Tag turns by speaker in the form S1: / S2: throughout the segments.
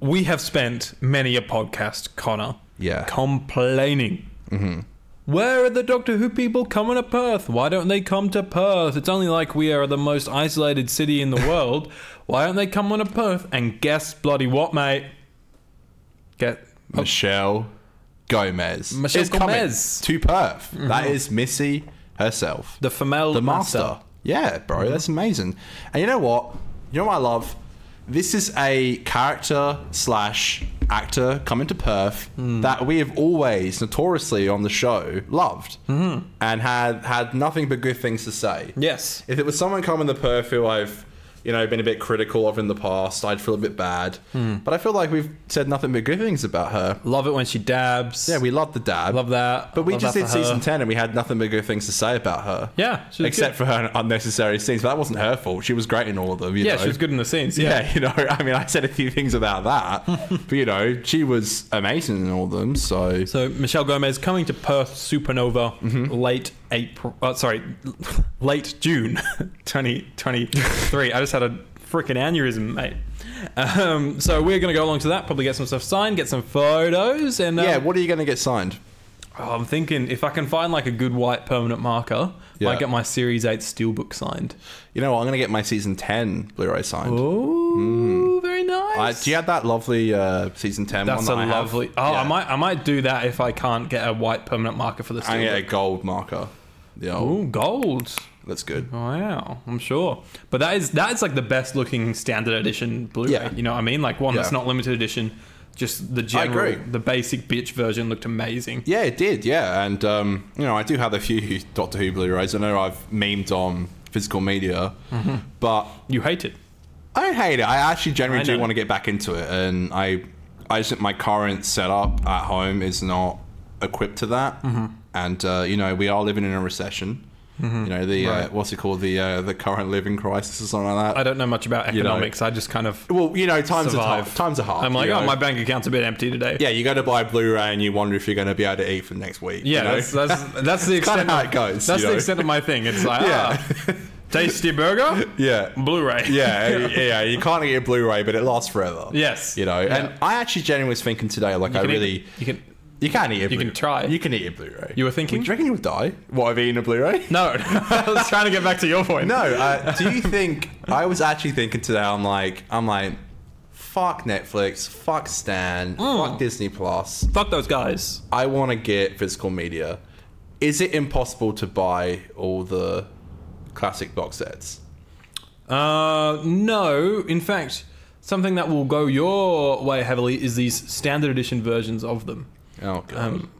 S1: we have spent many a podcast, Connor,
S2: Yeah. Mm-hmm.
S1: complaining. Where are the Doctor Who people coming to Perth? Why don't they come to Perth? It's only like we are the most isolated city in the world. Why don't they come on to Perth? And guess bloody what, mate? Get
S2: Oh. Michelle Gomez.
S1: Michelle
S2: is coming
S1: Gomez. Mm-hmm.
S2: To Perth. That is Missy herself.
S1: the Mm-hmm. Femel
S2: the master. Yeah, bro, that's amazing. And you know what? You know what I love? This is a character slash actor coming to Perth
S1: Mm.
S2: that we have always notoriously on the show loved
S1: Mm-hmm.
S2: and had had nothing but good things to say.
S1: Yes.
S2: If it was someone coming to Perth who I've, you know, been a bit critical of in the past, I'd feel a bit bad.
S1: Mm.
S2: But I feel like we've said nothing but good things about her.
S1: Love it when she dabs.
S2: Yeah, we loved the dad.
S1: love that.
S2: But we
S1: Love
S2: just
S1: that
S2: did
S1: for her.
S2: season 10 and we had nothing but good things to say about her.
S1: Yeah, she was
S2: Except for her unnecessary scenes. But that wasn't her fault. She was great in all of them. you
S1: Yeah,
S2: know.
S1: she was good in the scenes. Yeah.
S2: Yeah, you know, I mean, I said a few things about that. but, you know, she was amazing in all of them. So,
S1: So Michelle Gomez coming to Perth Supernova
S2: Mm-hmm.
S1: late April. Uh, sorry, late June, twenty twenty three. I just had a freaking aneurysm, mate. Um, so we're gonna go along to that. Probably get some stuff signed, get some photos, and um,
S2: yeah, what are you going to get signed?
S1: oh, I'm thinking if I can find like a good white permanent marker,
S2: Yeah.
S1: I get my Series Eight Steelbook signed.
S2: You know, what? I'm going to get my season 10 Blu ray signed.
S1: Oh, very
S2: I,
S1: nice.
S2: do you have that lovely uh, season 10 one?
S1: That's
S2: that
S1: a
S2: I have?
S1: lovely. Oh,
S2: Yeah.
S1: I might I might do that if I can't get a white permanent marker for the
S2: I'm going to
S1: steelbook.
S2: get a gold marker. Yeah,
S1: Oh, gold.
S2: that's good.
S1: Wow, I'm sure. But that is that is like the best looking standard edition Blu-ray.
S2: Yeah.
S1: You know what I mean? Like one that's
S2: Yeah.
S1: not limited edition. Just the
S2: agree.
S1: general, the basic bitch version looked amazing.
S2: Yeah, it did. Yeah, and um, you know, I do have a few Doctor Who Blu-rays. I know I've memed on physical media,
S1: Mm-hmm.
S2: but
S1: You hate it.
S2: I don't hate it. I actually
S1: I
S2: generally do
S1: know.
S2: want to get back into it, and I, I just think my current setup at home is not equipped to that.
S1: Mm-hmm.
S2: And uh, you know, we are living in a recession. You know, the uh,
S1: Right.
S2: what's it called? The uh, the current living crisis or something like
S1: I
S2: that.
S1: don't know much about
S2: know,
S1: economics. I just kind of
S2: well, you know, times are
S1: survive.
S2: tough. Times are hard.
S1: I'm like,
S2: you
S1: oh,
S2: know?
S1: my bank account's a bit empty today.
S2: Yeah, you go to buy a Blu-ray and you wonder if you're going to be able to eat for the next week.
S1: yeah.
S2: you know?
S1: That's, that's that's the
S2: kinda
S1: extent
S2: how
S1: of-
S2: it goes,
S1: That's
S2: you
S1: the
S2: know?
S1: extent of my thing. It's like,
S2: Yeah.
S1: ah, tasty burger,
S2: yeah.
S1: Blu-ray.
S2: yeah, yeah, you can't get a Blu-ray, but it lasts forever.
S1: Yes.
S2: you know. And I actually genuinely was thinking today, like I
S1: You can eat-
S2: really,
S1: you can.
S2: you can't eat. A you
S1: can try.
S2: You can eat a Blu-ray.
S1: You were thinking?
S2: Do you reckon you'll die? What I've eaten a Blu-ray?
S1: No, I was trying to get back to your point.
S2: No. Uh, do you think? I was actually thinking today. I'm like, I'm like, fuck Netflix, fuck Stan,
S1: Mm.
S2: fuck Disney Plus.
S1: fuck those guys.
S2: I want to get physical media. Is it impossible to buy all the classic box sets?
S1: Uh, no. In fact, something that will go your way heavily is these standard edition versions of them.
S2: Oh god.
S1: Um,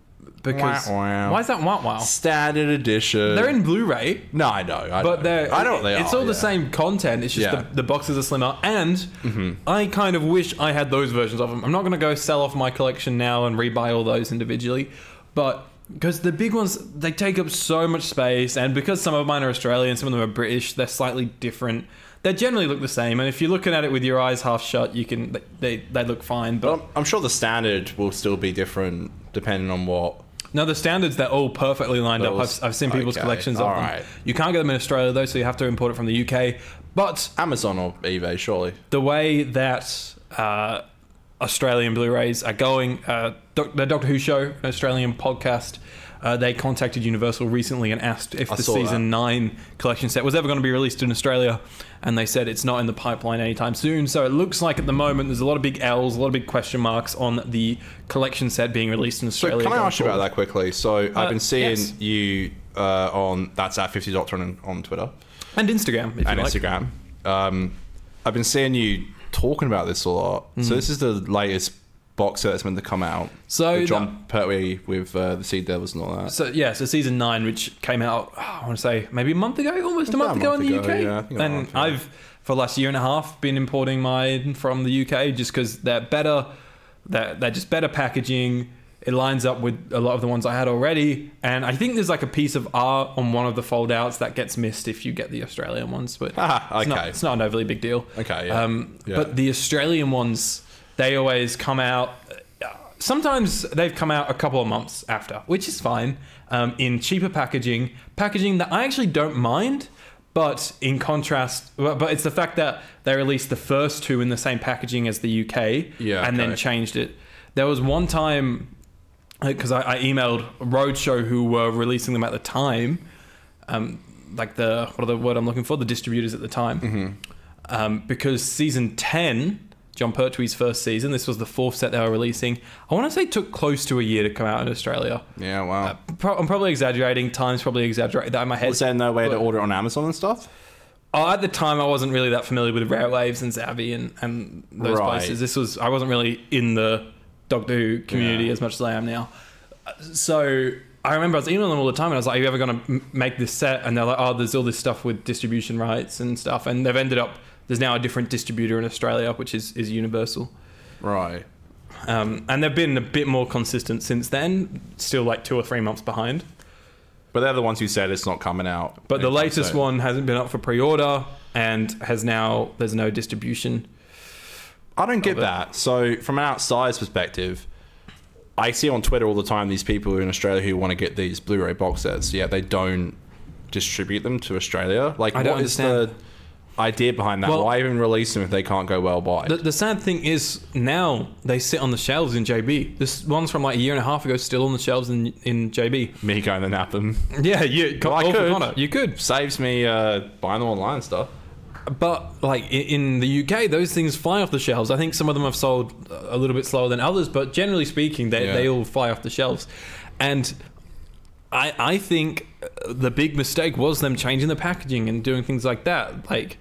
S1: because
S2: Wah, wah.
S1: why is that wow wow?
S2: Standard edition.
S1: They're in Blu-ray,
S2: No, I know. I
S1: but
S2: know.
S1: they're
S2: I know what they are.
S1: It's all
S2: yeah.
S1: the same content. It's just
S2: Yeah. Mm-hmm.
S1: the, the boxes are slimmer, and I kind of wish I had those versions of them. I'm not going to go sell off my collection now and rebuy all those individually, but. Because the big ones, they take up so much space, and because some of mine are Australian, some of them are British, they're slightly different. They generally look the same, and if you're looking at it with your eyes half shut, you can they they look fine. But
S2: But I'm, I'm sure the standard will still be different depending on what.
S1: No, the standards they're all perfectly lined up.
S2: Those-
S1: I've, I've seen people's
S2: okay,
S1: collections of them.
S2: alright.
S1: You can't get them in Australia though, so you have to import it from the UK. But
S2: Amazon or eBay, surely.
S1: the way that uh, Australian Blu-rays are going, uh, doc- the Doctor Who show, an Australian podcast, uh, they contacted Universal recently and asked if
S2: I
S1: the
S2: saw
S1: season
S2: that.
S1: nine collection set was ever going to be released in Australia, and they said it's not in the pipeline anytime soon. So it looks like at the moment there's a lot of big L's, a lot of big question marks on the collection set being released in
S2: So
S1: Australia.
S2: can I
S1: going
S2: ask you about
S1: forward.
S2: that quickly? So I've
S1: Uh,
S2: been seeing
S1: yes.
S2: you uh, on that's at Fifty Doctor on, on Twitter
S1: And Instagram, if
S2: and
S1: you like.
S2: Instagram. Um, I've been seeing you talking about this a lot. So this is the latest box set that's meant to come out.
S1: So
S2: with John Pertwee with uh, the Sea Devils and all that.
S1: So yeah, so season nine, which came out, oh, I want to say maybe a month ago, almost a
S2: about
S1: month
S2: a
S1: ago
S2: month
S1: in the
S2: ago,
S1: UK.
S2: yeah, I think about a month
S1: and
S2: ago.
S1: I've for the last year and a half been importing mine from the UK just because they're better. They're, they're just better packaging. It lines up with a lot of the ones I had already, and I think there's like a piece of art on one of the foldouts that gets missed if you get the Australian ones, but
S2: Ah,
S1: it's, not,
S2: okay.
S1: it's not an overly big deal.
S2: Okay, yeah.
S1: Um,
S2: Yeah.
S1: But the Australian ones, they always come out. Sometimes they've come out a couple of months after, which is fine. Um, in cheaper packaging, packaging that I actually don't mind, But in contrast, but but it's the fact that they released the first two in the same packaging as the UK,
S2: Yeah,
S1: and then
S2: okay.
S1: changed it. There was one time because I, I emailed Roadshow who were releasing them at the time, um, like the what are the word I'm looking for the distributors at the time,
S2: Mm-hmm.
S1: um, because season ten, John Pertwee's first season, this was the fourth set they were releasing. I want to say took close to a year to come out in Australia.
S2: Yeah, wow.
S1: Uh, pro- I'm probably exaggerating. Time's probably exaggerated that in my head.
S2: Was there no way to
S1: but-
S2: order it on Amazon and stuff?
S1: Oh, at the time, I wasn't really that familiar with Railwaves and Zavi and, and those
S2: Right.
S1: places. This was I wasn't really in the Doctor Who community
S2: Yeah.
S1: as much as I am now. Uh, So I remember I was emailing them all the time, and I was like, "Are you ever going to make this set?" And they're like, "Oh, there's all this stuff with distribution rights and stuff." And they've ended up there's now a different distributor in Australia, which is is Universal.
S2: Right.
S1: Um, and they've been a bit more consistent since then. Still like two or three months behind.
S2: But they're the ones who said it's not coming out.
S1: But the
S2: anytime
S1: latest
S2: soon.
S1: one hasn't been up for pre-order and has now there's no distribution.
S2: I don't get
S1: Oh, but-
S2: that. So, from an outsider's perspective, I see on Twitter all the time these people in Australia who want to get these Blu-ray box sets, yet they don't distribute them to Australia. Like,
S1: I
S2: what is
S1: don't
S2: the idea behind that?
S1: Well-
S2: Why even release them if they can't go worldwide?
S1: The, the sad thing is now they sit on the shelves in JB. This one's from like a year and a half ago, still on the shelves in in JB.
S2: me going to nap them
S1: Yeah, you
S2: I
S1: all for
S2: could.
S1: Connor. you could,
S2: saves me uh, buying them online and stuff.
S1: but like i- in the UK, those things fly off the shelves. I think some of them have sold a little bit slower than others, but generally speaking, they
S2: Yeah.
S1: they all fly off the shelves, and. I, I think uh, the big mistake was them changing the packaging and doing things like that. Like,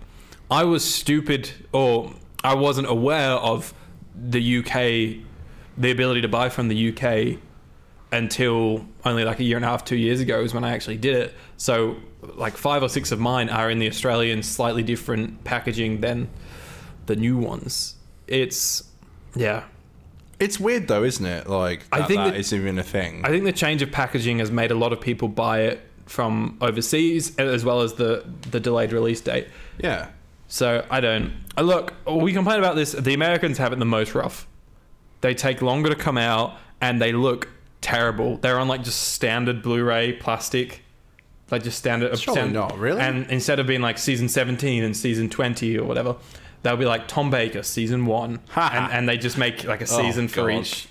S1: I was stupid, or I wasn't aware of the UK, the ability to buy from the UK until only like a year and a half, two years ago is when I actually did it. So, like, five or six of mine are in the Australian, slightly different packaging than the new ones. It's, yeah.
S2: It's weird though, isn't it? Like,
S1: I
S2: that,
S1: think
S2: that
S1: that-
S2: is even a thing.
S1: I think the change of packaging has made a lot of people buy it from overseas as well as the, the delayed release date.
S2: yeah.
S1: So I don't. Uh, look, we complain about this. The Americans have it the most rough. They take longer to come out and they look terrible. They're on like just standard Blu ray plastic. Like just standard.
S2: Surely
S1: stand-
S2: not, really?
S1: And instead of being like season 17 and season 20 or whatever, they'll be like Tom Baker, season one.
S2: Ha.
S1: and, and they just make like a
S2: Oh,
S1: season for
S2: God.
S1: each.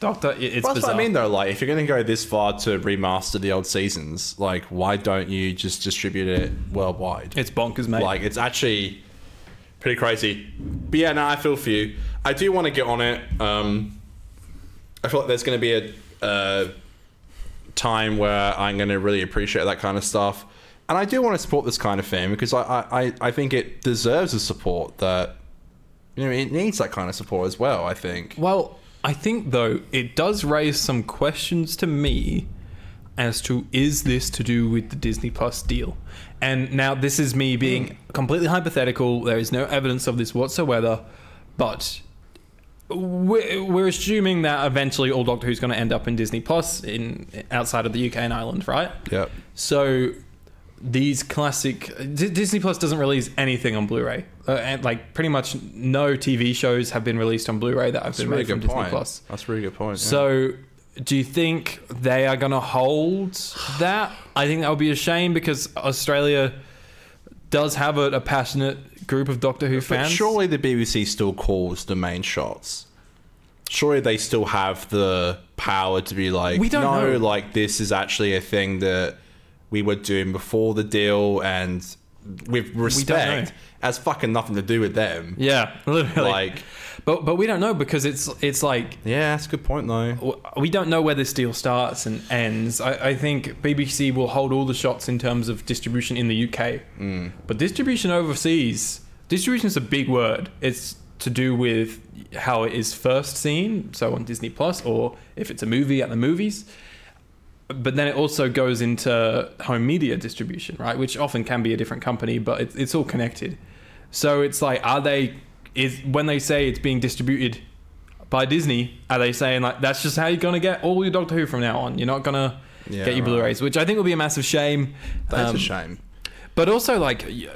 S1: Doctor, it- it's
S2: Well, that's
S1: bizarre.
S2: what I mean, though. Like, if you're going to go this far to remaster the old seasons, like, why don't you just distribute it worldwide?
S1: It's bonkers, mate.
S2: Like, it's actually pretty crazy. But yeah, no, I feel for you. I do want to get on it. Um, I feel like there's going to be a uh, time where I'm going to really appreciate that kind of stuff. And I do want to support this kind of thing because I, I, I- I think it deserves the support that, you know, it needs that kind of support as well, I think.
S1: Well, I think though it does raise some questions to me as to is this to do with the Disney Plus deal? And now this is me being completely hypothetical. There is no evidence of this whatsoever, but we're, we're assuming that eventually all Doctor Who's going to end up in Disney Plus in outside of the UK and Ireland, right?
S2: Yep.
S1: So these classic D- Disney Plus doesn't release anything on Blu-ray, uh, and like pretty much no TV shows have been released on Blu-ray that have
S2: That's a
S1: been
S2: really
S1: made from
S2: good
S1: Disney
S2: point.
S1: Plus.
S2: That's a really good point. yeah.
S1: So do you think they are going to hold that? I think that would be a shame because Australia does have a, a passionate group of Doctor Who
S2: But
S1: fans.
S2: surely the BBC still calls the main shots. Surely they still have the power to be like,
S1: We don't
S2: no,
S1: know."
S2: like this is actually a thing that we were doing before the deal and with respect has fucking nothing to do with them.
S1: yeah, literally.
S2: Like,
S1: but but we don't know because it's it's like
S2: yeah, that's a good point though.
S1: w- we don't know where this deal starts and ends. I, I think BBC will hold all the shots in terms of distribution in the UK, but distribution overseas, distribution is a big word. It's to do with how it is first seen, so on Disney Plus, or if it's a movie at the movies. But then it also goes into home media distribution, right? Which often can be a different company, but it's, it's all connected. So it's like, are they is when they say it's being distributed by Disney, are they saying like that's just how you're gonna get all your Doctor Who from now on? You're not gonna
S2: Yeah,
S1: get your
S2: right.
S1: Blu-rays, which I think would be a massive shame.
S2: That's
S1: Um,
S2: a shame.
S1: But also like y-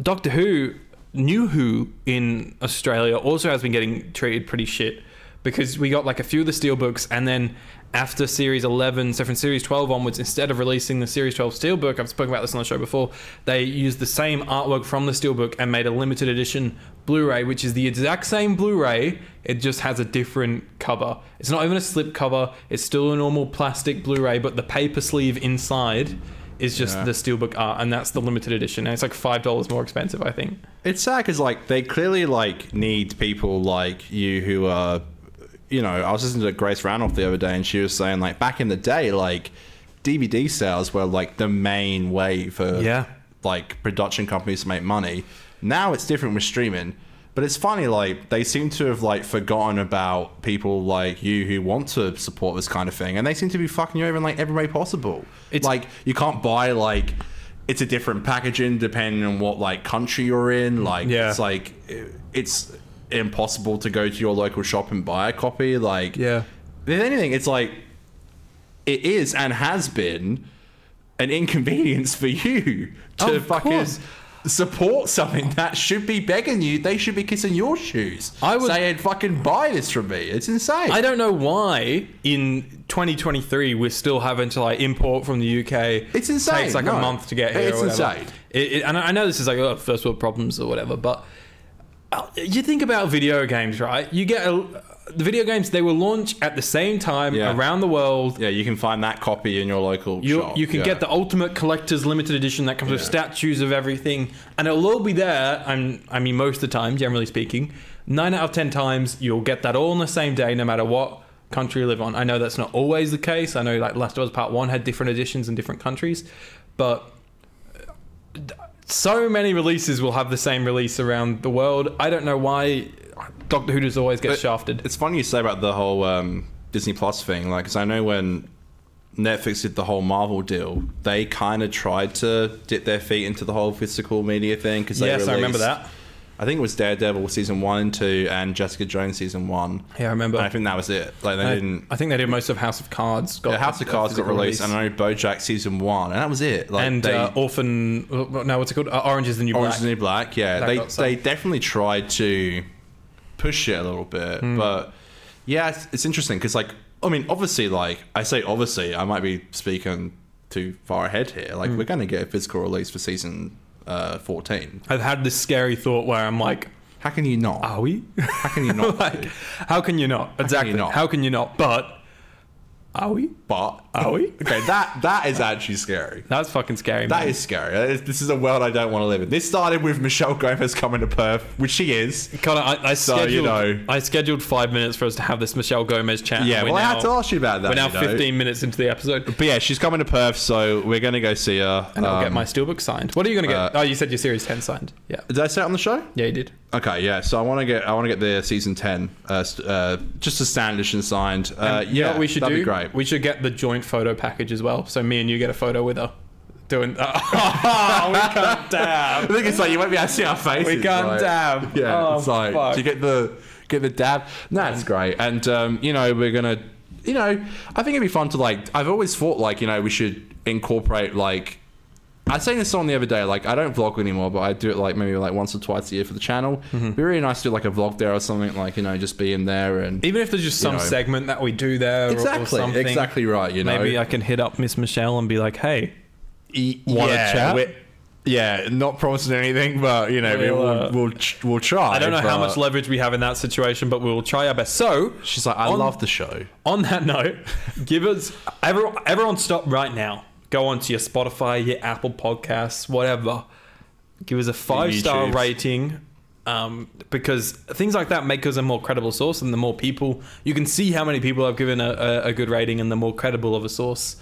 S1: Doctor Who, New Who in Australia also has been getting treated pretty shit because we got like a few of the steelbooks and then after series 11 so from series 12 onwards instead of releasing the series 12 steelbook i've spoken about this on the show before they used the same artwork from the steelbook and made a limited edition blu-ray which is the exact same blu-ray it just has a different cover it's not even a slip cover it's still a normal plastic blu-ray but the paper sleeve inside is just
S2: Yeah.
S1: the steelbook art and that's the limited edition and it's like five dollars more expensive i think
S2: It's sad because like they clearly like need people like you who are, you know. I was listening to Grace Randolph the other day, and she was saying like back in the day, like DVD sales were like the main way for
S1: Yeah.
S2: like production companies to make money. Now it's different with streaming, but it's funny like they seem to have like forgotten about people like you who want to support this kind of thing, and they seem to be fucking you over in like every way possible.
S1: It's-
S2: It's like you can't buy like it's a different packaging depending on what like country you're in. Like
S1: Yeah.
S2: it's like i- it's impossible to go to your local shop and buy a copy. Like
S1: Yeah.
S2: if anything, it's like it is and has been an inconvenience for you to
S1: Oh, of
S2: fucking
S1: course.
S2: support something that should be begging you. They should be kissing your shoes.
S1: I was-
S2: saying fucking buy this from me. It's insane.
S1: I don't know why in 2023 we're still having to like import from the UK.
S2: It's insane,
S1: Takes like a
S2: no.
S1: month to get here.
S2: It's
S1: or whatever.
S2: insane.
S1: It, it, and I I know this is like oh, first world problems or whatever, but uh, you think about video games, right? You get a, the video games they were launched at the same time
S2: Yeah.
S1: around the world.
S2: yeah, you can find that copy in your local
S1: You,
S2: shop.
S1: you can
S2: yeah.
S1: get the ultimate collector's limited edition that comes with
S2: Yeah.
S1: statues of everything, and it'll all be there. I'm, I mean, most of the time, generally speaking, nine out of ten times you'll get that all on the same day, no matter what country you live on. I know that's not always the case. I know like Last of Us Part One had different editions in different countries, but so many releases will have the same release around the world. I don't know why Doctor Who does always get
S2: But-
S1: shafted.
S2: It's funny you say about the whole um, Disney Plus thing, like, 'cause I know when Netflix did the whole Marvel deal, they kind of tried to dip their feet into the whole physical media thing because
S1: Yes, I remember that.
S2: I think it was Daredevil season one and two, and Jessica Jones season one.
S1: Yeah, I remember.
S2: And I think that was it. Like they
S1: I,
S2: didn't.
S1: I think they did most of House of Cards. Got
S2: Yeah, House of
S1: a
S2: Cards got
S1: physical
S2: released, and I know BoJack season one, and that was it. Like
S1: and
S2: they,
S1: uh, Orphan. uh, No, what's it called? Uh, Orange is the New
S2: Orange
S1: Black.
S2: is the New Black. Yeah,
S1: That
S2: they
S1: got some.
S2: they definitely tried to push it a little bit,
S1: Hmm.
S2: but yeah, it's, it's interesting because like I mean, obviously, like I say, obviously, I might be speaking too far ahead here.
S1: Hmm.
S2: Like we're gonna get a physical release for season uh, fourteen.
S1: I've had this scary thought where I'm like,
S2: How can you not?
S1: are we?
S2: How can you not?
S1: Oh. like, how can you not? Exactly.
S2: not?
S1: How can you not? But are we?
S2: but
S1: Are we?
S2: okay, that that is actually scary.
S1: That's fucking scary.
S2: That
S1: man.
S2: is scary. That is- This is a world I don't want to live in. This started with Michelle Gomez coming to Perth, which she is.
S1: Connor, I, I
S2: So,
S1: scheduled.
S2: you know.
S1: I scheduled five minutes for us to have this Michelle Gomez chat. and
S2: Yeah,
S1: we're
S2: well, I
S1: now,
S2: had to ask you about that.
S1: We're now
S2: you know.
S1: 15 minutes into the episode,
S2: But yeah, she's coming to Perth, so we're gonna go see her.
S1: and I'll get
S2: Um,
S1: my steelbook signed. What are you going to get?
S2: uh,
S1: oh, you said your series 10 signed. Yeah,
S2: Did I say it on the show?
S1: yeah, you did.
S2: Okay, yeah. So I want to get I want to get the season ten, uh, st- uh, just a standard edition signed. Uh,
S1: You know
S2: yeah,
S1: what we should
S2: that'd
S1: do.
S2: be great.
S1: We should get the joint photo package as well. So me and you get a photo with her doing.
S2: Oh,
S1: we can't
S2: I
S1: dab.
S2: think it's like you won't be able to see our faces.
S1: We can't
S2: like-
S1: dab.
S2: Yeah,
S1: Oh,
S2: it's like
S1: fuck.
S2: do you get the get the dab. No, it's great, and um, you know we're gonna, you know, I think it'd be fun to like. I've always thought like you know we should incorporate like. I was saying this to someone the other day. Like, I don't vlog anymore, but I do it like maybe like once or twice a year for the channel. It'd be really nice to do like a vlog there or something. Like, you know, just be in there and
S1: Even if there's just some
S2: know.
S1: segment that we do there, or-
S2: E- exactly,
S1: or something,
S2: exactly right. You know,
S1: Maybe I can hit up Miss Michelle and be like, "Hey,
S2: want
S1: E- wanna chat?
S2: Yeah, not promising anything, but you know,
S1: We'll,
S2: we'll
S1: uh,
S2: we'll, we'll, ch- we'll try.
S1: I don't know how
S2: but-
S1: much leverage we have in that situation, but we'll try our best." So,
S2: She's like, I
S1: on-
S2: love the show.
S1: on that note, give us everyone, everyone stop right now. Go onto your Spotify, your Apple Podcasts, whatever. Give us a five star
S2: YouTubes.
S1: rating um, because things like that make us a more credible source, and the more people you can see how many people have given a, a, a good rating, and the more credible of a source.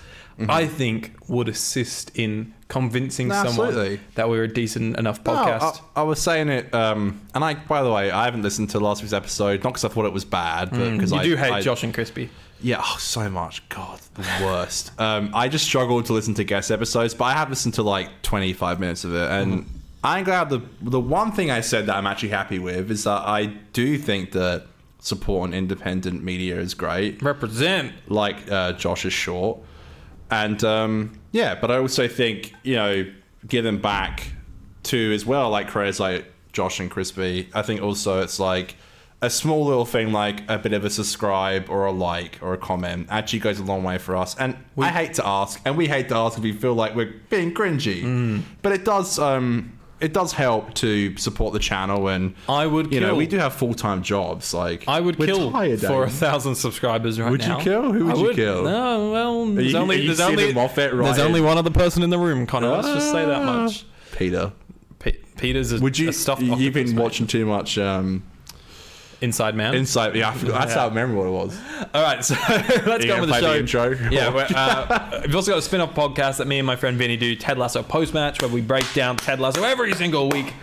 S1: I think would assist in convincing
S2: No,
S1: someone
S2: absolutely.
S1: that we're a decent enough
S2: No,
S1: podcast.
S2: Oh, I, I was saying it, um, and I, by the way, I haven't listened to last week's episode, not because I thought it was bad, but because
S1: Mm, you
S2: I
S1: do hate
S2: I-
S1: Josh and Crispy.
S2: Yeah, oh, so much. God, the worst. um, I just struggled to listen to guest episodes, but I have listened to like 25 minutes of it, and I'm glad the the one thing I said that I'm actually happy with is that I do think that support on independent media is great
S1: Represent.
S2: like uh, Josh is short. And um, yeah, but I also think, you know, giving back to as well, like creators like Josh and Crispy, I think also it's like a small little thing like a bit of a subscribe or a like or a comment actually goes a long way for us. And I hate to ask, and we hate to ask if we feel like we're being cringy,
S1: Mm.
S2: but it does. Um, it does help to support the channel, and
S1: I would
S2: you know
S1: kill-
S2: we do have full time jobs. Like
S1: I would
S2: we're
S1: kill
S2: tired,
S1: for a
S2: Dave.
S1: thousand subscribers right
S2: Would you
S1: now.
S2: kill? Who would
S1: I
S2: you kill?
S1: No, well, there's
S2: you-
S1: only
S2: are you
S1: there's only
S2: Sidney Moffat,
S1: there's
S2: right?
S1: only one other person in the room, Connor. Let's just say that
S2: Ah.
S1: much.
S2: Peter.
S1: Pe- Peter's a,
S2: Would you?
S1: a stuffed
S2: you've
S1: octopus,
S2: been
S1: mate.
S2: watching too much um,
S1: Inside Man.
S2: Insight. Yeah, I forgot, that's
S1: Yeah.
S2: how memorable it was.
S1: All right, so let's go
S2: gonna
S1: on with the
S2: play
S1: show.
S2: the intro?
S1: Yeah, we're, uh, we've also got a spin-off podcast that me and my friend Vinny do, Ted Lasso Post Match, where we break down Ted Lasso every single week,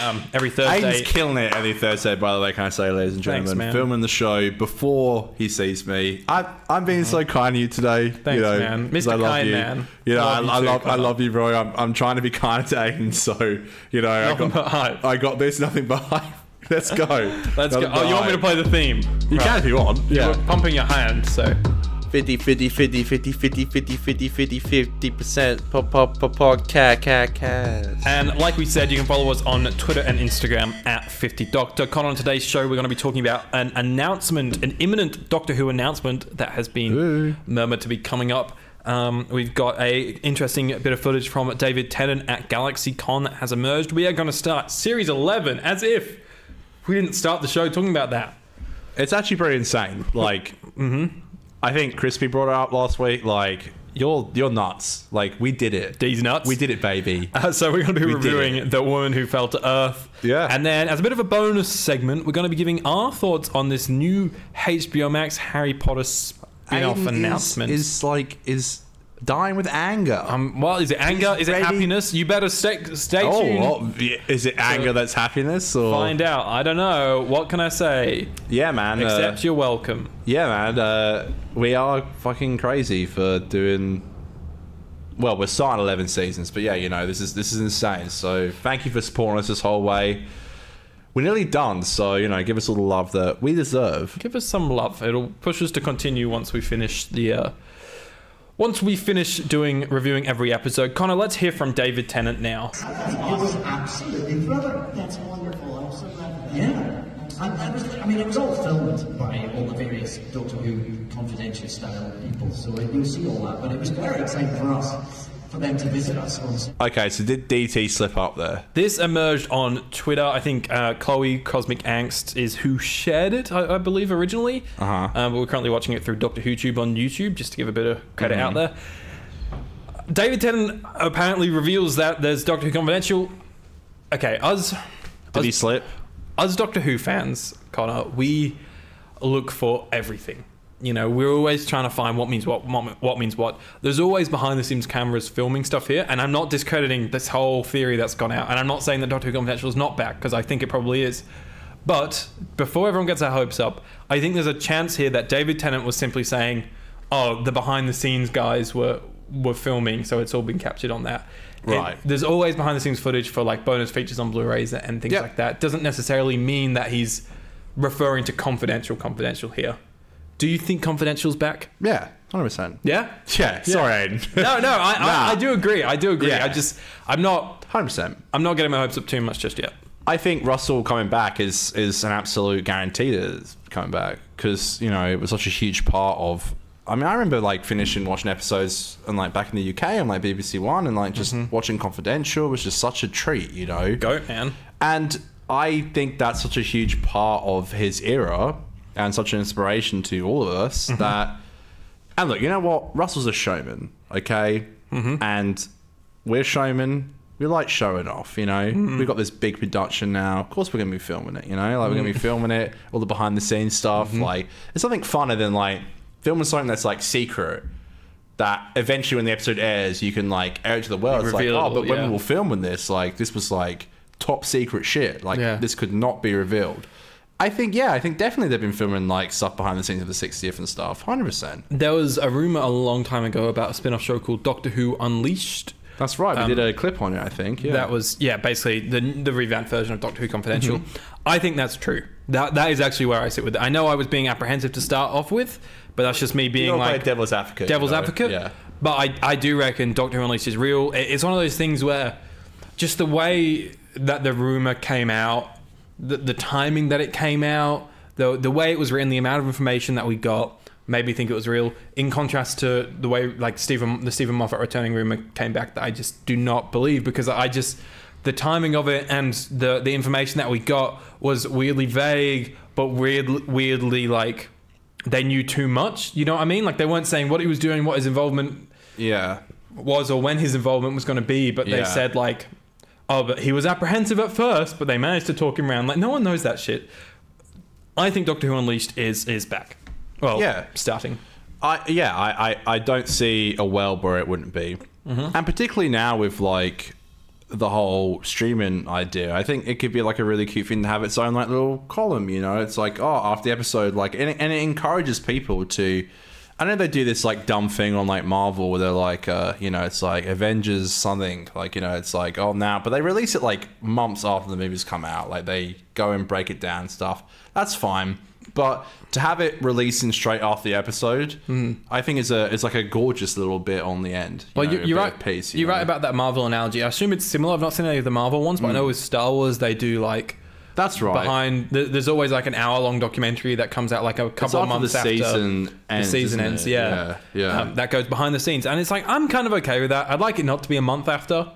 S1: um, every Thursday.
S2: Aiden's killing it every Thursday, by the way, can I say, ladies and
S1: Thanks,
S2: gentlemen.
S1: man.
S2: Filming the show before he sees me. I, I'm being so kind to you today. Thanks, you know,
S1: Mm-hmm. man.
S2: 'cause
S1: Mr.
S2: I love
S1: Kind
S2: you.
S1: Man.
S2: You know,
S1: Love you
S2: I, I
S1: too,
S2: love, I
S1: Connor.
S2: love you, bro. I'm, I'm trying to be kind to Aiden, so, you know, I
S1: Nothing
S2: got,
S1: but hype.
S2: I got this, nothing but hype. Let's go.
S1: Let's
S2: Nothing
S1: go. Oh,
S2: but
S1: you want me to
S2: hype.
S1: play the theme?
S2: You can if you want. Yeah.
S1: You're pumping your hand, so
S3: 50 50 50 50 50 50 50 50 50 percent pop pop pop pop cat cat cat
S1: And like we said, you can follow us on Twitter and Instagram at 50Doctor. Con, on today's show, we're going to be talking about an announcement, an imminent Doctor Who announcement that has been
S2: Ooh.
S1: murmured to be coming up. Um, we've got a interesting bit of footage from David Tennant at GalaxyCon that has emerged. We are going to start Series 11 as if we didn't start the show talking about that.
S2: It's actually pretty insane. Like, I think Crispy brought it up last week. Like, you're, you're nuts. Like, we did it.
S1: These nuts.
S2: We did it, baby.
S1: Uh, so we're going to be
S2: did
S1: reviewing The Woman Who Fell to Earth.
S2: Yeah.
S1: And then, as a bit of a bonus segment, we're going to be giving our thoughts on this new HBO Max Harry Potter spin-off
S2: Aiden is-
S1: announcement.
S2: Is, like is dying with anger.
S1: um, well, is it anger? Is it
S2: ready-
S1: happiness? You better stay, stay
S2: oh,
S1: tuned.
S2: well, is it anger that's happiness or?
S1: Find out. I don't know. What can I say?
S2: yeah, man. uh,
S1: Except you're welcome.
S2: yeah, man. Uh, we are fucking crazy for doing. Well, we're starting eleven seasons, but yeah, you know this is this is insane. So thank you for supporting us this whole way. We're nearly done, so you know, give us all the love that we deserve.
S1: Give us some love. It'll push us to continue once we finish the. Uh, once we finish doing reviewing every episode, Connor, let's hear from David Tennant now.
S4: It was absolutely brilliant.
S5: That's wonderful. I'm so glad. for that.
S4: Yeah. And that was, I mean, it was all filmed by all the various Doctor Who confidential style people, so you'll see all that. But it was very exciting for us, for them to visit us on
S2: Okay, so did DT slip up there?
S1: This emerged on Twitter. I think uh, Chloe Cosmic Angst is who shared it, I, I believe, originally.
S2: Uh-huh.
S1: Um, but we're currently watching it through Doctor Who Tube on YouTube, just to give a bit of credit out there. David Tennant apparently reveals that there's Doctor Who Confidential. Okay, us,
S2: Did
S1: us,
S2: he slip?
S1: us Doctor Who fans, Connor, we look for everything. You know, we're always trying to find what means what, what what means what. There's always behind the scenes cameras filming stuff here, and I'm not discrediting this whole theory that's gone out, and I'm not saying that Doctor Who Confidential is not back because I think it probably is. But before everyone gets their hopes up, I think there's a chance here that David Tennant was simply saying, "Oh, the behind the scenes guys were were filming, so it's all been captured on that." And
S2: Right.
S1: there's always behind the scenes footage for like bonus features on Blu-rays and things
S2: Yep.
S1: like that. Doesn't necessarily mean that he's referring to confidential confidential here. Do you think confidential's back?
S2: Yeah, hundred percent.
S1: Yeah.
S2: Yeah, sorry, Aiden.
S1: No, no, I, I,
S2: Nah.
S1: I do agree. I do agree.
S2: Yeah.
S1: I just I'm not
S2: hundred percent.
S1: I'm not getting my hopes up too much just yet.
S2: I think Russell coming back is is an absolute guarantee that it's coming back because you know it was such a huge part of. I mean, I remember like finishing watching episodes and like back in the UK on like BBC One and like just watching Confidential was just such a treat, you know.
S1: Goat man.
S2: And I think that's such a huge part of his era and such an inspiration to all of us that. And look, you know what? Russell's a showman, okay? And we're showmen. We like showing off, you know? We've got this big production now. Of course, we're going to be filming it, you know? Like, we're going to be filming it, all the behind the scenes stuff. Like, there's nothing funner than, like, filming something that's, like, secret. That eventually, when the episode airs, you can, like, air it to the world. It's like,
S1: Reveal it
S2: oh,
S1: all,
S2: but when
S1: yeah.
S2: we were filming this, like, this was, like, top secret shit. Like,
S1: Yeah.
S2: this could not be revealed. I think, yeah, I think definitely they've been filming, like, stuff behind the scenes of the 60th and stuff. 100%.
S1: There was a rumor a long time ago about a spin-off show called Doctor Who Unleashed.
S2: That's right. We
S1: Um,
S2: did a clip on it, I think. Yeah.
S1: That was yeah, basically the the revamped version of Doctor Who Confidential. I think that's true. That that is actually where I sit with it. I know I was being apprehensive to start off with, but that's just me being
S2: You're
S1: like
S2: like devil's advocate.
S1: devil's
S2: you know?
S1: advocate.
S2: Yeah.
S1: But I, I do reckon Doctor Who Unleashed is real. It- It's one of those things where just the way that the rumor came out, the, the timing that it came out, the the way it was written, the amount of information that we got made me think it was real. In contrast to the way like Stephen the Stephen Moffat returning rumor came back, that I just do not believe because I just the timing of it and the the information that we got was weirdly vague, but weird weirdly like they knew too much. You know what I mean? Like they weren't saying what he was doing, what his involvement
S2: Yeah.
S1: was or when his involvement was going to be, but they
S2: Yeah.
S1: said like, oh, but he was apprehensive at first, but they managed to talk him around. Like no one knows that shit. I think Doctor Who Unleashed is is back. Well,
S2: Yeah.
S1: starting.
S2: I yeah, I, I, I don't see a world where it wouldn't be, and particularly now with like the whole streaming idea, I think it could be like a really cute thing to have its own like little column. You know, it's like oh, after the episode, like and it, and it encourages people to. I know they do this like dumb thing on like Marvel where they're like, uh, you know, it's like Avengers something, like you know, it's like oh now, but they release it like months after the movies come out, like they go and break it down and stuff. That's fine. But to have it releasing straight after the episode,
S1: Hmm.
S2: I think is a it's like a gorgeous little bit on the end.
S1: Well,
S2: know,
S1: you,
S2: a
S1: you're
S2: bit
S1: right.
S2: of Peace, you
S1: you're right
S2: know.
S1: about that Marvel analogy. I assume it's similar. I've not seen any of the Marvel ones, but I know with Star Wars they do like
S2: that's right.
S1: behind. th there's always like an hour long documentary that comes out like a couple of
S2: after the
S1: months after
S2: season
S1: the
S2: ends,
S1: season
S2: isn't
S1: ends.
S2: it?
S1: Yeah,
S2: Yeah, yeah.
S1: Um, that goes behind the scenes, and it's like I'm kind of okay with that. I'd like it not to be a month after,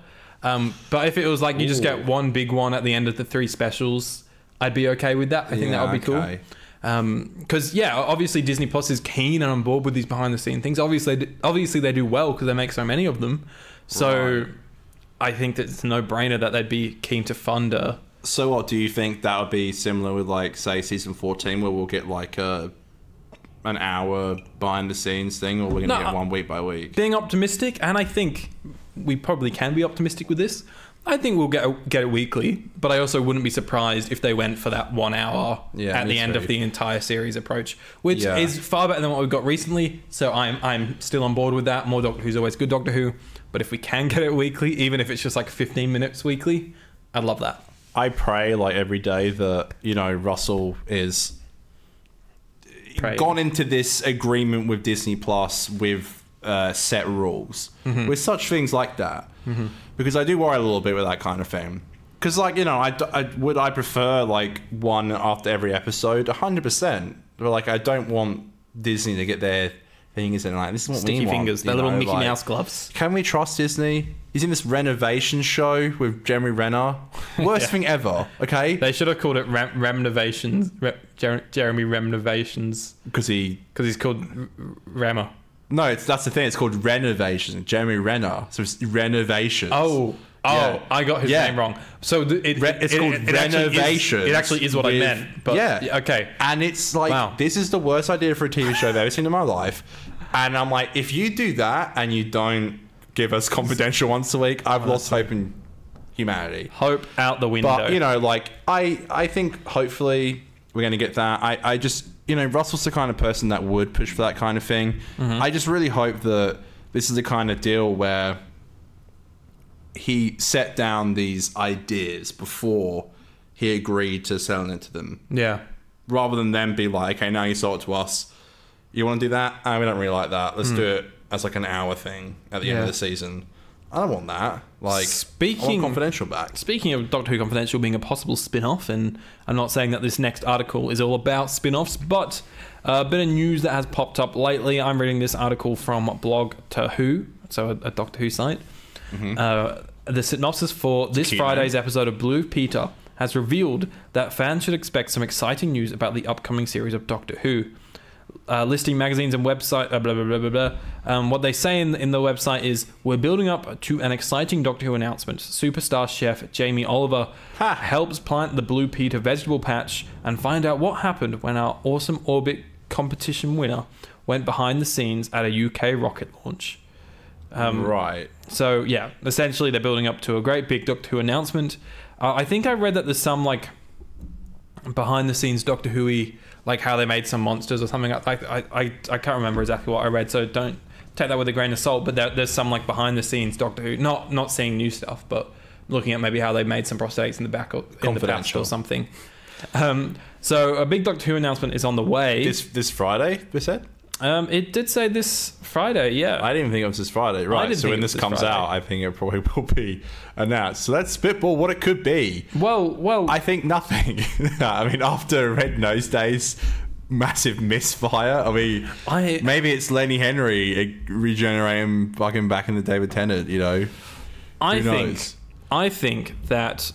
S1: um, but if it was like you just get one big one at the end of the three specials, I'd be okay with that. I think
S2: Yeah,
S1: that would be
S2: okay.
S1: cool. Because yeah, obviously Disney Plus is keen and on board with these behind the scenes things. Obviously, obviously they do well because they make so many of them. So. I think that it's a no-brainer that they'd be keen to fund a
S2: So, what do you think that would be similar with like say season fourteen, where we'll get like a an hour behind the scenes thing, or we're
S1: No,
S2: gonna get
S1: I-
S2: one week by week?
S1: being optimistic, and I think we probably can be optimistic with this. I think we'll get get it weekly, but I also wouldn't be surprised if they went for that one hour
S2: Yeah,
S1: at
S2: me
S1: the end
S2: too.
S1: of the entire series approach, which
S2: Yeah.
S1: is far better than what we've got recently. So I'm I'm still on board with that. More Doctor Who's always good Doctor Who, but if we can get it weekly, even if it's just like 15 minutes weekly, I'd love that.
S2: I pray like every day that you know Russell is
S1: Pray.
S2: gone into this agreement with Disney Plus with uh, set rules,
S1: Mm-hmm.
S2: with such things like that. Because I do worry a little bit with that kind of thing. Because, like, you know, I, d- I- would I prefer, like, one after every episode? 100%. But, like, I don't want Disney to get their fingers in, like, this is what we
S1: Stinky
S2: want,
S1: fingers,
S2: you
S1: their little
S2: know,
S1: Mickey
S2: like-
S1: Mouse gloves.
S2: can we trust Disney? He's in this renovation show with Jeremy Renner. Worst thing ever, okay?
S1: They should have called it Rem- Remnovations, Re- Jer- Jeremy Remnovations,
S2: Because he
S1: because he's called R- R- Rammer.
S2: No, it's, that's the thing. It's called renovation. Jeremy Renner. So it's renovations.
S1: Oh, oh,
S2: Yeah.
S1: I got his
S2: Yeah.
S1: name wrong. So th- it,
S2: Re- it's
S1: it-
S2: called
S1: it- it actually is-
S2: renovations.
S1: It actually is what I
S2: with-
S1: meant. But
S2: yeah.
S1: yeah, okay.
S2: And it's like
S1: Wow.
S2: this is the worst idea for a TV show I've ever seen in my life. And I'm like, if you do that and you don't give us confidential once a week,
S1: Oh,
S2: I've lost hope in humanity.
S1: Hope out the window.
S2: But you know, like I, I think hopefully we're going to get that. I, I just, you know, Russell's the kind of person that would push for that kind of thing. I just really hope that this is the kind of deal where he set down these ideas before he agreed to selling it to them,
S1: yeah,
S2: rather than them be like, okay, now you sold it to us. You want to do that? Ah, we don't really like that. Let's do it as like an hour thing at the end of
S1: Yeah.
S2: the season. I don't want that. Like I
S1: Speaking-
S2: want confidential back.
S1: Speaking of Doctor Who Confidential being a possible spin off, and I'm not saying that this next article is all about spin offs, but uh, a bit of news that has popped up lately. I'm reading this article from Blog to Who, so a, a Doctor Who site. Uh, the synopsis for this
S2: Mm-hmm. cute
S1: Friday's episode of Blue Peter has revealed that fans should expect some exciting news about the upcoming series of Doctor Who. uh, listing magazines and website uh, blah blah blah blah blah. Um, what they say in in the website is we're building up to an exciting Doctor Who announcement. Superstar chef Jamie Oliver
S2: Ha.
S1: helps plant the Blue Peter vegetable patch and find out what happened when our awesome orbit competition winner went behind the scenes at a UK rocket launch.
S2: right.
S1: So yeah, essentially they're building up to a great big Doctor Who announcement. Uh, I think I read that there's some like behind the scenes Doctor Who, like how they made some monsters or something. like I, I I can't remember exactly what I read, so don't take that with a grain of salt. But there, there's some like behind the scenes Doctor Who, not not seeing new stuff, but looking at maybe how they made some prosthetics in the back or in the patch
S2: Confidential.
S1: or something. Um, so a big Doctor Who announcement is on the way.
S2: This this Friday, we said.
S1: Um, it did say this Friday, yeah.
S2: I didn't think it was this Friday, right?
S1: didn't
S2: So
S1: think
S2: when
S1: it was
S2: this
S1: this
S2: comes
S1: Friday.
S2: out, I think it probably will be announced. So let's spitball what it could be.
S1: well, well,
S2: I think nothing. I mean, after Red Nose Days, massive misfire. I mean,
S1: I-
S2: maybe it's Lenny Henry uh, regenerating fucking back in the David Tennant. You know,
S1: I
S2: Who
S1: think
S2: knows?
S1: I think that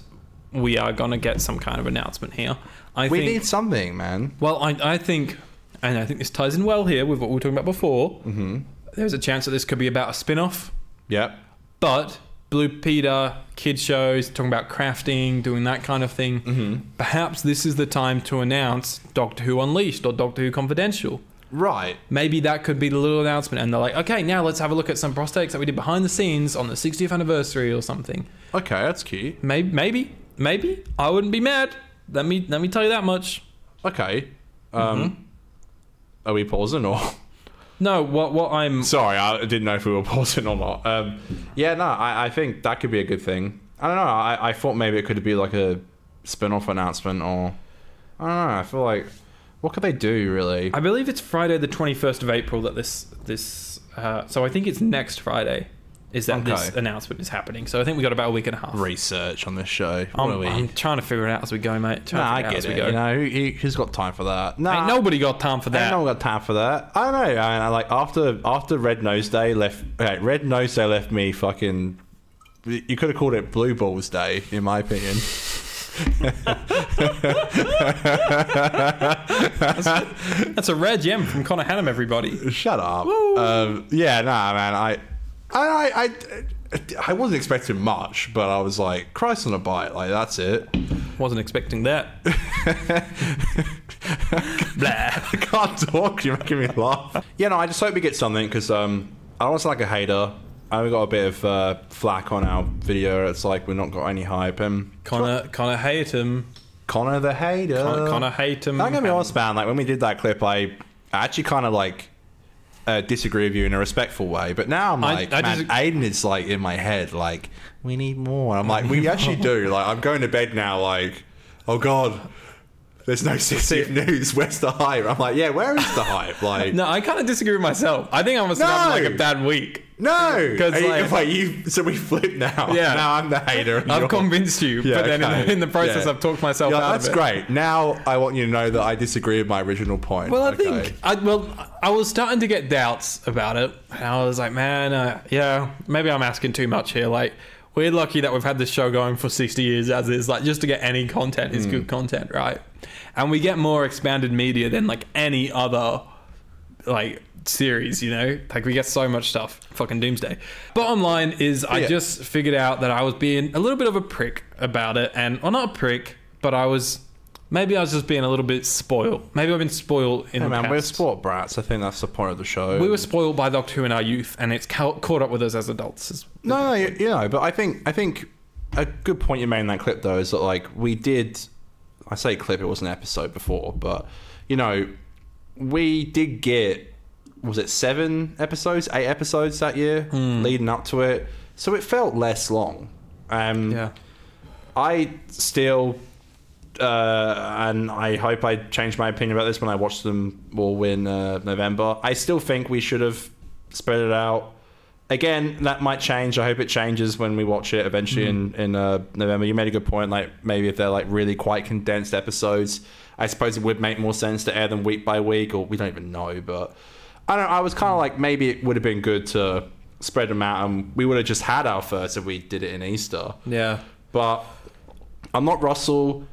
S1: we are gonna get some kind of announcement here. I
S2: we
S1: think
S2: need something, man.
S1: well, I, I think, and I think this ties in well here with what we were talking about before. Mm-hmm. There's a chance that this could be about a spin-off,
S2: Yep.
S1: but Blue Peter kid shows talking about crafting, doing that kind of thing. Mm-hmm. Perhaps this is the time to announce Doctor Who Unleashed or Doctor Who Confidential.
S2: Right.
S1: Maybe that could be the little announcement, and they're like, "Okay, now let's have a look at some prosthetics that we did behind the scenes on the 60th anniversary or something."
S2: Okay, that's cute.
S1: Maybe, maybe, maybe. I wouldn't be mad. Let me let me tell you that much.
S2: Okay. Um,
S1: Mm-hmm.
S2: Are we pausing or?
S1: No, what what I'm
S2: Sorry, I didn't know if we were pausing or not. Um, yeah, no, I, I think that could be a good thing. I don't know. I, I thought maybe it could be like a spin off announcement or. I don't know. I feel like. What could they do, really?
S1: I believe it's Friday the 21st of April that this this uh, so I think it's next Friday is that this
S2: Okay.
S1: announcement is happening. So I think we got about a week and a half.
S2: Research on this show. What
S1: I'm,
S2: are we?
S1: I'm trying to figure it out as we go, mate. Trying
S2: nah, I
S1: to figure
S2: get
S1: it out as we
S2: it.
S1: go.
S2: You know, who, who's got time for that? Nah,
S1: Ain't nobody got time for
S2: I
S1: that.
S2: don't got time for that. I don't know. I, mean, I like after after Red Nose Day left. Okay, Red Nose Day left me fucking. You could have called it Blue Balls Day, in my opinion.
S1: That's a rare gem from Connor Hannum, everybody.
S2: Shut up. Um, yeah, nah, man. I, I, I, I, I wasn't expecting much, but I was like, Christ on a bite, like that's it.
S1: Wasn't expecting that.
S2: I can't talk. You're making me laugh. Yeah, no, I just hope we get something because um, I don't want to sound like a hater. I only got a bit of uh, flack on our video. It's like we're not got any hype. And
S1: Connor Connor hate him.
S2: Connor the hater.
S1: Connor, Connor hate him.
S2: I'm gonna be honest, man. Like when we did that clip, I I actually kind of like uh, disagree with you in a respectful way. But now I'm
S1: I-
S2: like,
S1: I
S2: man,
S1: disag-
S2: Aiden is like in my head, like we need more. I'm like, we actually do. Like I'm going to bed now, like oh god. There's no sixth news. Where's the hype? I'm like, yeah, where is the hype? Like,
S1: No, I kind of disagree with myself. I think I must have
S2: No!
S1: having like a bad week.
S2: no,
S1: 'Cause,
S2: Are you-
S1: like-
S2: wait, you. So we flip now.
S1: Yeah.
S2: now I'm the hater. and you're-
S1: I've convinced you,
S2: Yeah,
S1: but then in,
S2: okay.
S1: the, in the process,
S2: Yeah.
S1: I've talked myself
S2: Yeah,
S1: out
S2: That's
S1: of it.
S2: great. Now I want you to know that I disagree with my original point.
S1: Well, I
S2: Okay.
S1: think I well, I was starting to get doubts about it, and I was like, man, uh, yeah, maybe I'm asking too much here. Like, we're lucky that we've had this show going for 60 years as is. Like, just to get any content
S2: Hmm.
S1: is good content, right? And we get more expanded media than like any other like series, you know? Like we get so much stuff. Fucking doomsday. Bottom line is I
S2: Yeah.
S1: just figured out that I was being a little bit of a prick about it and well not a prick, but I was maybe I was just being a little bit spoiled. Maybe I've been spoiled in
S2: Hey
S1: the
S2: man,
S1: past.
S2: we're sport brats. I think that's the point of the show.
S1: We were spoiled by Doctor Who in our youth and it's ca- caught up with us as adults. It's-
S2: no, no, you, you know, but I think I think a good point you made in that clip though is that like we did. I say clip. It was an episode before, but you know, we did get was it seven episodes, eight episodes that year
S1: Hmm.
S2: leading up to it. So it felt less long. Um,
S1: Yeah.
S2: I still, uh, and I hope I changed my opinion about this when I watched them all in uh, November. I still think we should have spread it out. Again, that might change. I hope it changes when we watch it eventually in in uh, November. You made a good point. Like maybe if they're like really quite condensed episodes, I suppose it would make more sense to air them week by week, or we don't even know. But I don't. I was kind of like maybe it would have been good to spread them out, and we would have just had our first if we did it in Easter
S1: Yeah.
S2: but I'm not Russell.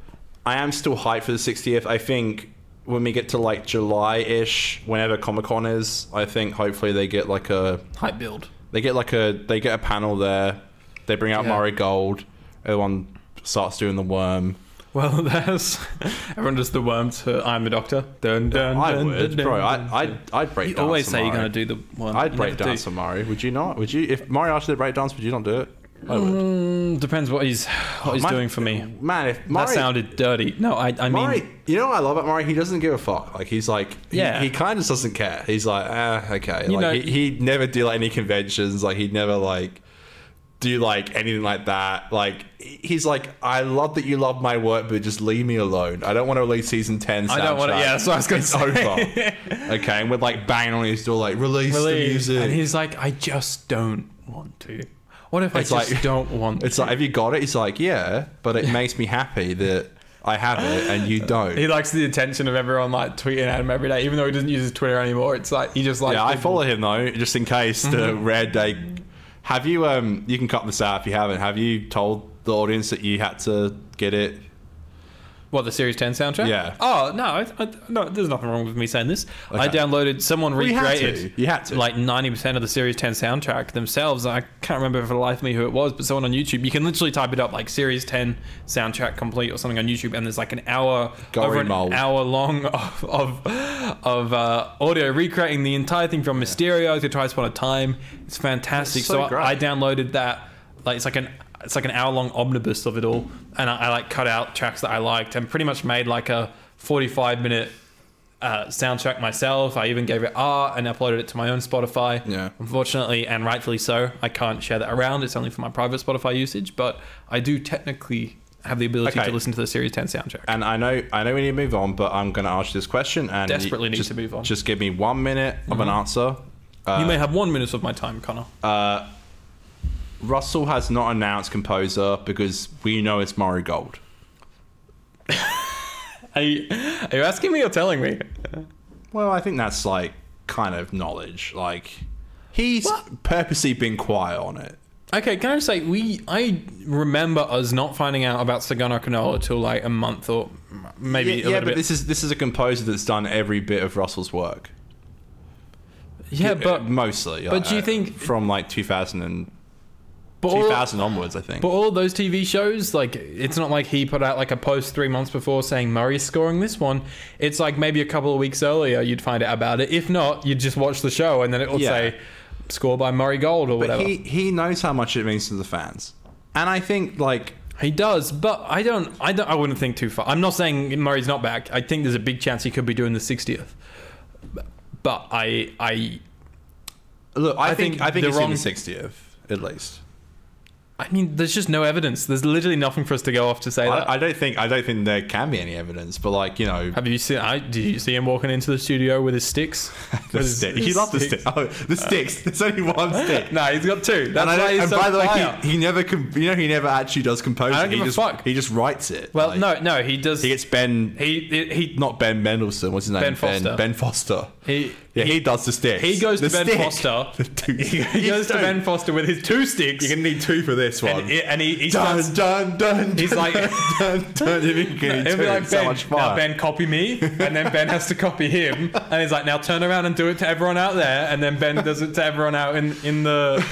S2: I am still hyped for the 60th. I think when we get to like July ish, whenever Comic Con is, I think hopefully they get like a
S1: Hype build.
S2: they get like a they get a panel there. They bring out
S1: Yeah.
S2: Murray Gold. Everyone starts doing the worm.
S1: Well, that's everyone does the worm to I'm the Doctor. Dun, dun,
S2: I
S1: dun,
S2: would,
S1: dun, dun,
S2: bro.
S1: dun,
S2: I
S1: dun.
S2: I'd, I'd break.
S1: You
S2: dance
S1: always
S2: to
S1: say you're
S2: Mario.
S1: going to do the one.
S2: I'd
S1: you
S2: break
S1: never do.
S2: dance to Mari. Would you not? Would you? If Mario asked you to break dance, would you not do it? I would.
S1: Mm, depends what he's what he's
S2: My-
S1: doing for me.
S2: man. If Mari,
S1: that sounded dirty. No, I I mean
S2: Murray, you know what I love about Murray? He doesn't give a fuck. Like he's like, he-
S1: Yeah.
S2: he, kind of doesn't care. He's like, ah, okay.
S1: You
S2: like
S1: know-
S2: he, he never did like, any conventions. Like he never like do like anything like that. Like he's like, I love that you love my work, but just leave me alone. I don't want to release season ten. Soundtrack.
S1: I don't wanna- yeah, that's what I was gonna
S2: It's
S1: say.
S2: Over. okay, and we're like banging on his door, like release, the
S1: Release.
S2: music.
S1: And he's like, I just don't want to. What if
S2: It's
S1: I just
S2: like-
S1: don't want
S2: it's
S1: to?
S2: like, have you got it? He's like, yeah, but it makes me happy that I have it and you don't.
S1: he likes the attention of everyone like tweeting at him every day, even though he doesn't use his Twitter anymore. It's like he just like
S2: Yeah, I follow him though, just in case the
S1: Mm-hmm.
S2: rare day. Have you? Um, you can cut this out if you haven't. Have you told the audience that you had to get it?
S1: What the Series Ten soundtrack?
S2: Yeah.
S1: Oh no, I, I, no, there's nothing wrong with me saying this. I
S2: Okay.
S1: downloaded someone
S2: you had
S1: recreated.
S2: to. You had to.
S1: Like ninety percent of the Series Ten soundtrack themselves. I can't remember for the life of me who it was, but someone on YouTube. You can literally type it up like Series Ten soundtrack complete or something on YouTube, and there's like an hour
S2: Gory
S1: over an
S2: mold.
S1: hour long of of, of uh, audio recreating the entire thing from Mysterio to Twice Upon a Time. It's fantastic.
S2: It's so
S1: I- I
S2: great.
S1: downloaded that like it's like an it's like an hour long omnibus of it all and I, I like cut out tracks that I liked and pretty much made like a 45 minute uh, soundtrack myself I even gave it art and uploaded it to my own Spotify
S2: Yeah.
S1: unfortunately and rightfully so I can't share that around it's only for my private Spotify usage but I do technically have the ability
S2: Okay.
S1: to listen to the Series 10 soundtrack
S2: And I know, I know we need to move on, but I'm going to ask you this question. And you-
S1: Desperately need
S2: just,
S1: to move on. Mm-hmm.
S2: Just give me one minute of an answer. Uh,
S1: you may have one minute of my time Connor
S2: Russell has not announced composer because we know it's Murray Gold.
S1: are, you, are you asking me or telling me
S2: Well, I think that's like kind of knowledge. Like he's purposely been quiet on it.
S1: Okay, can I just say we? I remember us not finding out about Sagano Canola till like a month or m- maybe a
S2: yeah,
S1: little
S2: yeah, but
S1: bit.
S2: this is this is a composer that's done every bit of Russell's work.
S1: yeah, but
S2: mostly.
S1: but
S2: like,
S1: do you think-
S2: from like 2000 and
S1: but all,
S2: 2000 onwards? I think.
S1: but all those TV shows, like it's not like he put out like a post three months before saying Murray's scoring this one. It's like maybe a couple of weeks earlier you'd find out about it. If not, you'd just watch the show and then it will
S2: Yeah.
S1: say score by Murray Gold or
S2: But
S1: whatever.
S2: he
S1: He,
S2: he knows how much it means to the fans, and I think like
S1: does, but I don't. I don't. I wouldn't think too far. I'm not saying Murray's not back. I think there's a big chance he could be doing the 60th. But I I
S2: look. I,
S1: I
S2: think,
S1: think
S2: I think
S1: the
S2: it's wrong
S1: wrong-
S2: 60th at least.
S1: I mean, there's just no evidence. There's literally nothing for us to go off to say that.
S2: I, I don't think I don't think there can be any evidence, but like you know,
S1: Have you seen? I did you see him walking into the studio with his sticks?
S2: the stick. He loved the stick. Oh, the sticks. There's only one stick.
S1: No, he's got two. That's
S2: And,
S1: why
S2: I don't,
S1: he's
S2: and
S1: so
S2: by the way,
S1: fire.
S2: he, he never, com- you know, he never actually does compose.
S1: I don't
S2: it.
S1: give
S2: he
S1: a
S2: just,
S1: fuck.
S2: He just writes it.
S1: well,
S2: Like,
S1: no, no, he does.
S2: he gets Ben.
S1: he he he,
S2: not Ben Mendelsohn. What's his name?
S1: Ben Foster.
S2: Ben, Foster.
S1: He-
S2: yeah, he,
S1: he-
S2: does the sticks.
S1: he goes
S2: The
S1: to Ben
S2: stick.
S1: Foster.
S2: The two-
S1: he goes to
S2: He's-
S1: Ben Foster with his two sticks,
S2: You're gonna need two for this one.
S1: and, he- and he, he
S2: dun,
S1: starts.
S2: dun, dun,
S1: He's
S2: dun,
S1: like-
S2: dun, dun, If you can
S1: It'll
S2: do
S1: be
S2: it,
S1: like
S2: so
S1: Ben.
S2: much
S1: now
S2: fun.
S1: Ben copy me, and then Ben has to copy him, and he's like, now turn around and do it to everyone out there, and then Ben does it to everyone out in in the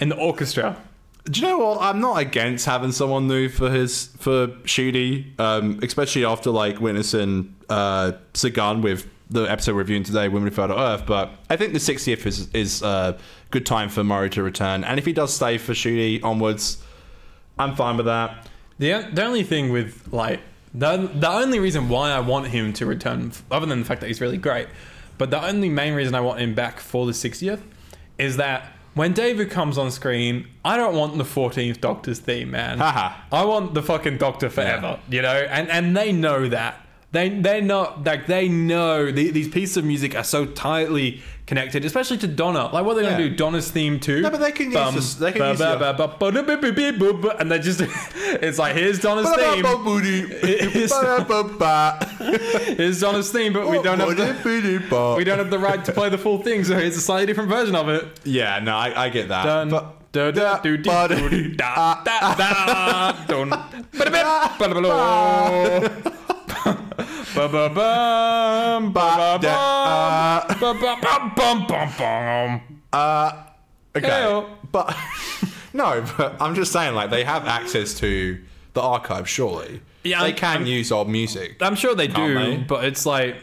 S1: in the orchestra.
S2: Do you know what? I'm not against having someone new for his for Shooty, um, especially after like witnessing uh, Sagan with the episode we're reviewing today, Women Who Fell to Earth. But I think the 60th is is a uh, good time for Murray to return, and if he does stay for Shooty onwards, I'm fine with that.
S1: The, the only thing with like the the only reason why I want him to return, other than the fact that he's really great, but the only main reason I want him back for the 60th is that when David comes on screen, I don't want the 14th Doctor's theme, man.
S2: Haha.
S1: I want the fucking Doctor forever, you know, and and they know that. They, they're not like they know the, these pieces of music are so tightly connected, especially to Donna. Like, what are they gonna
S2: Yeah.
S1: do? Donna's theme too.
S2: No, but they can use
S1: Bum,
S2: this- they can
S1: ba-
S2: use
S1: ba-
S2: your-
S1: ba- ba- ba- ba- ba- ba- ba- ba- and they just it's like here's Donna's theme. It's- Here's Donna's theme, but we don't have the, we don't have the right to play the full thing, so here's a slightly different version of it.
S2: Yeah, no, I, I get that.
S1: Dun,
S2: But-
S1: da- da- do-
S2: da-
S1: dee- do- dee- da-
S2: ah,
S1: da- da- dun. Ba-da-bip, ba-da-ba-lo. Ba-ba-bum,
S2: Ba- ah. da-
S1: ba-ba-bum, ba-ba-bum-bum-bum-bum.
S2: Okay.
S1: Heyo.
S2: But no, but I'm just saying, like they have access to the archive, surely.
S1: Yeah,
S2: they
S1: I'm-
S2: can
S1: I'm-
S2: use old music.
S1: I'm sure they do,
S2: Can't they?
S1: but it's like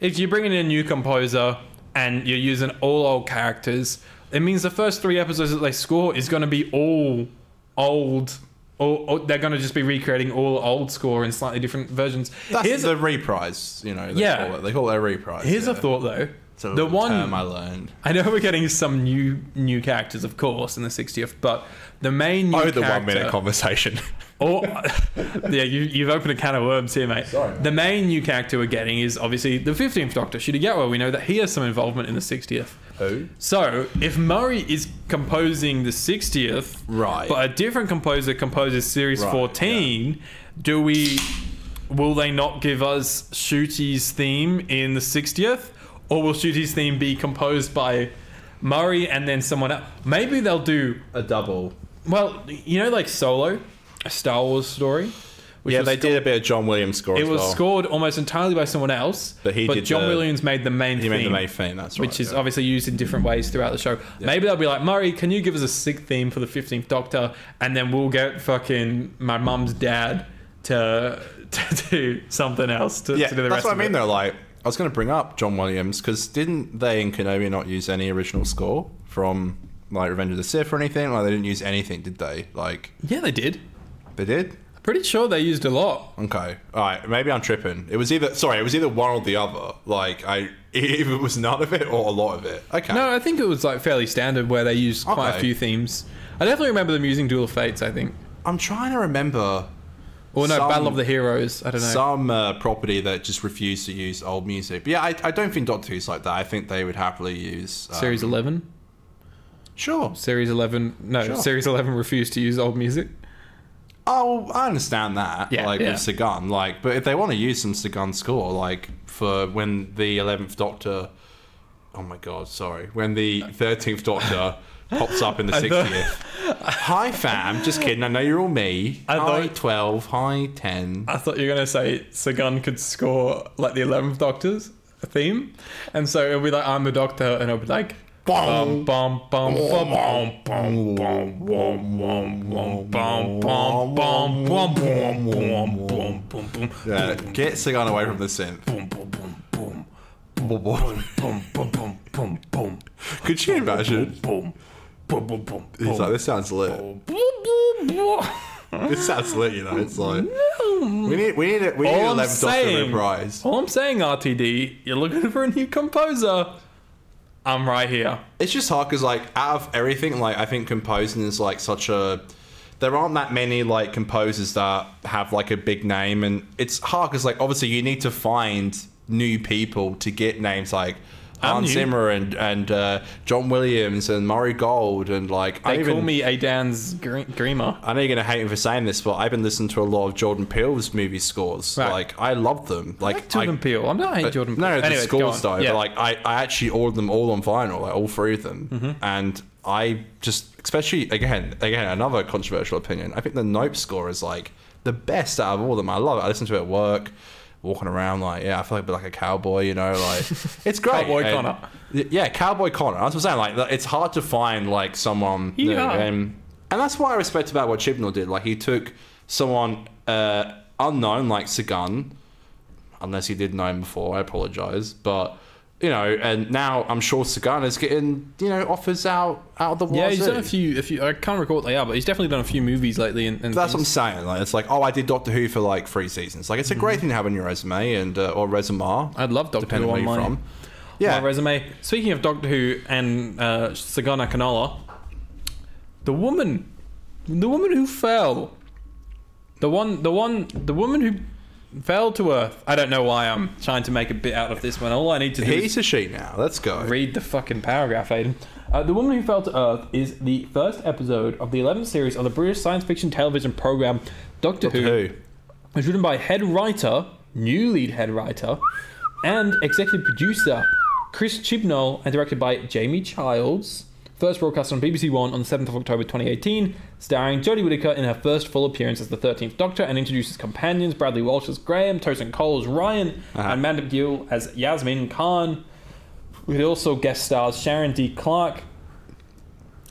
S1: if you're bringing in a new composer and you're using all old characters, it means the first three episodes that they score is going to be all old Or, or they're going to just be recreating all old score in slightly different versions.
S2: That's
S1: here's
S2: the reprise, you know. They
S1: Yeah.
S2: call it, they call it a reprise.
S1: here's a
S2: yeah.
S1: thought though.
S2: It's a
S1: the
S2: little
S1: one
S2: term I learned.
S1: I know we're getting some new new characters, of course, in the 60th, but the main new
S2: Oh, the
S1: character,
S2: one minute conversation.
S1: Or, yeah, you, you've opened a can of worms here, mate.
S2: Sorry.
S1: The main new character we're getting is obviously the 15th Doctor, Shirigawa. We know that he has some involvement in the 60th.
S2: Who?
S1: So, if Murray is composing the 60th,
S2: Right.
S1: but a different composer composes Series
S2: Right,
S1: 14, do we. Will they not give us Shooty's theme in the 60th? Or will Shooty's theme be composed by Murray and then someone else? Maybe they'll do
S2: A double.
S1: well, you know, like Solo, a Star Wars story. Which
S2: yeah,
S1: was
S2: they
S1: sco-
S2: did a bit of John Williams score.
S1: It
S2: as
S1: was
S2: well.
S1: scored almost entirely by someone else,
S2: But he did
S1: John
S2: the-
S1: Williams made the main
S2: He
S1: theme,
S2: made the main theme. That's right.
S1: which is
S2: yeah.
S1: obviously used in different ways throughout the show. Maybe they'll be like, Murray, can you give us a sick theme for the Fifteenth Doctor, and then we'll get fucking my mum's dad to to do something else to,
S2: yeah.
S1: to do the rest
S2: that's what I
S1: of
S2: mean
S1: it.
S2: though. Like I was going to bring up John Williams because didn't they in Kenobi not use any original score from like Revenge of the Sith or anything? Like they didn't use anything, did they? Like
S1: Yeah, they did.
S2: they did.
S1: Pretty sure they used a lot.
S2: Okay. All right. Maybe I'm tripping. It was either sorry. It was either one or the other. Like I, if it was none of it or a lot of it. Okay.
S1: No, I think it was like fairly standard where they used quite a
S2: Okay.
S1: few themes. I definitely remember them using Duel of Fates. I think.
S2: I'm trying to remember
S1: Or no,
S2: Some-
S1: Battle of the Heroes. I don't know.
S2: some uh, property that just refused to use old music. But yeah, I, I don't think Doctor Who's like that. I think they would happily use um,
S1: series eleven.
S2: Sure.
S1: Series eleven. No,
S2: Sure.
S1: Series eleven refused to use old music.
S2: Oh, I understand that.
S1: Yeah,
S2: like
S1: yeah.
S2: with Sagan, like, but if they want to use some Sagan score, like for when the eleventh Doctor, oh my god, sorry, when the thirteenth Doctor pops up in the
S1: thought-
S2: sixtieth. Hi fam, just kidding. I know you're all me.
S1: I
S2: hi
S1: thought-
S2: twelve. Hi ten.
S1: I thought you were gonna say Sagan could score like the eleventh Doctor's theme, and so it'll be like I'm the Doctor, and it'll be like. Bum, bum, bum, bum, bum, bum, bum, bum, bum, bum, bum, bum, bum, bum, bum, bum, bum, bum, bum.
S2: Yeah, Uh, get Sagan away from the synth.
S1: Boom, boom, boom, boom,
S2: Could
S1: boom, boom, boom, boom, boom,
S2: you imagine?
S1: boom, boom, boom, boom,
S2: He's like, this sounds lit.
S1: boom, boom, boom.
S2: This sounds lit, you know. It's like we need we need a, we need
S1: All I'm
S2: an eleventh Doctor
S1: saying-
S2: reprise.
S1: All I'm saying, RTD, you're looking for a new composer. I'm right here.
S2: It's just hard because like out of everything, like I think composing is like such a. There aren't that many like composers that have like a big name, and it's hard because like obviously you need to find new people to get names like
S1: I'm
S2: Hans
S1: new.
S2: Zimmer and and uh, John Williams and Murray Gold and like
S1: They
S2: I
S1: call
S2: even-
S1: me a Dan's Dreamer.
S2: I know you're gonna hate me for saying this, but I've been listening to a lot of Jordan Peele's movie scores.
S1: Right.
S2: Like I love them. Like,
S1: I like Jordan Peele. I'm not hating
S2: But-
S1: Jordan Peele.
S2: No, no, the
S1: Anyways, go
S2: scores
S1: on.
S2: though.
S1: Yeah.
S2: But like, I, I actually ordered them all on vinyl, like all three of them.
S1: Mm-hmm.
S2: And I just, especially again, again, another controversial opinion. I think the Nope score is like the best out of all of them. I love it. I listen to it at work, walking around. Like, yeah, I feel like a bit like a cowboy. You know, like it's great.
S1: Cowboy
S2: And-
S1: Connor.
S2: Y- Yeah, Cowboy Connor. That's what I'm saying. Like, it's hard to find like someone. new.
S1: Yeah.
S2: Um, and that's what I respect about what Chibnall did. Like, he took someone uh, unknown, like Sagan, unless he did know him before. I apologize, but you know, and now I'm sure Sagana's getting you know offers out out of the
S1: yeah, he's
S2: wazoo.
S1: done a few. A few. I can't recall what they are, but he's definitely done a few movies lately. And, and
S2: That's what I'm
S1: things.
S2: saying. Like, it's like, oh, I did Doctor Who for like three seasons. Like, it's a
S1: Mm-hmm.
S2: great thing to have on your resume and uh, or resume.
S1: I'd love Doctor
S2: depending
S1: Who
S2: where
S1: on
S2: you're
S1: my-
S2: from.
S1: yeah.
S2: Yeah,
S1: my resume. Speaking of Doctor Who and uh, Sagana Canola, the woman, the woman who fell, the one, the one, the woman who fell to earth. I don't know why I'm trying to make a bit out of this one. All I need to do is
S2: he's a she now. Let's go.
S1: read the fucking paragraph, Aiden. Uh, the Woman Who Fell to Earth is the first episode of the 11th series of the British science fiction television program Doctor,
S2: Doctor Who.
S1: it was written by head writer, new lead head writer, and executive producer Chris Chibnall, and directed by Jamie Childs. First broadcast on BBC One on the 7th of October 2018, starring Jodie Whittaker in her first full appearance as the 13th Doctor and introduces companions Bradley Walsh as Graham, Tosin Cole as Ryan, and Mandip Gill as Yasmin Khan. It also guest stars Sharon D. Clark,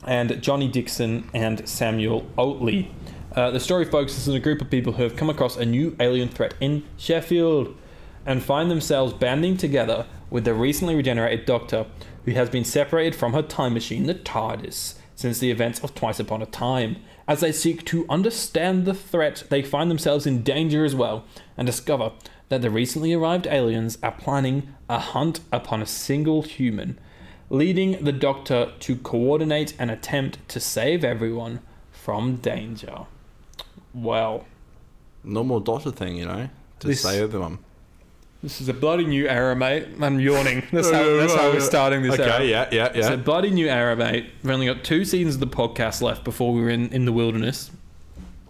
S1: and Johnny Dixon and Samuel Oatley. Uh, the story focuses on a group of people who have come across a new alien threat in Sheffield and find themselves banding together with the recently regenerated Doctor, who has been separated from her time machine, the TARDIS, since the events of Twice Upon a Time. As they seek to understand the threat, they find themselves in danger as well and discover that the recently arrived aliens are planning a hunt upon a single human, leading the Doctor to coordinate an attempt to save everyone from danger. Well,
S2: Normal Doctor thing, you know? To
S1: This-
S2: say over them.
S1: this is a bloody new era, mate. I'm yawning. That's how, that's how we're starting this
S2: Okay,
S1: era.
S2: yeah, yeah, yeah.
S1: So, bloody new era, mate. We've only got two seasons of the podcast left before we were in, in the wilderness.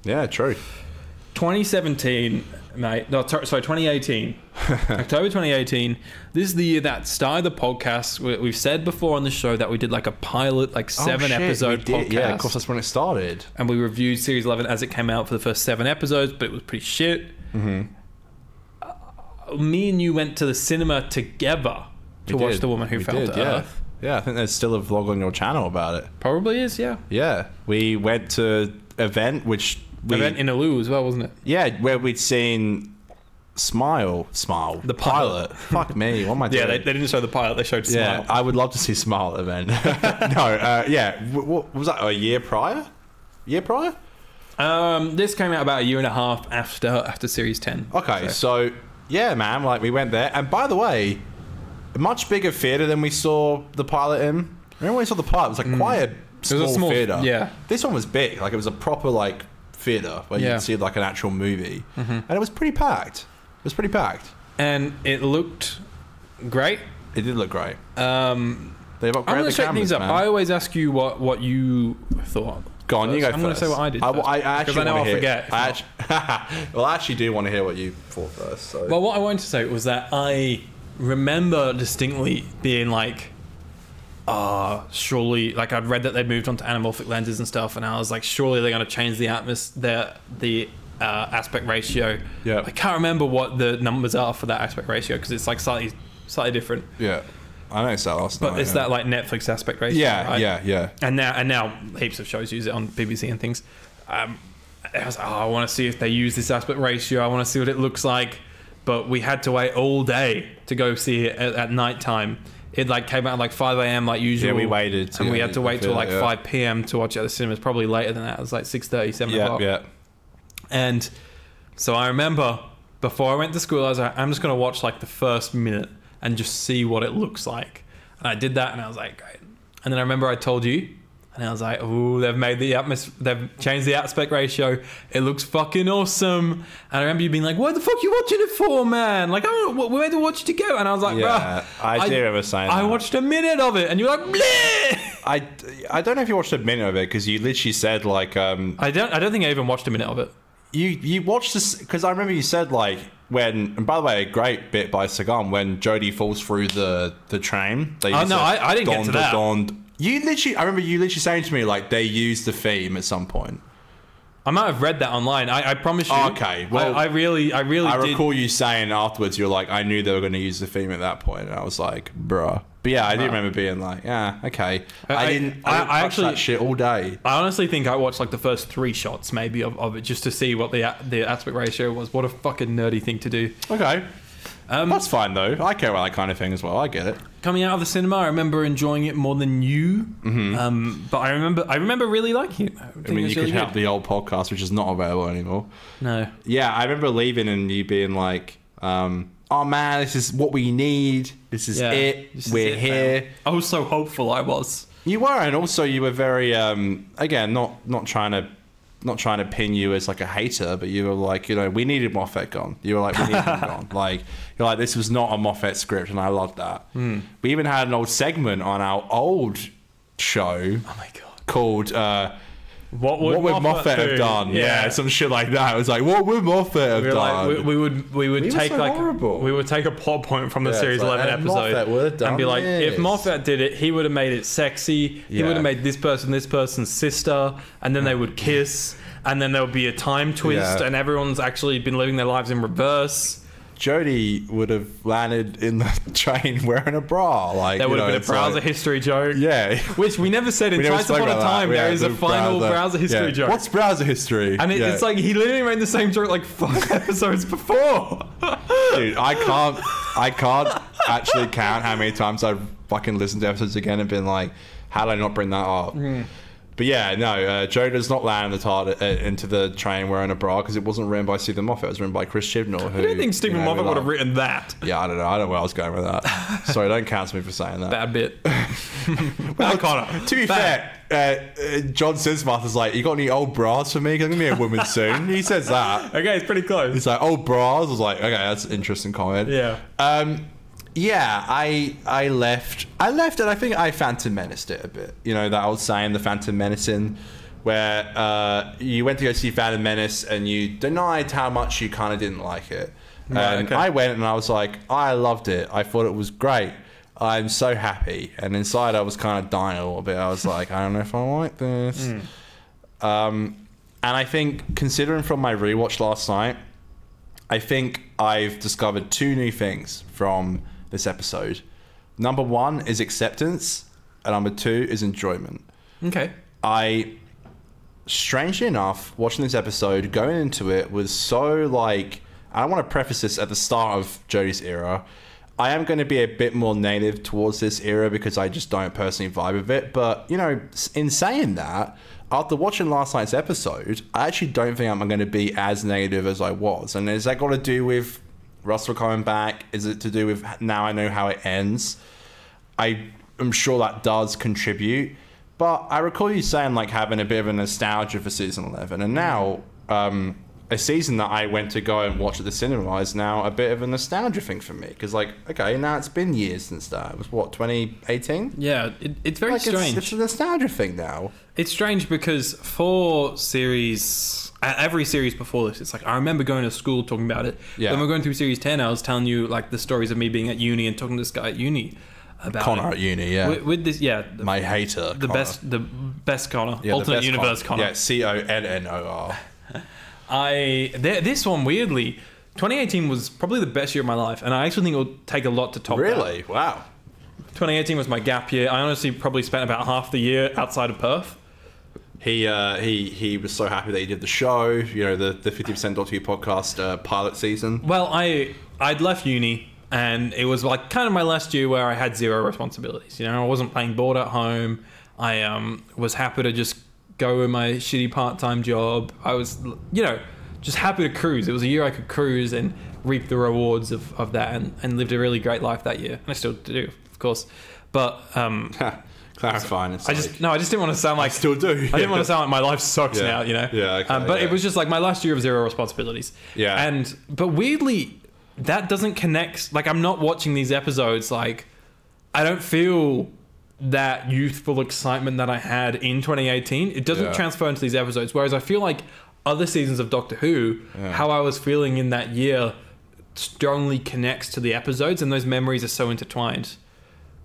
S2: yeah, true.
S1: 2017, mate. No, tor- sorry, 2018. October 2018. This is the year that started the podcast. We, we've said before on the show that we did like a pilot, like
S2: Oh,
S1: seven
S2: shit,
S1: episode
S2: we did.
S1: podcast.
S2: Yeah, of course, that's when it started.
S1: and we reviewed series 11 as it came out for the first seven episodes, but it was pretty shit.
S2: Mm-hmm.
S1: Uh, me and you went to the cinema together to
S2: We
S1: watch
S2: did.
S1: The Woman Who
S2: We
S1: Fell
S2: did,
S1: to
S2: yeah.
S1: Earth.
S2: Yeah, I think there's still a vlog on your channel about it.
S1: Probably is, yeah.
S2: Yeah, we went to event which we
S1: Event in Alu as well, wasn't it?
S2: yeah where we'd seen Smile Smile
S1: The pilot.
S2: Fuck me, what am I doing?
S1: Yeah, they, they didn't show the pilot. They showed
S2: yeah,
S1: Smile.
S2: I would love to see Smile event. no, uh, yeah, w- what was that? A year prior? Year prior?
S1: Um, this came out about a year and a half after after series ten.
S2: Okay, so yeah, man, like we went there, and by the way, a much bigger theater than we saw the pilot in. Remember when we saw the pilot? It was like quite a
S1: Mm. was
S2: small,
S1: a small-
S2: theater.
S1: yeah.
S2: this one was big. Like it was a proper like theater where
S1: Yeah. Mm-hmm.
S2: you'd see like an actual movie, and it was pretty packed. It was pretty packed.
S1: and it looked great.
S2: It did look great.
S1: Um,
S2: They've
S1: I'm
S2: upgraded
S1: going
S2: the
S1: to shake
S2: cameras,
S1: things up.
S2: man.
S1: I always ask you what what you thought.
S2: Go on, you go
S1: I'm gonna
S2: first.
S1: say what I did
S2: I,
S1: first,
S2: I
S1: because
S2: actually
S1: I know
S2: wanna
S1: I'll
S2: hear-
S1: forget if
S2: I actually, well, I actually do want to hear what you thought first. So.
S1: Well, what I wanted to say was that I remember distinctly being like, uh, surely, like I'd read that they moved on to anamorphic lenses and stuff, and I was like, surely they're going to change the atmosphere, the uh, aspect ratio.
S2: Yeah.
S1: I can't remember what the numbers are for that aspect ratio because it's like slightly, slightly different.
S2: yeah, I noticed that last
S1: But
S2: night.
S1: it's
S2: Oh, yeah.
S1: that like Netflix aspect ratio.
S2: Yeah,
S1: right?
S2: yeah, yeah.
S1: And now, and now, heaps of shows use it on BBC and things. Um, I was, oh, I want to see if they use this aspect ratio. I want to see what it looks like. But we had to wait all day to go see it at, at night time. It like came out at like five a.m. like usual.
S2: Yeah, we waited to-
S1: and we had to wait till like
S2: Yeah.
S1: five p.m. to watch it at the cinemas. Probably later than that. It was like 6.30, 7
S2: Yeah,
S1: o'clock.
S2: yeah.
S1: And so I remember before I went to school, I was like, I'm just going to watch like the first minute and just see what it looks like. And I did that and I was like, great. And then I remember I told you, and I was like, oh, they've made the atmos, they've changed the aspect ratio. It looks fucking awesome. And I remember you being like, what the fuck you watching it for, man? Like, I want, we had to watch it together. And I was like,
S2: Yeah,
S1: bruh.
S2: I do remember saying
S1: I
S2: that.
S1: watched a minute of it and you're like, bleh!
S2: I, I don't know if you watched a minute of it because you literally said like um
S1: I don't, I don't think I even watched a minute of it.
S2: you you watched this because I remember you said like when and by the way a great bit by Sagan when Jodie falls through the the train. They
S1: Oh,
S2: use
S1: no,
S2: the
S1: I- I didn't get to
S2: da,
S1: that.
S2: don. You literally, I remember you literally saying to me like they used the theme at some point.
S1: I might have read that online. I, I promise you.
S2: Okay, well,
S1: I, I really, I really
S2: I
S1: did.
S2: recall you saying afterwards you're like I knew they were going to use the theme at that point, and I was like, bruh. But yeah, I do remember being like, yeah, okay. I,
S1: I-
S2: didn't. I,
S1: I-
S2: didn't
S1: I
S2: touch
S1: actually-
S2: that shit all day.
S1: I honestly think I watched like the first three shots, maybe, of, of it, just to see what the the aspect ratio was. What a fucking nerdy thing to do. Um,
S2: Okay. That's fine though. I care about that kind of thing as well. I get it.
S1: Coming out of the cinema, I remember enjoying it more than you. Um, but I remember, I remember really liking it. I, think
S2: I mean, you
S1: it was
S2: could
S1: really
S2: help
S1: good.
S2: the old podcast, which is not available anymore.
S1: No,
S2: Yeah, I remember leaving and you being like, um, "Oh man, this is what we need. This is
S1: Yeah.
S2: it.
S1: This is
S2: We're
S1: it,
S2: here."
S1: man. I was so hopeful. I was.
S2: You were, and also you were very, um, again, not not trying to. Not trying to pin you as like a hater, but you were like, you know, we needed Moffat gone. You were like, we needed him gone. Like, you're like, this was not a Moffat script, and I loved that.
S1: Hmm.
S2: We even had an old segment on our old show
S1: Oh my god.
S2: called uh,
S1: What would,
S2: what would Moffat,
S1: do?
S2: have done? Yeah. some shit like that. It was like, what would Moffat have
S1: we were like,
S2: done?
S1: we, we would we would
S2: We were
S1: take
S2: so
S1: like
S2: horrible.
S1: we would take a plot point from the
S2: Yeah,
S1: series
S2: it's like,
S1: eleven
S2: and
S1: episode
S2: Moffat would have done
S1: and be like, if
S2: this.
S1: Moffat did it, he would have made it sexy. He
S2: Yeah. Mm-hmm.
S1: would have made this person this person's sister, and then they would kiss, and then there would be a time twist,
S2: Yeah.
S1: and everyone's actually been living their lives in reverse.
S2: Jody would have landed in the train wearing a bra. Like
S1: There
S2: you
S1: would
S2: know,
S1: have been a
S2: it's
S1: browser
S2: like-
S1: history joke,
S2: Yeah.
S1: which we never said in
S2: We never
S1: Twice
S2: spoke
S1: Upon a
S2: about that.
S1: Time.
S2: Yeah,
S1: there is a
S2: the
S1: final browser, history
S2: yeah.
S1: joke.
S2: What's browser history?
S1: and it,
S2: Yeah.
S1: it's like he literally made the same joke like five episodes before.
S2: dude, I can't, I can't actually count how many times I've fucking listened to episodes again and been like, how did I not bring that up? But yeah, no, uh, Joe does not land the TARDIS uh, into the train wearing a bra because it wasn't written by Stephen Moffat. It was written by Chris Chibnall. Who,
S1: I don't think Stephen
S2: you know, we
S1: Moffat would
S2: love.
S1: have written that.
S2: Yeah, I don't know. I don't know where I was going with that. Sorry, don't cancel me for saying that.
S1: Bad bit. Bad Connor.
S2: To be
S1: Bad.
S2: fair, uh, uh, John Sinsmuth is like, "You got any old bras for me? Give me a woman soon." he says that.
S1: Okay, it's pretty close.
S2: He's like, "Oh, bras." I was like, "Okay, that's an interesting comment."
S1: Yeah.
S2: Um, yeah, I I left. I left, and I think I Phantom Menaced it a bit. You know that old saying, the Phantom Menacing, where uh, you went to go see Phantom Menace and you denied how much you kind of didn't like it.
S1: Right,
S2: and
S1: okay.
S2: I went and I was like, I loved it. I thought it was great. I'm so happy. And inside, I was kind of dying a little bit. I was like, I don't know if I like this.
S1: Hmm.
S2: Um, and I think, considering from my rewatch last night, I think I've discovered two new things from this episode. Number one is acceptance, and number two is enjoyment.
S1: Okay.
S2: I, strangely enough, watching this episode, going into it was so like. I want to preface this at the start of Jodie's era. I am going to be a bit more native towards this era because I just don't personally vibe with it. But you know, s- in saying that, after watching last night's episode, I actually don't think I'm going to be as negative as I was. And is that got to do with Russell coming back? Is it to do with now I know how it ends? I am sure that does contribute. But I recall you saying like having a bit of a nostalgia for season eleven, and now um, a season that I went to go and watch at the cinema is now a bit of a nostalgia thing for me because like okay, now it's been years since that. It was what 2018.
S1: Yeah, it, it's very
S2: Like
S1: strange.
S2: it's,
S1: It's,
S2: it's a nostalgia thing now.
S1: strange because for series, uh, every series before this, it's like I remember going to school talking about it.
S2: Yeah.
S1: Then we're going through series ten. I was telling you like the stories of me being at uni and talking to this guy at uni about
S2: Connor
S1: it.
S2: at uni, yeah,
S1: With, with this, yeah, the,
S2: my hater,
S1: the best, the best Connor,
S2: yeah, the
S1: alternate
S2: best
S1: universe Connor.
S2: yeah, C O N N O R.
S1: I th- this one weirdly, 2018 was probably the best year of my life, and I actually think it'll take a lot to top. that.
S2: Really? Wow.
S1: 2018 was my gap year. I honestly probably spent about half the year outside of Perth.
S2: He uh, he he was so happy that he did the show. You know the the fifty percent dot two podcast uh, pilot season.
S1: Well, I I'd left uni and it was like kind of my last year where I had zero responsibilities. You know, I wasn't playing board at home. I um was happy to just go with my shitty part-time job. I was you know, just happy to cruise. It was a year I could cruise and reap the rewards of, of that and, and lived a really great life that year. And I still do, of course. But um
S2: Clarifying. It's
S1: I
S2: like-
S1: just no, I just didn't want to sound like
S2: still do,
S1: I didn't want
S2: yeah.
S1: to sound like my life sucks
S2: Yeah.
S1: now, you know.
S2: Yeah, okay,
S1: um, but
S2: yeah.
S1: it was just like my last year of zero responsibilities.
S2: Yeah.
S1: And but weirdly, that doesn't connect. Like I'm not watching these episodes. Like I don't feel that youthful excitement that I had in 2018. It doesn't
S2: Yeah.
S1: transfer into these episodes. Whereas I feel like other seasons of Doctor Who, how I was feeling in that year, strongly connects to the episodes, and those memories are so intertwined.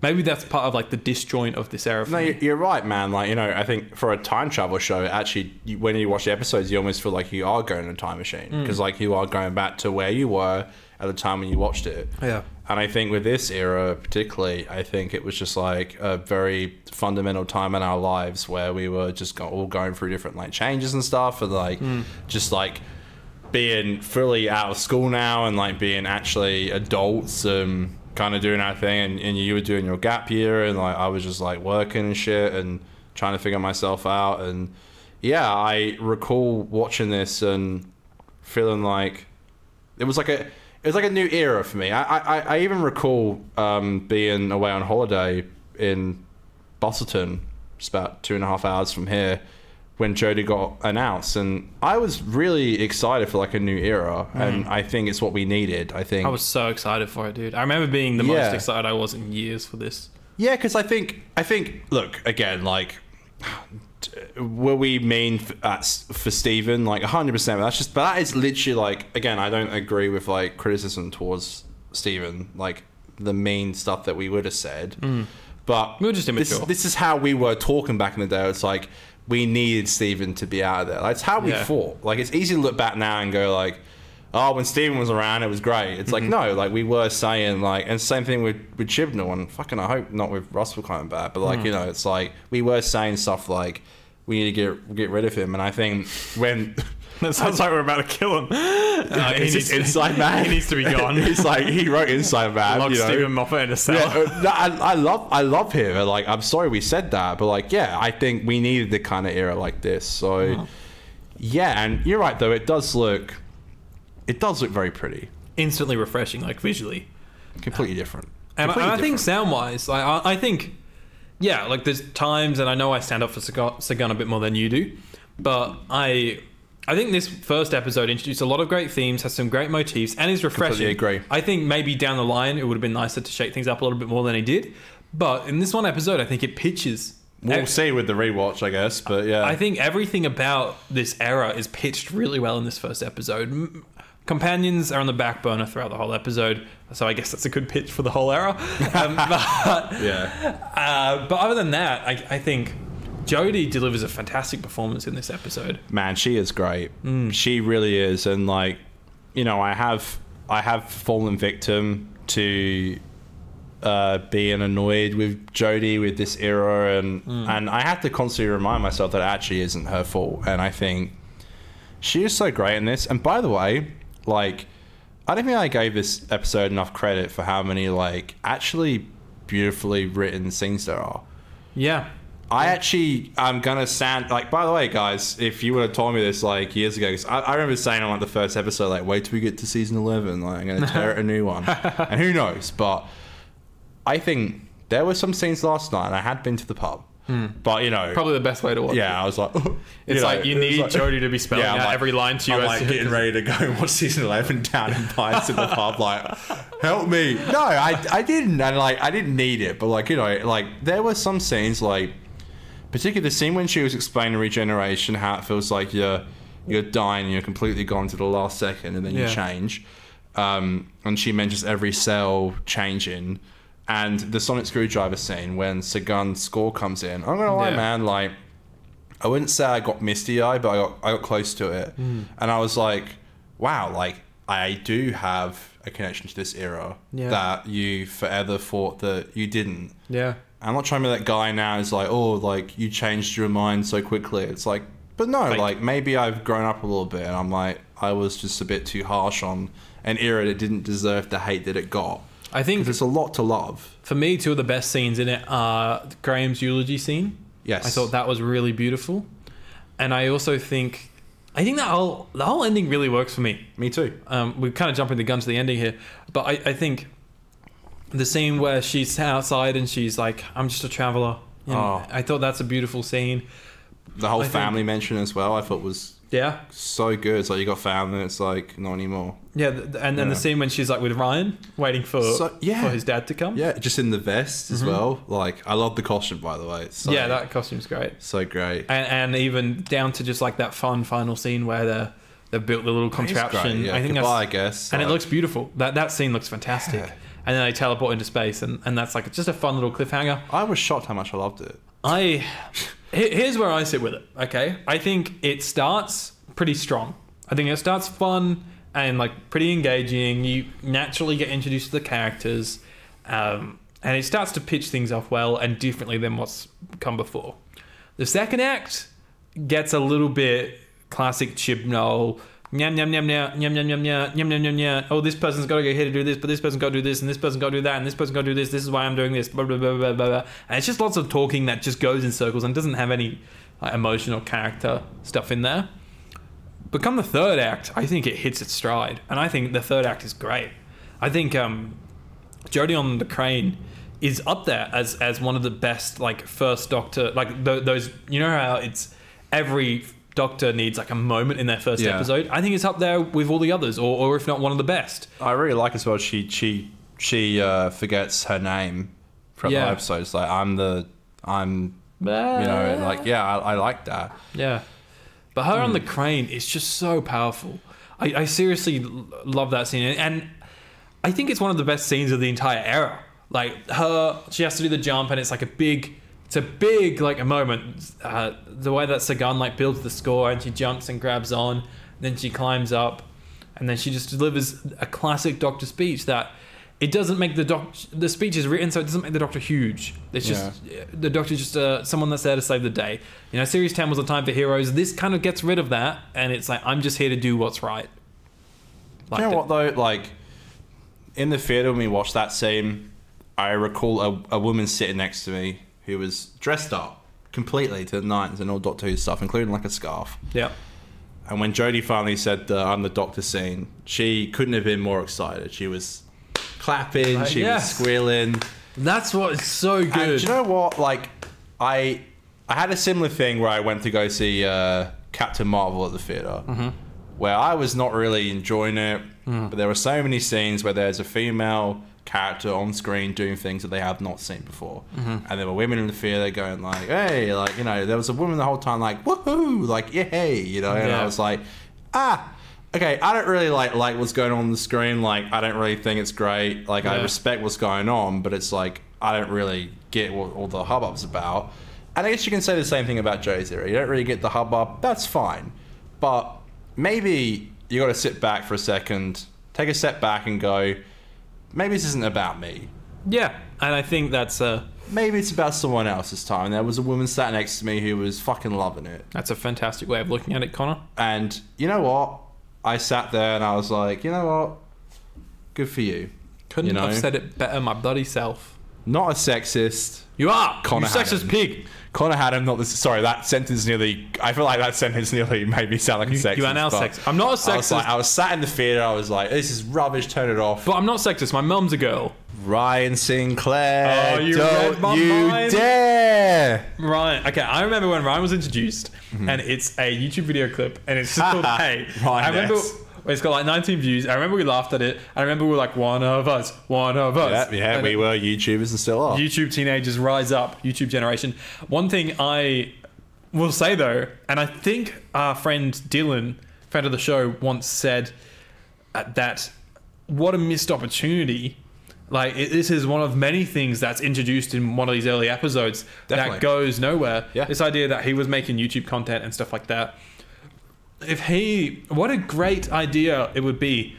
S1: Maybe that's part of like the disjoint of this era. for
S2: No,
S1: me.
S2: you- you're right, man. Like you know, I think for a time travel show, actually, you, when you watch the episodes, you almost feel like you are going in a time machine because like you are going back to where you were at the time when you watched it.
S1: Yeah.
S2: And I think with this era, particularly, I think it was just like a very fundamental time in our lives where we were just go- all going through different like changes and stuff, and like just like being fully out of school now and like being actually adults and kind of doing our thing and, and you were doing your gap year and like I was just like working and shit and trying to figure myself out and yeah I recall watching this and feeling like it was like a it was like a new era for me. I I, I even recall um, being away on holiday in Boston, it's about two and a half hours from here, when Jodie got announced, and I was really excited for like a new era, and I think it's what we needed. I think
S1: Mm. I was so excited for it, dude. I remember being the
S2: Yeah.
S1: most excited I was in years for this.
S2: Yeah, because I think I think look again, like t- were we mean f- at, s- for Steven? Like hundred percent. That's just, but that is literally like again, I don't agree with like criticism towards Steven, like the mean stuff that we would have said. But
S1: Mm. We were just
S2: this-
S1: immature.
S2: This, is how we were talking back in the day. It's like we needed Steven to be out of there. That's how we
S1: Yeah.
S2: thought. Like it's easy to look back now and go like. Oh, when Steven was around, it was great. It's like
S1: Mm-hmm.
S2: no, like we were saying, like, and same thing with with
S1: Mm.
S2: Chibnall, and fucking, I hope not with Russell coming back, but like, you know, it's like we were saying stuff like we need to get get rid of him. And I think when
S1: That sounds like we're about to kill him. Uh, he needs
S2: it's just Inside Man,
S1: He needs to be gone.
S2: he's like he wrote Inside Man.
S1: Lock
S2: you know?
S1: Stephen Moffat in a cell.
S2: Yeah, uh, no, I, I love I love him. And, Like I'm sorry we said that, but like yeah, I think we needed the kind of era like this. So
S1: Uh-huh.
S2: yeah, and you're right though. It does look it does look very pretty,
S1: Instantly refreshing, like visually.
S2: completely different.
S1: And, I- and
S2: Completely
S1: I think
S2: different.
S1: sound wise, I, I, I think, yeah, like there's times, and I know I stand up for Sagan Sagan a bit more than you do, but I. I think this first episode introduced a lot of great themes, has some great motifs, and is refreshing.
S2: Completely agree.
S1: I think maybe down the line it would have been nicer to shake things up a little bit more than he did, but in this one episode, I think it pitches.
S2: we'll
S1: ev-
S2: see with the rewatch, I guess. But yeah,
S1: I think everything about this era is pitched really well in this first episode. M- Companions are on the back burner throughout the whole episode, so I guess that's a good pitch for the whole era. Um, but,
S2: yeah.
S1: uh, but other than that, I, I think Jodie delivers a fantastic performance in this episode.
S2: man, she is great. She really is, and like, you know, I have I have fallen victim to uh, being annoyed with Jodie with this era, and and I have to constantly remind myself that it actually isn't her fault. And I think she is so great in this. And by the way, like, I don't think I gave this episode enough credit for how many like actually beautifully written scenes there are.
S1: Yeah.
S2: I actually, I'm gonna sound like. By the way, guys, if you would have told me this like years ago, 'cause I, I remember saying on like the first episode, like, wait till we get to season eleven, like I'm gonna tear it a new one, and who knows? But I think there were some scenes last night, and I had been to the pub, but you know,
S1: Probably the best way to watch
S2: yeah, I was like,
S1: It's like you
S2: it was
S1: need Jodie to be spelling
S2: I'm
S1: out every line to you
S2: I'm
S1: as
S2: like
S1: you-
S2: getting ready to go and watch season eleven down in Pines in the pub, like, help me. No, I, I didn't, and like I didn't need it, but like you know, like there were some scenes, like particularly the scene when she was explaining regeneration, how it feels like you're you're dying, and you're completely gone to the last second, and then
S1: Yeah.
S2: you change. Um, and she mentions every cell changing, and the sonic screwdriver scene when Sagan's score comes in. I'm gonna lie,
S1: Yeah.
S2: man, like. I wouldn't say I got misty eye, but I got I got close to it,
S1: Hmm.
S2: and I was like, wow, like I do have a connection to this era
S1: Yeah.
S2: that you forever thought that you didn't.
S1: Yeah.
S2: I'm not trying to be that guy now who's like, oh, like you changed your mind so quickly. It's like, but no, like maybe I've grown up a little bit, and I'm like, I was just a bit too harsh on an era that didn't deserve the hate that it got.
S1: I think
S2: There's a lot to love.
S1: for me, two of the best scenes in it are Graham's eulogy scene.
S2: Yes.
S1: I thought that was really beautiful, and I also think, I think that whole the whole ending really works for me.
S2: Me too.
S1: Um, we're kind of jumping the gun to the ending here, but I, I think the scene where she's outside and she's like, "I'm just a traveler." You know,
S2: Oh.
S1: I thought that's a beautiful scene.
S2: The whole
S1: I think-
S2: family mention as well, I thought was
S1: Yeah,
S2: so good. It's like you got family. It's like not anymore.
S1: yeah, th- and then
S2: Yeah.
S1: the scene when she's like with Ryan, waiting for
S2: So- yeah.
S1: for his dad to come.
S2: Yeah, just in the vest as well. Like I love the costume by the way. It's so,
S1: yeah, that costume's great.
S2: so great.
S1: and, and even down to just like that fun final scene where they they built the little
S2: It's great,
S1: contraption.
S2: yeah.
S1: I think
S2: Goodbye, I
S1: that's,
S2: guess.
S1: and it
S2: Like,
S1: looks beautiful. That that scene looks fantastic.
S2: Yeah.
S1: And then they teleport into space, and, and that's like just a fun little cliffhanger.
S2: I was shocked how much I loved it.
S1: I he- here's where I sit with it. Okay, I think it starts pretty strong. I think it starts fun and like pretty engaging. You naturally get introduced to the characters, um, and it starts to pitch things off well and differently than what's come before. The second act gets a little bit classic Chibnall. Yum yum yum yum yum yum yum yum yum yum yum yum. Oh, this person's got to go here to do this, but this person got to do this, and this person got to do that, and this person got to do this. This is why I'm doing this. Blah blah blah blah blah. blah. And it's just lots of talking that just goes in circles and doesn't have any like, emotional character stuff in there. But come the third act, I think it hits its stride, and I think the third act is great. I think um, Jodie on the Crane is up there as as one of the best like first Doctor like th- those you know how it's every Doctor needs like a moment in their first
S2: Yeah.
S1: episode. I think it's up there with all the others, or or if not one of the best.
S2: I really like as well. She she she uh, forgets her name from
S1: Yeah.
S2: the episodes. Like I'm the I'm
S1: You
S2: you know like yeah I, I like that.
S1: Yeah. But her on the crane is just so powerful. I, I seriously l- love that scene. And I think it's one of the best scenes of the entire era. Like her, she has to do the jump, and it's like a big, it's a big like a moment. Uh, the way that Sagan like builds the score, and she jumps and grabs on, then she climbs up, and then she just delivers a classic Doctor speech that it doesn't make the doc. The speech is written, so it doesn't make the doctor huge. It's just the doctor's just uh, someone that's there to save the day. You know, series ten was a time for heroes. This kind of gets rid of that, and it's like I'm just here to do what's right. Like
S2: You know
S1: the-
S2: what though? Like in the theater when we watched that scene, I recall a, a woman sitting next to me who was dressed up completely to the nines and all Doctor Who stuff, including like a scarf.
S1: Yeah,
S2: And when Jodie finally said the "I'm the Doctor" scene, she couldn't have been more excited. She was clapping,
S1: Like,
S2: she
S1: yes.
S2: was squealing.
S1: that's what is so
S2: And
S1: good.
S2: do you know what? Like, I I had a similar thing where I went to go see uh, Captain Marvel at the theater,
S1: Mm-hmm.
S2: where I was not really enjoying it,
S1: Hmm.
S2: but there were so many scenes where there's a female character on screen doing things that they have not seen before,
S1: Mm-hmm.
S2: and there were women in the theater going like, "Hey," like you know, there was a woman the whole time like, "Woohoo!" like "Yay!" you know, and
S1: Yeah.
S2: I was like, "Ah." Okay, I don't really like like what's going on on the screen. Like, I don't really think it's great. Like, I
S1: Yeah.
S2: respect respect what's going on, but it's like I don't really get what all the hubbub's about. And I guess you can say the same thing about Joe's era. You don't really get the hubbub. That's fine, but maybe you got to sit back for a second, take a step back, and go. Maybe this isn't about me.
S1: yeah, and I think that's a
S2: Maybe it's about someone else's time. There was a woman sat next to me who was fucking loving it.
S1: that's a fantastic way of looking at it, Connor.
S2: And you know what? I sat there and I was like, you know what? Good for you.
S1: Couldn't
S2: You know?
S1: have said it better, my bloody self.
S2: Not a sexist.
S1: You are
S2: Ah, Connor
S1: you sexist
S2: Hammond.
S1: pig.
S2: Connor had him not this. Sorry, that sentence nearly. I feel like that sentence nearly made me sound like a sexist.
S1: you are now
S2: but
S1: sexist. I'm not a
S2: I was,
S1: sexist,
S2: like, I was sat in the theater. I was like, "This is rubbish. Turn it off."
S1: but I'm not sexist. My mum's a girl.
S2: Ryan Sinclair,
S1: Oh, you
S2: don't
S1: read my
S2: you
S1: mind.
S2: dare!
S1: Ryan. Okay, I remember when Ryan was introduced, and it's a YouTube video clip, and it's just called "Hey."
S2: Mm-hmm. Ryan
S1: I remember
S2: S.
S1: it's got like 19 views. I remember we laughed at it. I remember we were like, "One of us, one of us."
S2: Yeah, yeah
S1: And
S2: we were YouTubers and still are.
S1: YouTube teenagers rise up. YouTube generation. One thing I will say though, and I think our friend Dylan, friend of the show, once said uh, that what a missed opportunity. Like it, this is one of many things that's introduced in one of these early episodes
S2: Definitely.
S1: that goes nowhere.
S2: Yeah.
S1: This idea that he was making YouTube content and stuff like that. If he, what a great idea it would be.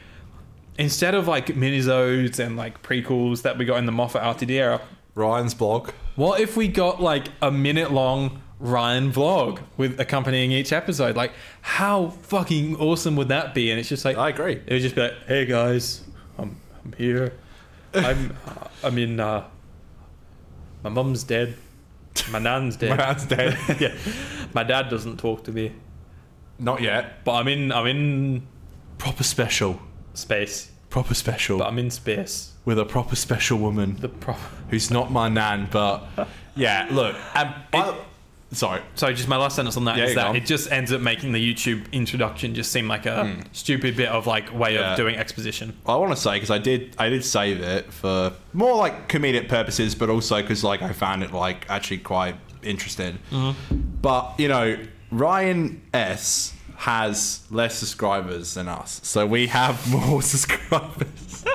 S1: Instead of like minisodes and like prequels that we got in the Moffat RTD era,
S2: Ryan's blog.
S1: what if we got like a minute long Ryan vlog with accompanying each episode? Like, how fucking awesome would that be? And it's just like,
S2: I agree.
S1: It would just be like, hey guys, I'm, I'm here. I'm, I'm in, uh, my mum's dead. My nan's dead.
S2: My dad's dead.
S1: yeah. My dad doesn't talk to me,
S2: Not yet.
S1: but I'm in, I'm in
S2: Proper special.
S1: space.
S2: Proper special
S1: But I'm in space.
S2: with a proper special woman
S1: The pro-
S2: who's not my nan, but yeah. Look, and by the- sorry.
S1: So just my last sentence on that
S2: Yeah,
S1: is
S2: you
S1: that
S2: go.
S1: it just ends up making the YouTube introduction just seem like a stupid bit of like way
S2: Hmm. Yeah.
S1: of doing exposition.
S2: I want to say because I did I did save it for more like comedic purposes, but also because like I found it like actually quite interesting. But you know, Ryan S has less subscribers than us, so we have more subscribers.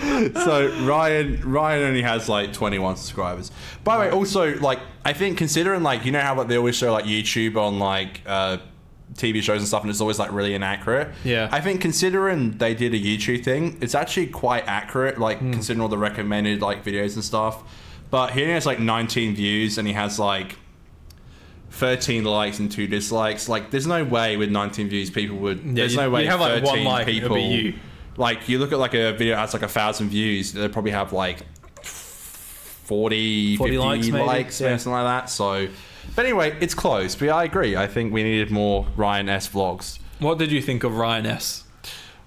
S2: so Ryan Ryan only has like 21 subscribers. By the way, also like I think considering like you know how like they always show like YouTube on like uh, TV shows and stuff, and it's always like really inaccurate.
S1: Yeah.
S2: I think considering they did a YouTube thing, it's actually quite accurate. Like considering all the recommended like videos and stuff. But he only has like 19 views, and he has like 13 likes and two dislikes. Like, there's no way with 19 views people would. there's
S1: you-
S2: no way
S1: you have, like,
S2: 13
S1: one like, it'll
S2: people.
S1: be you.
S2: Like, you look at like a video that has like a thousand views, they probably have like 40,
S1: 40
S2: 50
S1: likes,
S2: likes,
S1: maybe. Yeah.
S2: something like that. So, but anyway, it's close. But I agree. I think we needed more Ryan S vlogs.
S1: What did you think of Ryan S?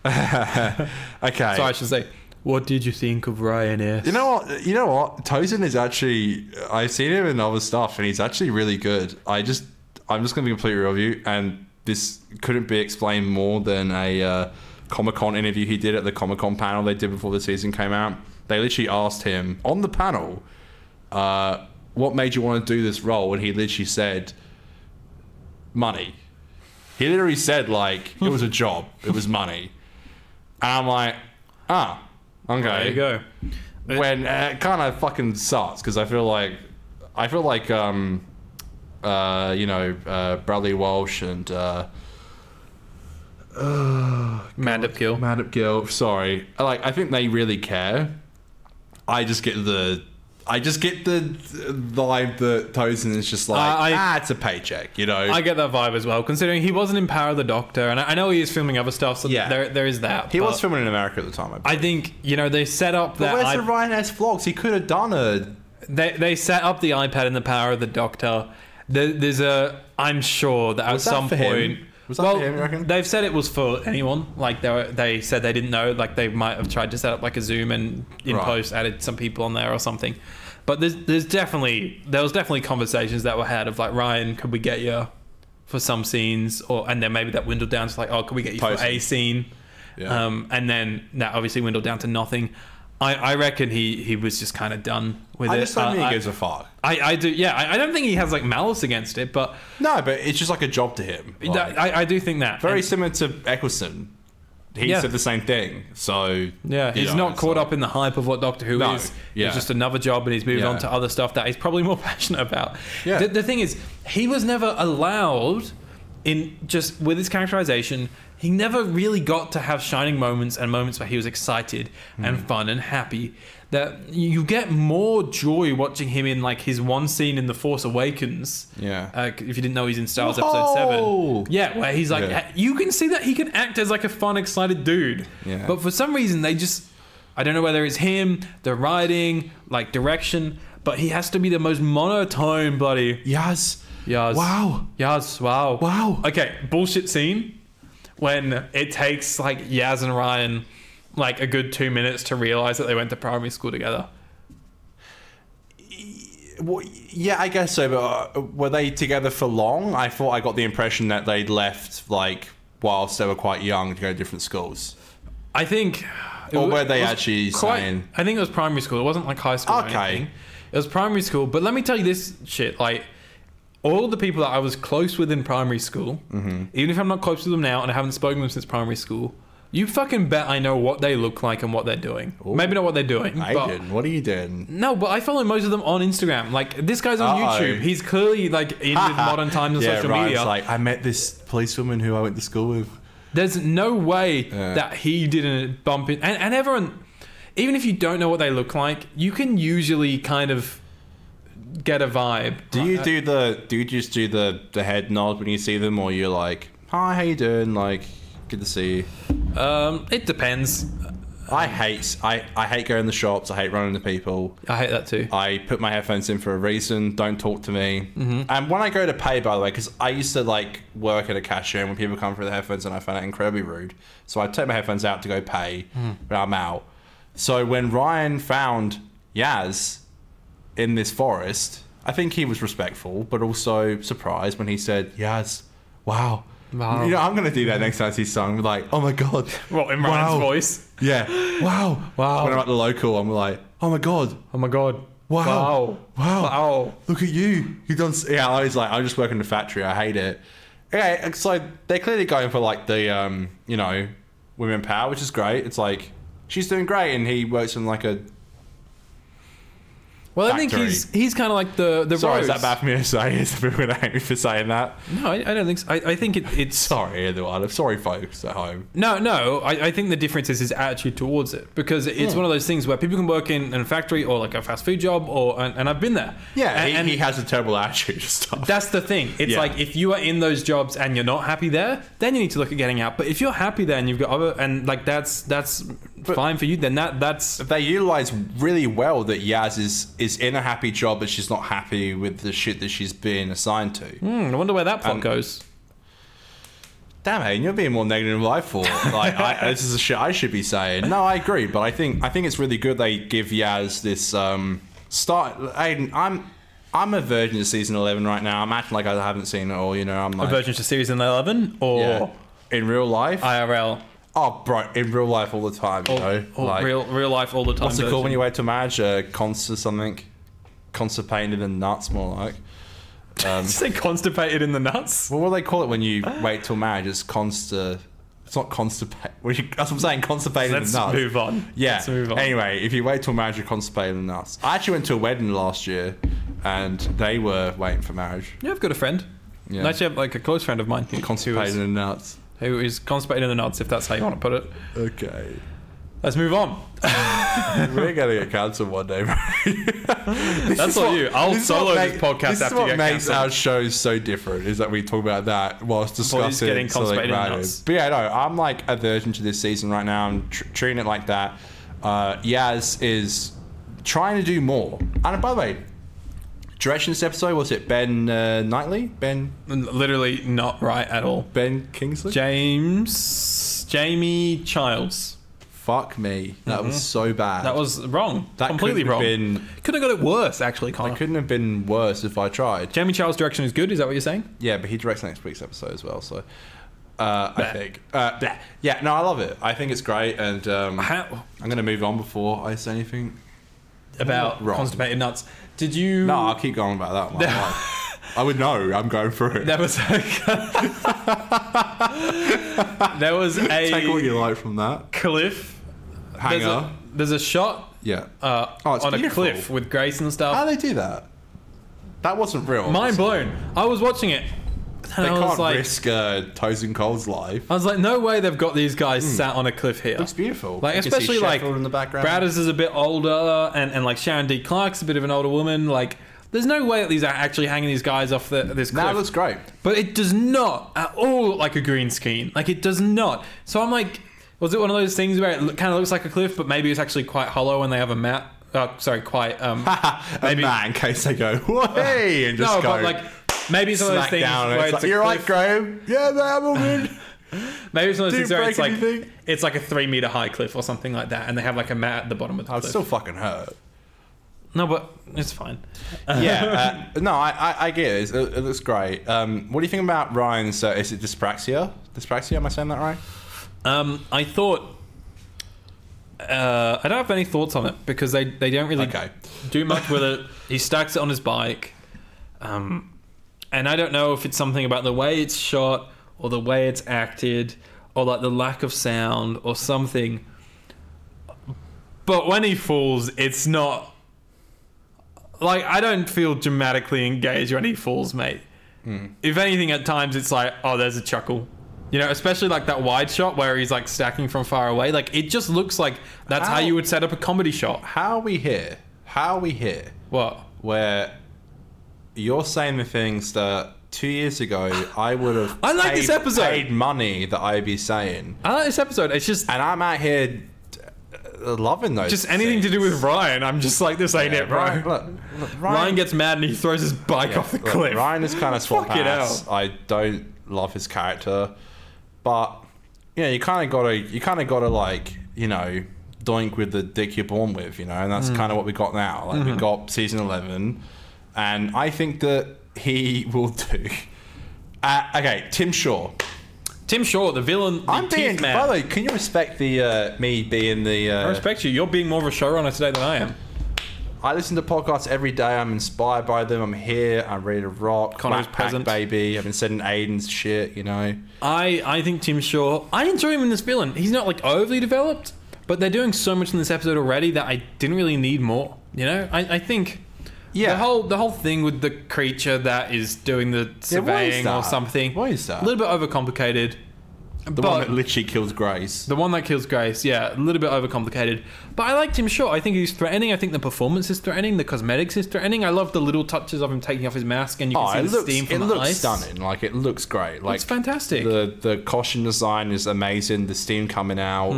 S2: Okay.
S1: Sorry, I should say, what did you think of Ryan S?
S2: You know what? You know what? Tosin is actually. I've seen him in other stuff, and he's actually really good. I just, I'm just going to be completely real with you, and this couldn't be explained more than a uh, Comic Con interview he did at the Comic Con panel they did before the season came out. They literally asked him on the panel, uh, "What made you want to do this role?" And he literally said, "Money." He literally said like it was a job, it was money, and I'm like, ah, okay
S1: there you go.
S2: when uh, it kind of fucking sucks because I feel like I feel like um uh you know uh Bradley Walsh and uh
S1: Mandip Kill.
S2: Maddox Gill, sorry. I Like I think they really care. I just get the I just get the the vibe that Tozen is just like
S1: I- I-
S2: ah, it's a paycheck, you know.
S1: I get that vibe as well, considering he wasn't in Power of the Doctor, and I, I know he is filming other stuff, so
S2: Yeah.
S1: there, there is that.
S2: he
S1: but
S2: was filming in America at the time. I,
S1: I think, you know, they set up
S2: but
S1: that.
S2: where's
S1: I-
S2: the Ryan S vlogs? He could have done a
S1: They they set up the iPad in the power of the Doctor. There, there's a I'm sure that
S2: Was
S1: at
S2: that
S1: some
S2: for him?
S1: point.
S2: Was that
S1: well,
S2: for him, you reckon?
S1: they've said it was for anyone. Like they were, they said they didn't know. Like they might have tried to set up like a Zoom and in
S2: Right.
S1: post added some people on there or something. But there's there's definitely there was definitely conversations that were had of like Ryan, could we get you for some scenes or and then maybe that dwindled down to like oh could we get you
S2: Post.
S1: for a scene,
S2: Yeah.
S1: um, and then that obviously dwindled down to nothing. I, I reckon he, he was just kind of done with
S2: I
S1: it.
S2: just don't
S1: Uh,
S2: think
S1: I-
S2: he gives a fuck.
S1: I, I do, yeah. I, I don't think he has like malice against it, but
S2: No, but it's just like a job to him.
S1: I-
S2: Like,
S1: I, I do think that
S2: very
S1: And-
S2: similar to Eccleston. He
S1: Yeah.
S2: said the same thing. So
S1: yeah, he's
S2: you know,
S1: not caught
S2: so-
S1: up in the hype of what Doctor Who
S2: No,
S1: is.
S2: yeah.
S1: It's just another job, and he's moved
S2: Yeah.
S1: on to other stuff that he's probably more passionate about.
S2: Yeah.
S1: The, the thing is, he was never allowed in just with his characterization. He never really got to have shining moments and moments where he was excited and
S2: Mm.
S1: fun and happy. That you get more joy watching him in like his one scene in The Force Awakens.
S2: Yeah.
S1: Uh, if you didn't know, he's in Star Wars
S2: Whoa!
S1: Episode Seven. Yeah, where he's like,
S2: Yeah.
S1: you can see that he can act as like a fun, excited dude.
S2: Yeah.
S1: But for some reason, they just, I don't know whether it's him, the writing, like direction, but he has to be the most monotone bloody.
S2: Yes.
S1: Yas.
S2: Wow.
S1: Yas, wow.
S2: Wow.
S1: Okay, bullshit scene when it takes like Yaz and Ryan like a good two minutes to realize that they went to primary school together.
S2: Well, yeah, I guess so. But uh, were they together for long? I thought I got the impression that they'd left like whilst they were quite young to go to different schools.
S1: I think. it
S2: Or
S1: wa-
S2: were they
S1: was
S2: actually
S1: quite-
S2: saying-
S1: I think it was primary school. It wasn't like high school.
S2: Okay.
S1: Or anything. It was primary school. But let me tell you this shit. Like, all the people that I was close with in primary school,
S2: Mm-hmm.
S1: even if I'm not close with them now and I haven't spoken to them since primary school, you fucking bet I know what they look like and what they're doing. Maybe not what they're doing.
S2: I
S1: but
S2: didn't. What are you doing?
S1: No, but I follow most of them on Instagram. Like, this guy's on
S2: Uh-oh.
S1: YouTube. He's clearly, like, in with modern times and
S2: yeah,
S1: social
S2: right,
S1: media.
S2: It's like I met this policewoman who I went to school with.
S1: There's no way that he didn't bump in. And, and everyone, even if you don't know what they look like, you can usually kind of get a vibe.
S2: Do you do the? Do you just do the the head nod when you see them, or you're like, "Hi, how you doing? Like, good to see you."
S1: Um, it depends.
S2: I hate I, I hate going to the shops. I hate running to people.
S1: I hate that too.
S2: I put my headphones in for a reason. Don't talk to me.
S1: Mm-hmm.
S2: And when I go to pay, by the way, because I used to like work at a cashier, and when people come for the headphones, and I found it incredibly rude. So I take my headphones out to go pay,
S1: Mm-hmm.
S2: but I'm out. So when Ryan found Yaz in this forest, I think he was respectful, but also surprised when he said, "Yaz, wow."
S1: Wow.
S2: You know, I'm gonna do that next time I see song. Like, oh my god!
S1: Well, in Ryan's
S2: Wow.
S1: voice.
S2: Yeah. Wow.
S1: Wow.
S2: When I'm at the local, I'm like, oh my god.
S1: Oh my god.
S2: Wow.
S1: Wow.
S2: Wow.
S1: Wow.
S2: Look at you. You done. s- Yeah. I was like, I just work in the factory. I hate it. Okay. So they're clearly going for like the, um, you know, women power, which is great. It's like she's doing great, and he works in like a.
S1: Well, I think
S2: Factory.
S1: he's he's kind of like the the
S2: Sorry,
S1: Rose.
S2: is that bad for me to say? Is people gonna hate me for saying that?
S1: No, I, I don't think so. I, I think it, it's
S2: Sorry, everyone. I'm sorry, folks at home.
S1: No, no. I, I think the difference is his attitude towards it because it's one of those things where people can work in, in a factory or like a fast food job, or and, and I've been there.
S2: Yeah,
S1: and,
S2: he,
S1: and
S2: he has a terrible attitude and stuff.
S1: that's the thing. It's
S2: Yeah.
S1: like if you are in those jobs and you're not happy there, then you need to look at getting out. But if you're happy there and you've got other and like that's that's fine for you, then that that's
S2: they utilize really well that Yaz is is in a happy job, but she's not happy with the shit that she's being assigned to.
S1: hmm, I wonder where that plot
S2: And-
S1: goes.
S2: Damn it, you're being more negative than I thought. Like I, this is the shit I should be saying. No, I agree, but I think I think it's really good they give Yaz this um start. Aiden, I'm I'm a virgin to season eleven right now. I'm acting like I haven't seen it all. You know, I'm like
S1: Version to series eleven or
S2: yeah. in real life.
S1: IRL
S2: oh, bro, in real life all the time. You
S1: or,
S2: know,
S1: or
S2: like,
S1: Oh, real real life all the time.
S2: What's it called when
S1: version.
S2: you wait to marriage? Uh, cons or something? Constipated and nuts, more like.
S1: Did you say constipated in the nuts?
S2: Well, what do they call it when you wait till marriage? It's consta. It's not constipated. That's what I'm saying. Constipated
S1: Let's
S2: and nuts.
S1: move on.
S2: Yeah.
S1: Let's move on.
S2: Anyway, if you wait till marriage, you're constipated and nuts. I actually went to a wedding last year, and they were waiting for marriage.
S1: Yeah, I've got a friend.
S2: Yeah.
S1: Actually, I have like a close friend of mine who- who
S2: Constipated
S1: is-
S2: and nuts.
S1: who is constipated in the nuts, if that's how you want to put it.
S2: Okay.
S1: Let's move on.
S2: We're gonna get cancelled one day, bro.
S1: That's on you. I'll solo this podcast
S2: This is
S1: after
S2: what
S1: you get
S2: makes
S1: cancelled.
S2: our shows so different is that we talk about that whilst discussing
S1: getting
S2: something
S1: constipated
S2: random.
S1: nuts.
S2: But yeah, no, I'm like aversion to this season right now. I'm tr- treating it like that. Uh, Yaz is trying to do more. And by the way, direction this episode was it Ben uh, Knightley, Ben
S1: Literally not right at all.
S2: Ben Kingsley?
S1: James Jamie Childs.
S2: Fuck me, that was so
S1: Mm-hmm.
S2: bad.
S1: That was wrong.
S2: That
S1: Completely
S2: couldn't
S1: wrong.
S2: have been-
S1: Could have got it worse, actually, Connor.
S2: I couldn't have been worse if I tried.
S1: Jamie Childs' direction is good. Is that what you're saying?
S2: Yeah, but he directs next week's episode as well, so uh, I
S1: Bleh.
S2: think. Uh, bleh. Yeah, no, I love it. I think it's great, and um,
S1: How
S2: I'm going to move on before I say
S1: Hmm.
S2: anything.
S1: about
S2: Wrong.
S1: constipated nuts? Did you?
S2: No, I'll keep going about that one. Like, I would know. I'm going for it.
S1: There was a. there was a
S2: Take what you like from that.
S1: cliff. There's
S2: Hanger.
S1: a, there's a shot
S2: yeah.
S1: uh,
S2: Oh, it's
S1: on
S2: beautiful.
S1: a cliff with Grace and stuff.
S2: How do they do that? That wasn't real.
S1: Mind
S2: obviously.
S1: blown. I was watching it.
S2: They
S1: And I was
S2: can't
S1: like,
S2: risk uh, Toes and Cold's life.
S1: I was like, no way they've got these guys sat on a cliff here.
S2: Hmm. Looks beautiful.
S1: Like
S2: You can see
S1: especially like
S2: Sheffield in the background.
S1: Bradders is a bit older, and, and like Sharon D. Clark's a bit of an older woman. Like, there's no way that these are actually hanging these guys off the, this cliff.
S2: That looks great.
S1: But it does not at all look like a green screen. Like it does not. So I'm like, was it one of those things where it kind of looks like a cliff, but maybe it's actually quite hollow and they have a map? Uh, sorry, quite. Um,
S2: Maybe.
S1: Maybe-
S2: in case they go, hey, and just
S1: no,
S2: go.
S1: but like maybe it's one of those
S2: smack
S1: things
S2: down.
S1: where
S2: and
S1: it's,
S2: It's like,
S1: a
S2: You're right,
S1: cliff-
S2: Graham. Yeah, man, we'll win.
S1: Maybe it's one of those
S2: Didn't
S1: things where it's
S2: break
S1: like
S2: anything.
S1: it's like a three meter high cliff or something like that, and they have like a mat at the bottom of the
S2: I would
S1: cliff.
S2: still fucking hurt.
S1: no, but it's fine.
S2: Yeah, uh, no, I, I, I get it. It's- It, it looks great. Um, what do you think about Ryan's? Uh, is it dyspraxia? Dyspraxia? Am I saying that right?
S1: Um, I thought. Uh, I don't have any thoughts on it because they, they don't really
S2: Okay.
S1: do much with it. He stacks it on his bike, um, and I don't know if it's something about the way it's shot or the way it's acted or like the lack of sound or something. But when he falls, it's not like I don't feel dramatically engaged when he falls, mate. If anything, at times it's like, oh, there's a chuckle. You know, especially like that wide shot where he's like stacking from far away. Like it just looks like that's how,
S2: How-
S1: you would set up a comedy shot.
S2: How are we here? How are we here?
S1: What?
S2: Where you're saying the things that two years ago I would have.
S1: I like this
S2: paid-
S1: episode.
S2: Paid money that I'd be saying,
S1: I like this episode. It's just
S2: and I'm out here uh, loving those.
S1: just anything to do with Ryan. I'm just like this ain't
S2: Yeah,
S1: it, bro.
S2: Ryan, look, look,
S1: Ryan, gets mad and he throws his bike off the
S2: Look,
S1: cliff.
S2: Ryan is kind of swamp
S1: Fucking
S2: ass. I don't love his character, but you know, you kind of gotta, you kind of gotta like, you know, doink with the dick you're born with, you know, and that's
S1: Mm.
S2: kind of what we got now. Like
S1: Mm-hmm.
S2: we got season eleven, and I think that he will do. Uh, okay, Tim Shaw.
S1: Tim Shaw, the villain. The
S2: I'm being.
S1: teeth man.
S2: By the way, can you respect the uh, me being the? Uh,
S1: I respect you. You're being more of a showrunner today than I am.
S2: I listen to podcasts every day. I'm inspired by them. I'm here. I'm ready to rock.
S1: Connor's
S2: Whack pack,
S1: present.
S2: baby. I've been sending Aiden's shit. You know.
S1: I, I think Tim Shaw. I enjoy him in this villain. He's not like overly developed, but they're doing so much in this episode already that I didn't really need more. You know, I, I think.
S2: Yeah.
S1: The whole the whole thing with the creature that is doing the surveying or
S2: that?
S1: something.
S2: Why is that?
S1: A little bit overcomplicated.
S2: The
S1: but
S2: one that literally kills Grace.
S1: The one that kills Grace, yeah, a little bit overcomplicated. But I liked him short. I think he's threatening. I think the performance is threatening. The cosmetics is threatening. I love the little touches of him taking off his mask and you can see
S2: Oh, it
S1: the
S2: looks,
S1: steam
S2: it
S1: from the
S2: looks
S1: ice.
S2: stunning. Like it looks great. Like
S1: It's fantastic.
S2: The the costume design is amazing. The steam coming out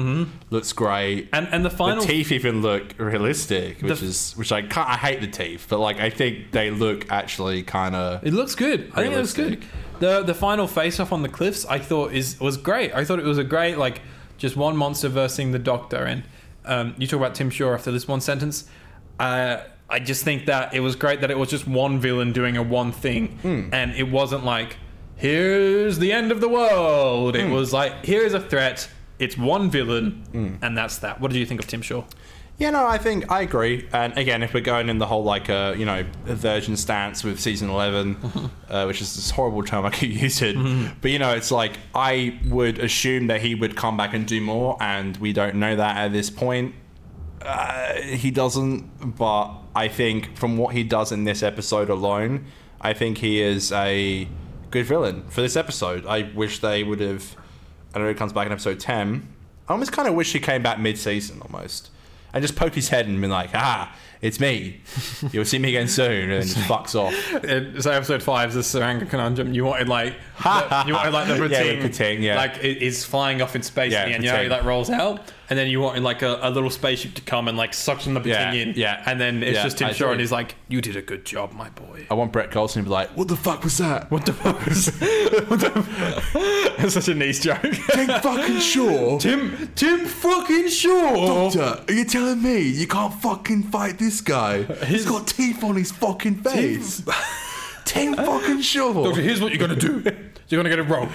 S2: looks great.
S1: Mm-hmm. and and the final
S2: the teeth even look realistic, which
S1: The-
S2: is which I can't. I hate the teeth, but like I think they look actually kind of.
S1: It looks good. I think it looks
S2: Realistic.
S1: good. The the final face off on the cliffs I thought is was great. I thought it was a great like just one monster versing the doctor and um, you talk about Tim Shaw after this one sentence. Uh, I just think that it was great that it was just one villain doing a one thing and it wasn't like here's the end of the world. It was like here is a threat. It's one villain and that's that. What did you think of Tim Shaw?
S2: Yeah, no, I think I agree. And again, if we're going in the whole like uh, you know aversion stance with season eleven, uh, which is this horrible term I keep using, but you know, it's like I would assume that he would come back and do more, and we don't know that at this point. Uh, he doesn't, but I think from what he does in this episode alone, I think he is a good villain for this episode. I wish they would have I know he comes back in episode 10. I almost kind of wish he came back mid season almost. And just poked his head and been like, ah, it's me. You'll see me again soon. And just fucks off.
S1: It, so episode five is the Saranga conundrum. You wanted like the, you wanted like the
S2: Yeah, the
S1: Pating,
S2: Pating, yeah.
S1: like it is flying off in space,
S2: Yeah,
S1: and you know
S2: Pating.
S1: it like rolls out, and then you wanted like a, a little spaceship to come and like suction the Pating
S2: Yeah,
S1: in,
S2: yeah.
S1: and then it's
S2: Yeah,
S1: just Tim
S2: I
S1: Shaw,
S2: see.
S1: and he's like, "You did a good job, my boy."
S2: I want Brett Colson to be like, what the fuck was that?
S1: What the fuck? is- what the fuck?
S2: Oh.
S1: That's such a nice joke.
S2: Jake fucking Shaw.
S1: Tim, Tim fucking Shaw.
S2: Doctor, are you telling me you can't fucking fight this guy?
S1: He's-
S2: He's got teeth on his fucking face. Tim fucking Shaw.
S1: Doctor, here's what you're gonna do. You're gonna get a rope,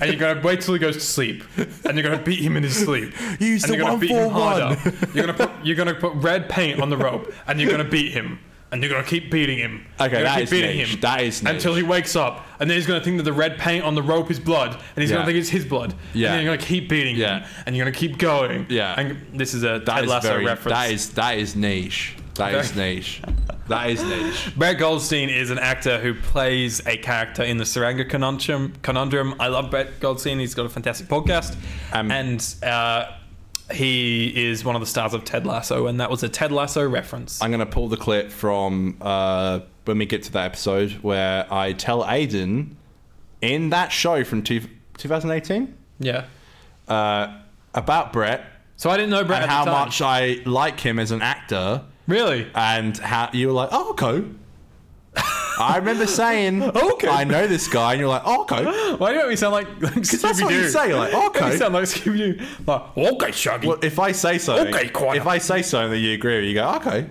S1: and you're gonna wait till he goes to sleep, and you're gonna beat him in his sleep.
S2: Use
S1: and
S2: the
S1: you're gonna beat him
S2: 141.
S1: harder. You're gonna put you're gonna put red paint on the rope, and you're gonna beat him, and you're gonna keep beating him.
S2: Okay,
S1: you're gonna
S2: that
S1: keep
S2: is
S1: beating
S2: niche.
S1: him
S2: That is niche.
S1: until he wakes up, and then he's gonna think that the red paint on the rope is blood, and he's
S2: Yeah.
S1: gonna think it's his blood.
S2: Yeah.
S1: and then you're gonna keep beating
S2: Yeah.
S1: him, and you're gonna keep going.
S2: Yeah.
S1: and this is a Ted
S2: is
S1: Lasso
S2: very-
S1: reference.
S2: That is that is niche. That is
S1: Very-
S2: niche. That is niche.
S1: Brett Goldstein is an actor who plays a character in the Saranga conundrum. conundrum. I love Brett Goldstein. He's got a fantastic podcast.
S2: Um,
S1: and uh, he is one of the stars of Ted Lasso, and that was a Ted Lasso reference.
S2: I'm gonna pull the clip from uh, when we get to that episode where I tell Aiden in that show from two, 2018
S1: yeah.
S2: uh, about Brett
S1: So I didn't know Brett
S2: and
S1: at
S2: how
S1: the time.
S2: much I like him as an actor,
S1: Really?
S2: and how you were like, "Oh, okay." I remember saying,
S1: Okay.
S2: I know this guy," and you're like, "Oh, okay."
S1: Why do you make me sound like, like Scooby-Doo?
S2: that's what you say, like,
S1: You make
S2: okay.
S1: me sound like Scooby-Doo. Like, okay, Shaggy.
S2: Well, if I say something,
S1: Okay, quiet.
S2: if I say something that you agree with, you go, "Okay."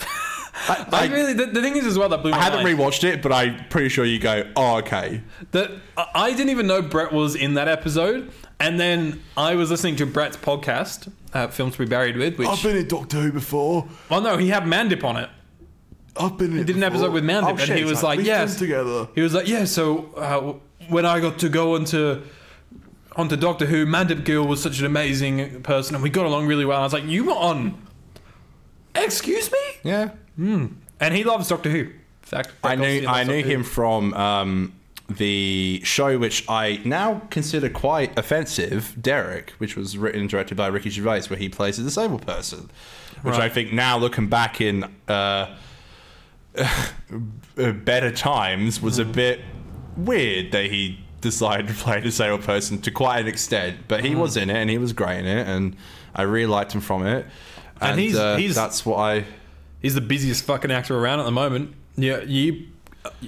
S2: I,
S1: I
S2: I-
S1: really, the, the thing is as well that blew my
S2: I haven't
S1: mind.
S2: rewatched it, but I'm pretty sure you go, oh, okay.
S1: that I I didn't even know Brett was in that episode, and then I was listening to Brett's podcast, uh, "Films to Be Buried With," which
S2: in Doctor Who before.
S1: well, Oh, no, he had Mandip on it.
S2: I've been in
S1: He did an episode with Mandip, and he was Oh, like, "Yes." He was like, "Yeah." So uh, when I got to go into onto Doctor Who, Mandip Gill was such an amazing person, and we got along really well. I was like, "You were on?" Excuse me.
S2: Yeah.
S1: And he loves Doctor Who. Fact.
S2: I
S1: Brett Goldstein
S2: knew I
S1: loves
S2: knew
S1: Doctor Who.
S2: him from um, the show which I now consider quite offensive, Derek, which was written and directed by Ricky Gervais, where he plays a disabled person. Which I
S1: Right.
S2: think now looking back in uh, uh, better times was a
S1: Hmm.
S2: bit weird that he decided to play a disabled person to quite an extent. But
S1: Hmm.
S2: he was in it and he was great in it and I really liked him from it. And,
S1: he's-
S2: uh,
S1: he's-
S2: that's what I
S1: He's the busiest fucking actor around at the moment. Yeah, you.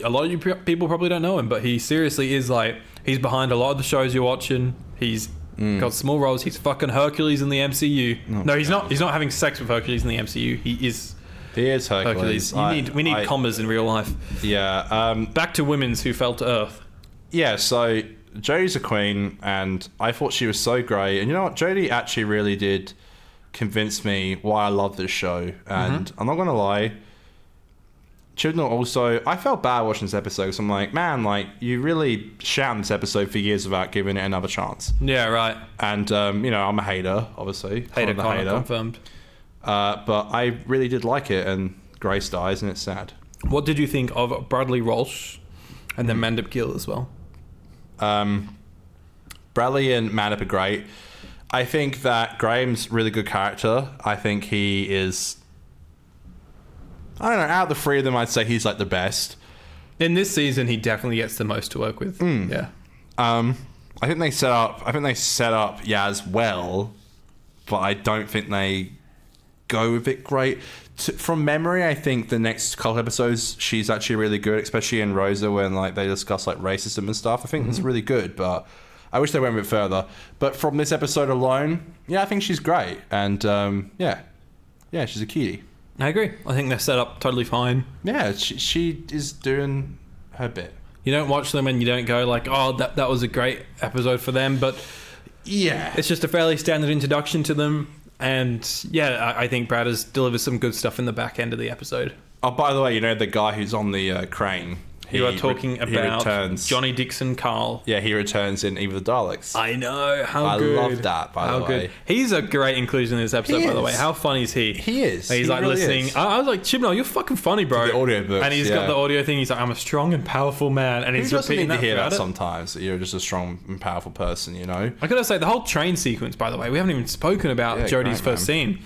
S1: A lot of you pe- people probably don't know him, but he seriously is like he's behind a lot of the shows you're watching. He's got small roles. He's fucking Hercules in the MCU. no, he's Mm. not. He's not having sex with Hercules in the MCU. He is
S2: he is Hercules.
S1: Hercules.
S2: I-
S1: you need we need
S2: I-
S1: commas in real life.
S2: Yeah. Um,
S1: Back to women's who fell to earth.
S2: yeah, so Jodie's a queen, and I thought she was so great. And you know what? Jodie actually really did convince me why I love this show. And
S1: Mm-hmm.
S2: I'm not going to lie. Chibnall also, I felt bad watching this episode because I'm like, man, like, you really shouting this episode for years without giving it another chance.
S1: Yeah, right.
S2: And, um, you know, I'm a hater, obviously.
S1: Hater
S2: I'm a
S1: Connor confirmed.
S2: Uh, but I really did like it, and Grace dies, and it's sad.
S1: What did you think of Bradley Walsh and then Mandip Gill as well?
S2: Um, Bradley and Manip are great. I think that Graham's really good character. I think he is. I don't know. Out of the three of them, I'd say he's like the best.
S1: In this season, he definitely gets the most to work with. Yeah.
S2: Um, I think they set up. I think they set up Yaz well, but I don't think they go with it great. T- from memory, I think the next couple episodes she's actually really good, especially in Rosa when like they discuss like racism and stuff. I think it's really good, but I wish they went a bit further. But from this episode alone, yeah, I think she's great, and um, yeah, yeah, she's a cutie.
S1: I agree. I think they're set up totally fine.
S2: Yeah, she, she is doing her bit.
S1: You don't watch them and you don't go like, oh, that that was a great episode for them, but
S2: Yeah,
S1: it's just a fairly standard introduction to them. And yeah, I, I think Brad has delivered some good stuff in the back end of the episode.
S2: Oh, by the way, you know the guy who's on the uh, crane.
S1: you are
S2: He re-
S1: talking
S2: he
S1: about
S2: returns.
S1: Johnny Dixon Carl.
S2: Yeah, he returns in Evil of the Daleks.
S1: I know how
S2: I
S1: good.
S2: love that, by the
S1: how
S2: way.
S1: He's a great inclusion in this episode.
S2: He
S1: by the way,
S2: is.
S1: how funny is he?
S2: He is.
S1: And he's
S2: He
S1: like
S2: really
S1: listening.
S2: is.
S1: I, I was like, Chibnall, you're fucking funny, bro.
S2: The audiobooks,
S1: And he's got
S2: yeah.
S1: the audio thing. He's like, I'm a strong and powerful man. And
S2: Who
S1: he's
S2: doesn't
S1: repeating
S2: need to
S1: that
S2: hear
S1: throughout
S2: that
S1: it.
S2: sometimes? You're just a strong and powerful person, you know?
S1: I gotta say, the whole train sequence, by the way, we haven't even spoken about
S2: Yeah,
S1: Jodie's
S2: great,
S1: first scene.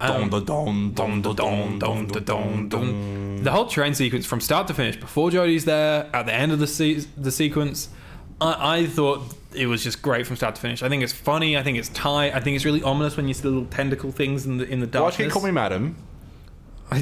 S1: Um,
S2: Dom, da, dom, dom,
S1: Dun,
S2: dom,
S1: dun,
S2: dom,
S1: dun,
S2: dom,
S1: dun,
S2: dom, dom.
S1: dun. The whole train sequence from start to finish, before Jodie's there, at the end of the se- the sequence, I, I thought it was just great from start to finish. I think it's funny. I think it's tight. I think it's really ominous when you see the little tentacle things in the in the
S2: Why can you
S1: darkness.
S2: call me madam?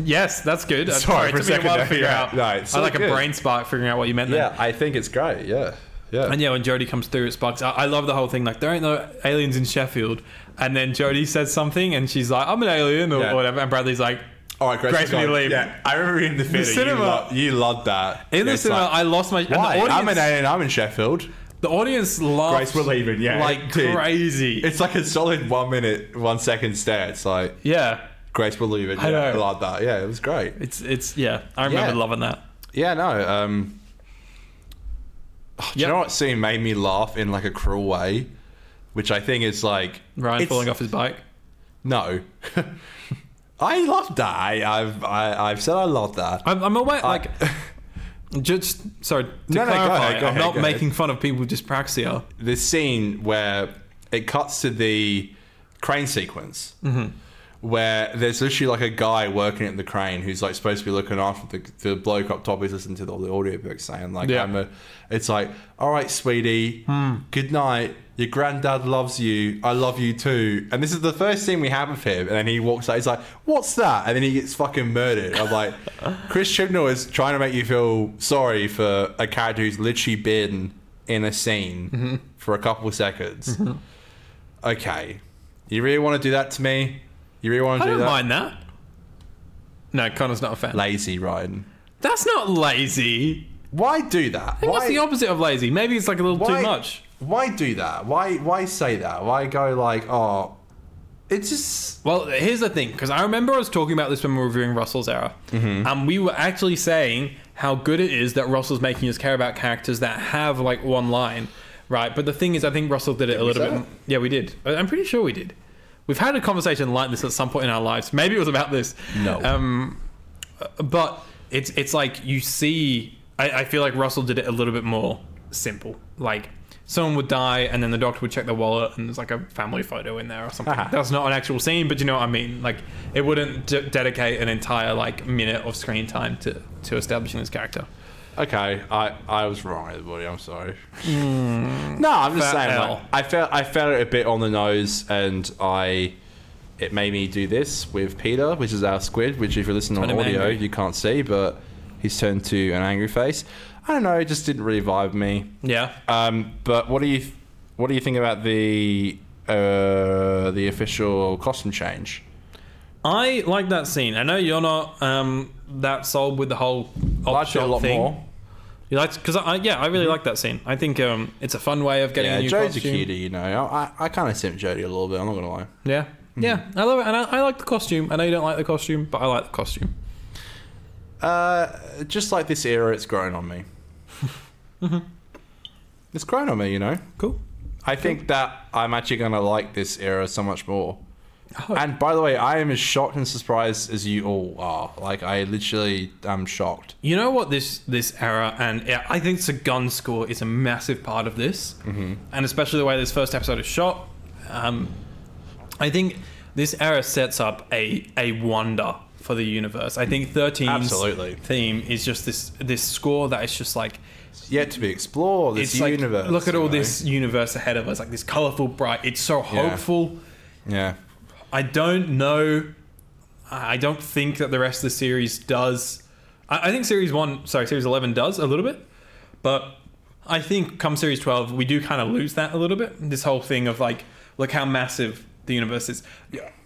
S1: yes, that's good. I'm
S2: Sorry,
S1: it
S2: for a
S1: took me
S2: second
S1: while to
S2: there.
S1: figure
S2: Yeah,
S1: out.
S2: no, it's
S1: I
S2: all
S1: like a
S2: good.
S1: brain spark figuring out what you meant. there.
S2: I think it's great. Yeah, yeah.
S1: And yeah, when Jody comes through, it sparks. I, I love the whole thing. Like there ain't no aliens in Sheffield, and then Jody says something, and she's like, "I'm an alien" or
S2: Yeah.
S1: whatever, and Bradley's like,
S2: All right, great.
S1: Grace Lee Lee.
S2: Yeah, I remember in the theater.
S1: cinema-
S2: you, lo- you loved that.
S1: "In the
S2: It's
S1: cinema,
S2: like,
S1: I lost my." and
S2: why?
S1: The audience,
S2: I'm an alien. I'm in Sheffield.
S1: The audience laughed.
S2: Grace, we're leaving. Yeah,
S1: like
S2: dude.
S1: crazy.
S2: It's like a solid one minute, one second stare. It's like
S1: yeah,
S2: Grace, we're leaving.
S1: I
S2: Yeah, I
S1: know.
S2: loved that. Yeah, it was great.
S1: it's it's yeah. I remember
S2: Yeah.
S1: loving that.
S2: Yeah, no. Um, oh, do
S1: Yep.
S2: you know what scene made me laugh in like a cruel way, which I think is like
S1: Ryan
S2: it's-
S1: falling off his bike.
S2: No, I loved that. I, I've I, I've said I loved that.
S1: I'm, I'm aware. like, just sorry to
S2: No, no, go
S1: clarify,
S2: ahead, go
S1: I'm
S2: ahead,
S1: not
S2: go ahead.
S1: making fun of people with dyspraxia.
S2: the scene where it cuts to the crane sequence
S1: Mm-hmm.
S2: where there's literally like a guy working at the crane who's like supposed to be looking after the, the bloke up top who's listening to the, all the audiobooks saying like
S1: Yeah.
S2: I'm a, it's like all right sweetie
S1: Hmm.
S2: good night your granddad loves you I love you too and this is the first scene we have of him and then he walks out he's like what's that and then he gets fucking murdered I'm like Chris Chibnall is trying to make you feel sorry for a character who's literally been in a scene
S1: Mm-hmm.
S2: for a couple of seconds okay you really want to do that to me you really want
S1: I
S2: to do
S1: don't
S2: that?
S1: mind that. No, Connor's not a fan.
S2: Lazy, Ryan.
S1: That's not lazy.
S2: Why do that?
S1: I think
S2: why,
S1: that's the opposite of lazy. Maybe it's like a little
S2: why-
S1: too much.
S2: Why do that? Why why say that? Why go like, oh, it's just
S1: Well, here's the thing, because I remember I was talking about this when we were reviewing Russell's Era,
S2: Mm-hmm.
S1: and we were actually saying how good it is that Russell's making us care about characters that have like one line, right? But the thing is, I think Russell did it a little
S2: say
S1: bit.
S2: that?
S1: Yeah, we did. I- I'm pretty sure we did. We've had a conversation like this at some point in our lives. Maybe it was about this.
S2: No.
S1: Um, but it's it's like you see. I, I feel like Russell did it a little bit more simple. Like someone would die, and then the doctor would check their wallet, and there's like a family photo in there or something.
S2: Uh-huh.
S1: That's not an actual scene, but you know what I mean. Like it wouldn't de- dedicate an entire like minute of screen time to to establishing this character.
S2: okay. I I was wrong, everybody. I'm sorry. no, I'm just
S1: Fat
S2: saying.
S1: L.
S2: Like, I felt I felt it a bit on the nose, and I it made me do this with Peter, which is our squid. Which, if you're listening on
S1: Turned him
S2: audio,
S1: angry.
S2: you can't see, but he's turned to an angry face. I don't know. It just didn't really vibe me.
S1: Yeah.
S2: Um, but what do you what do you think about the uh, the official costume change?
S1: I like that scene. I know you're not um, that sold with the whole
S2: I
S1: op
S2: liked it a
S1: shop
S2: lot
S1: thing.
S2: more. Mm-hmm.
S1: You like because I yeah I really like that scene. I think um, it's a fun way of getting
S2: Yeah,
S1: a new
S2: Jody's
S1: costume.
S2: a cutie, you know. I I, I kind of simp Jody a little bit. I'm not gonna lie.
S1: Yeah, yeah, I love it, and I, I like the costume. I know you don't like the costume, but I like the costume.
S2: Uh, just like this era, it's grown on me.
S1: Mm-hmm.
S2: it's grown on me, you know.
S1: Cool.
S2: I think that I'm actually gonna like this era so much more.
S1: Oh.
S2: And by the way, I am as shocked and surprised as you all are. Like, I literally am shocked.
S1: You know what this this era and yeah, I think the gun score is a massive part of this,
S2: Mm-hmm.
S1: and especially the way this first episode is shot. Um, I think this era sets up a a wonder for the universe. I think 13's
S2: Absolutely.
S1: theme is just this this score that is just like
S2: Yet to be explored. This
S1: it's like
S2: universe.
S1: look at
S2: you
S1: all
S2: know?
S1: this universe ahead of us, like this colorful, bright. It's so
S2: Yeah.
S1: hopeful.
S2: Yeah.
S1: I don't know. I don't think that the rest of the series does. I, I think series one, sorry, series eleven does a little bit, but I think come series twelve, we do kind of lose that a little bit. This whole thing of like, look how massive the universe is.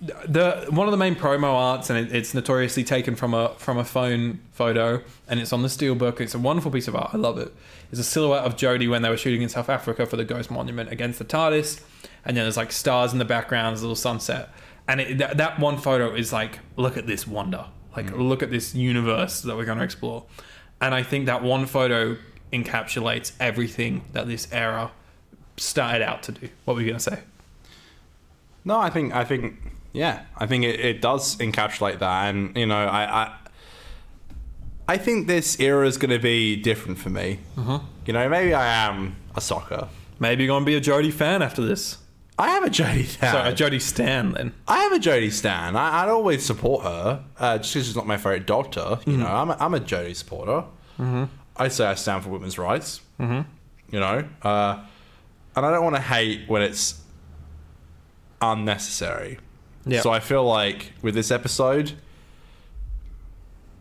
S1: The one of the main promo arts, and it, it's notoriously taken from a from a phone photo, and it's on the steelbook. It's a wonderful piece of art. I love it. It's a silhouette of Jodie when they were shooting in South Africa for the Ghost Monument against the TARDIS, and then there's like stars in the background, there's a little sunset and it, that, that one photo is like look at this wonder like look at this universe that we're going to explore And I think that one photo encapsulates everything that this era started out to do. What were you going to say?
S2: No, I think I think yeah, I think it, it does encapsulate that, and you know, I I, I think this era is going to be different for me.
S1: Mm-hmm.
S2: You know, maybe I am a soccer.
S1: Maybe you're going to be a Jody fan after this.
S2: I am a Jodie fan.
S1: Sorry, a Jody Stan then.
S2: I am a Jodie stan. I, I'd always support her, uh, just because she's not my favorite doctor. You know, I'm a, I'm a Jodie supporter. Mm-hmm. I say I stand for women's rights. Mm-hmm. You know, uh, and I don't want to hate when it's unnecessary.
S1: Yeah.
S2: So I feel like with this episode,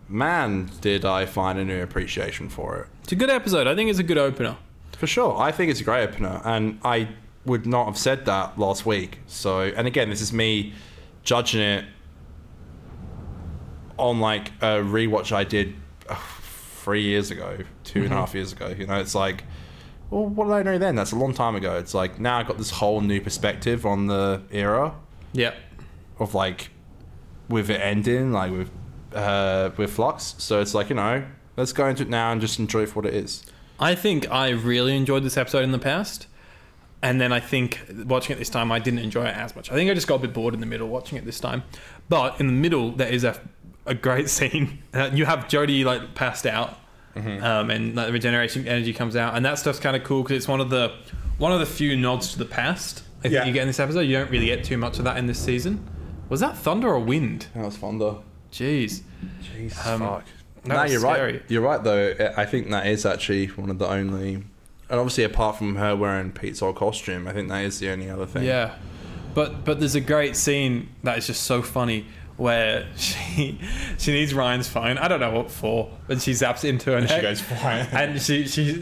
S2: man, did I find a new appreciation for it.
S1: It's a good episode. I think it's a good opener.
S2: For sure. I think it's a great opener. And I would not have said that last week. So, and again, this is me judging it on like a rewatch I did uh, three years ago, two and a half years ago. You know, it's like, well, what did I know then? That's a long time ago. It's like now I got this whole new perspective on the era
S1: Yeah.
S2: of like with it ending, like with uh with Flux. So it's like, you know, let's go into it now and just enjoy it for what it is.
S1: I think I really enjoyed this episode in the past. And then I think watching it this time, I didn't enjoy it as much. I think I just got a bit bored in the middle watching it this time. But in the middle, there is a, a great scene. Uh, you have Jody like passed out,
S2: Mm-hmm.
S1: um, and like, the regeneration energy comes out, and that stuff's kind of cool because it's one of the one of the few nods to the past I think
S2: Yeah.
S1: you get in this episode. You don't really get too much of that in this season. Was that thunder or wind?
S2: That was fun though.
S1: Jeez.
S2: Jesus
S1: Um,
S2: fuck.
S1: that
S2: no,
S1: was
S2: you're
S1: scary.
S2: right. You're right though. I- I think that is actually one of the only, and obviously apart from her wearing Pete's old costume, I think that is the only other thing.
S1: Yeah, but but there's a great scene that is just so funny where she she needs Ryan's phone. I don't know what for, but she zaps it into her and
S2: she goes flying.
S1: and she she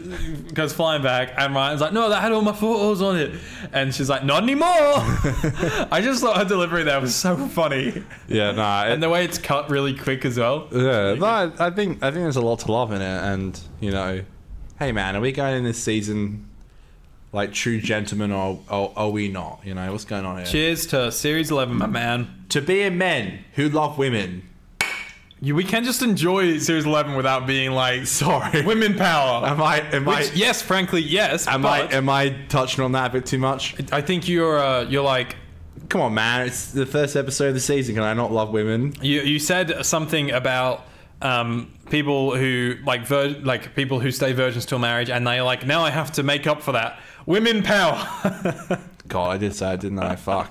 S1: goes flying back. And Ryan's like, "No, that had all my photos on it," and she's like, "Not anymore." I just thought her delivery there was so funny,
S2: Yeah. Nah. it-
S1: and the way it's cut really quick as well.
S2: yeah. No. I I think I think there's a lot to love in it, and you know, hey man, are we going in this season? Like true gentlemen, or, or are we not? You know what's going on here.
S1: Cheers to series eleven, my man.
S2: To be a men who love women.
S1: You- We can just enjoy series eleven without being like
S2: Sorry.
S1: women power.
S2: Am I am
S1: Which,
S2: I
S1: yes, frankly, yes.
S2: am I
S1: but-
S2: am I touching on that a bit too much?
S1: I think you're uh, you're like
S2: Come on, man! It's the first episode of the season. Can I not love women?
S1: you you said something about um, people who like vir- like people who stay virgins till marriage and they like now I have to make up for that. Women power.
S2: God, I did say it, didn't I? Fuck.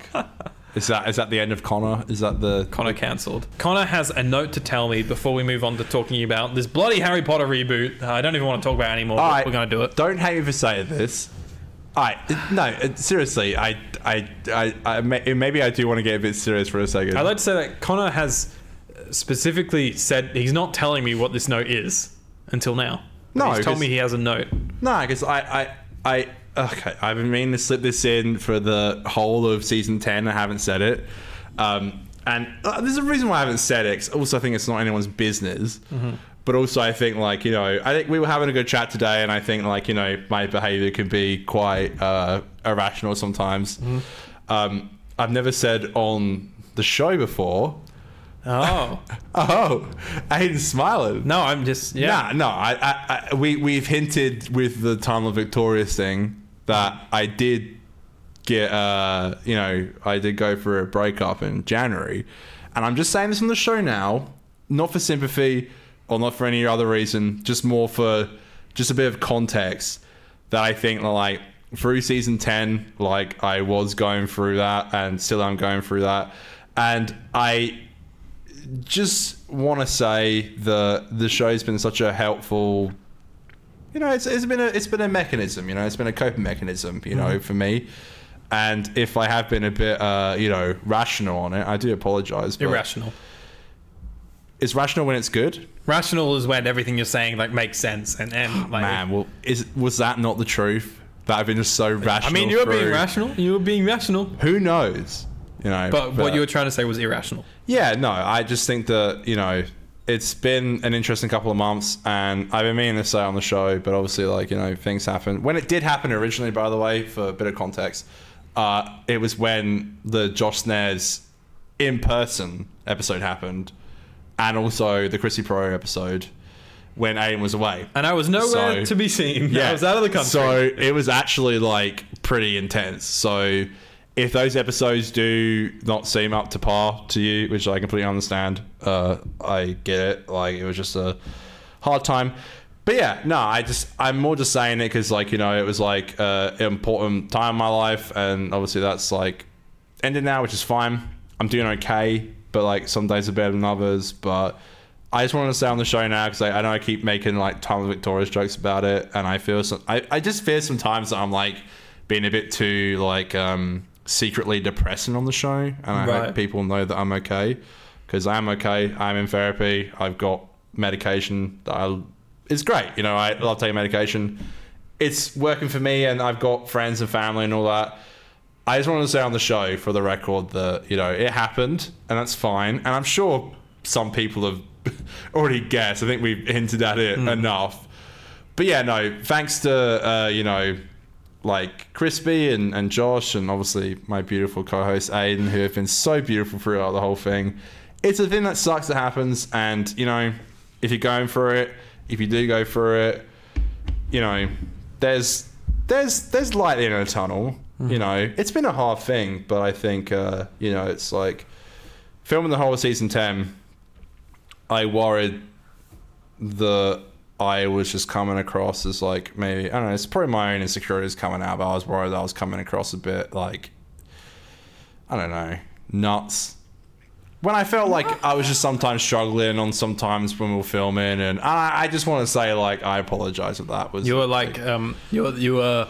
S2: Is that is that the end of Connor? Is that the
S1: Connor cancelled. Connor has a note to tell me before we move on to talking about this bloody Harry Potter reboot. that I don't even want to talk about it anymore. but
S2: All right,
S1: We're gonna do it.
S2: Don't hate me for saying this. I no, it- seriously, I I I, I may, maybe I do want to get a bit serious for a second.
S1: I'd like to say that Connor has specifically said he's not telling me what this note is until now.
S2: No,
S1: he's told
S2: because-
S1: me he has a note.
S2: no, because I I I okay, I've been meaning to slip this in for the whole of season ten. I haven't said it. Um, and uh, there's a reason why I haven't said it. 'cause also, I think it's not anyone's business. But also, I think like you know, I think we were having a good chat today, and I think like you know, my behaviour can be quite uh, irrational sometimes. Um, I've never said on the show before.
S1: Oh
S2: Oh, Aiden's smiling.
S1: no, I'm just yeah.
S2: Nah, no, I, I, I, we, we've hinted with the Tunnel Victorious thing that I did get, uh, you know, I did go for a breakup in January. And I'm just saying this on the show now, not for sympathy or not for any other reason, just more for just a bit of context that I think, like, through season 10, like, I was going through that and still I'm going through that. And I just want to say the the show's been such a helpful you know it's, it's been a it's been a mechanism you know it's been a coping mechanism you
S1: Mm-hmm.
S2: know for me and if i have been a bit uh you know rational on it i do apologize but
S1: Irrational.
S2: it's rational when it's good
S1: Rational is when everything you're saying like makes sense and and like.
S2: man well is was that not the truth that i've been just so
S1: I
S2: rational
S1: mean, you were being
S2: through-
S1: rational. You were being rational.
S2: who knows you know
S1: But what you were trying to say was irrational.
S2: Yeah, no, I just think that, you know, it's been an interesting couple of months and I've been meaning to say on the show, but obviously, like, you know, things happen. When it did happen originally, by the way, for a bit of context, uh, it was when the Josh Snares in person episode happened and also the Chrissy Pro episode, when Aiden was away.
S1: And I was nowhere
S2: So-
S1: to be seen. I was out of the country.
S2: So it was actually like pretty intense. So if those episodes do not seem up to par to you, which I completely understand, uh, I get it. Like it was just a hard time. But yeah, no, I just I'm more just saying it because like you know it was like uh, an important time in my life, and obviously that's like ended now, which is fine. I'm doing okay, but like some days are better than others. But I just want to stay on the show now because I, I know I keep making like Tom and Victoria's jokes about it, and I feel some, I, I just fear sometimes that I'm like being a bit too like um secretly depressing on the show, and I
S1: Right.
S2: hope people know that I'm okay because I am okay. I'm in therapy. I've got medication that I it's great. You know, I love taking medication. It's working for me, and I've got friends and family and all that. I just wanted to say on the show for the record that, you know, it happened and that's fine. And I'm sure some people have already guessed. I think we've hinted at it enough. But yeah, no, thanks to, uh, you know, like Crispy and, and Josh and obviously my beautiful co host Aiden, who have been so beautiful throughout the whole thing. It's a thing that sucks that happens. And, you know, if you're going through it, if you do go through it, you know, there's there's there's light at the end of the tunnel.
S1: Mm-hmm.
S2: You know, it's been a hard thing, but I think uh, you know it's like filming the whole of season ten. I worried that I was just coming across as like maybe I don't know. It's probably my own insecurities coming out, but I was worried that I was coming across a bit like I don't know nuts. When I felt like I was just sometimes struggling on sometimes when we were filming, and I, I just want to say like I apologize if that was
S1: You were like, um, you were, you were,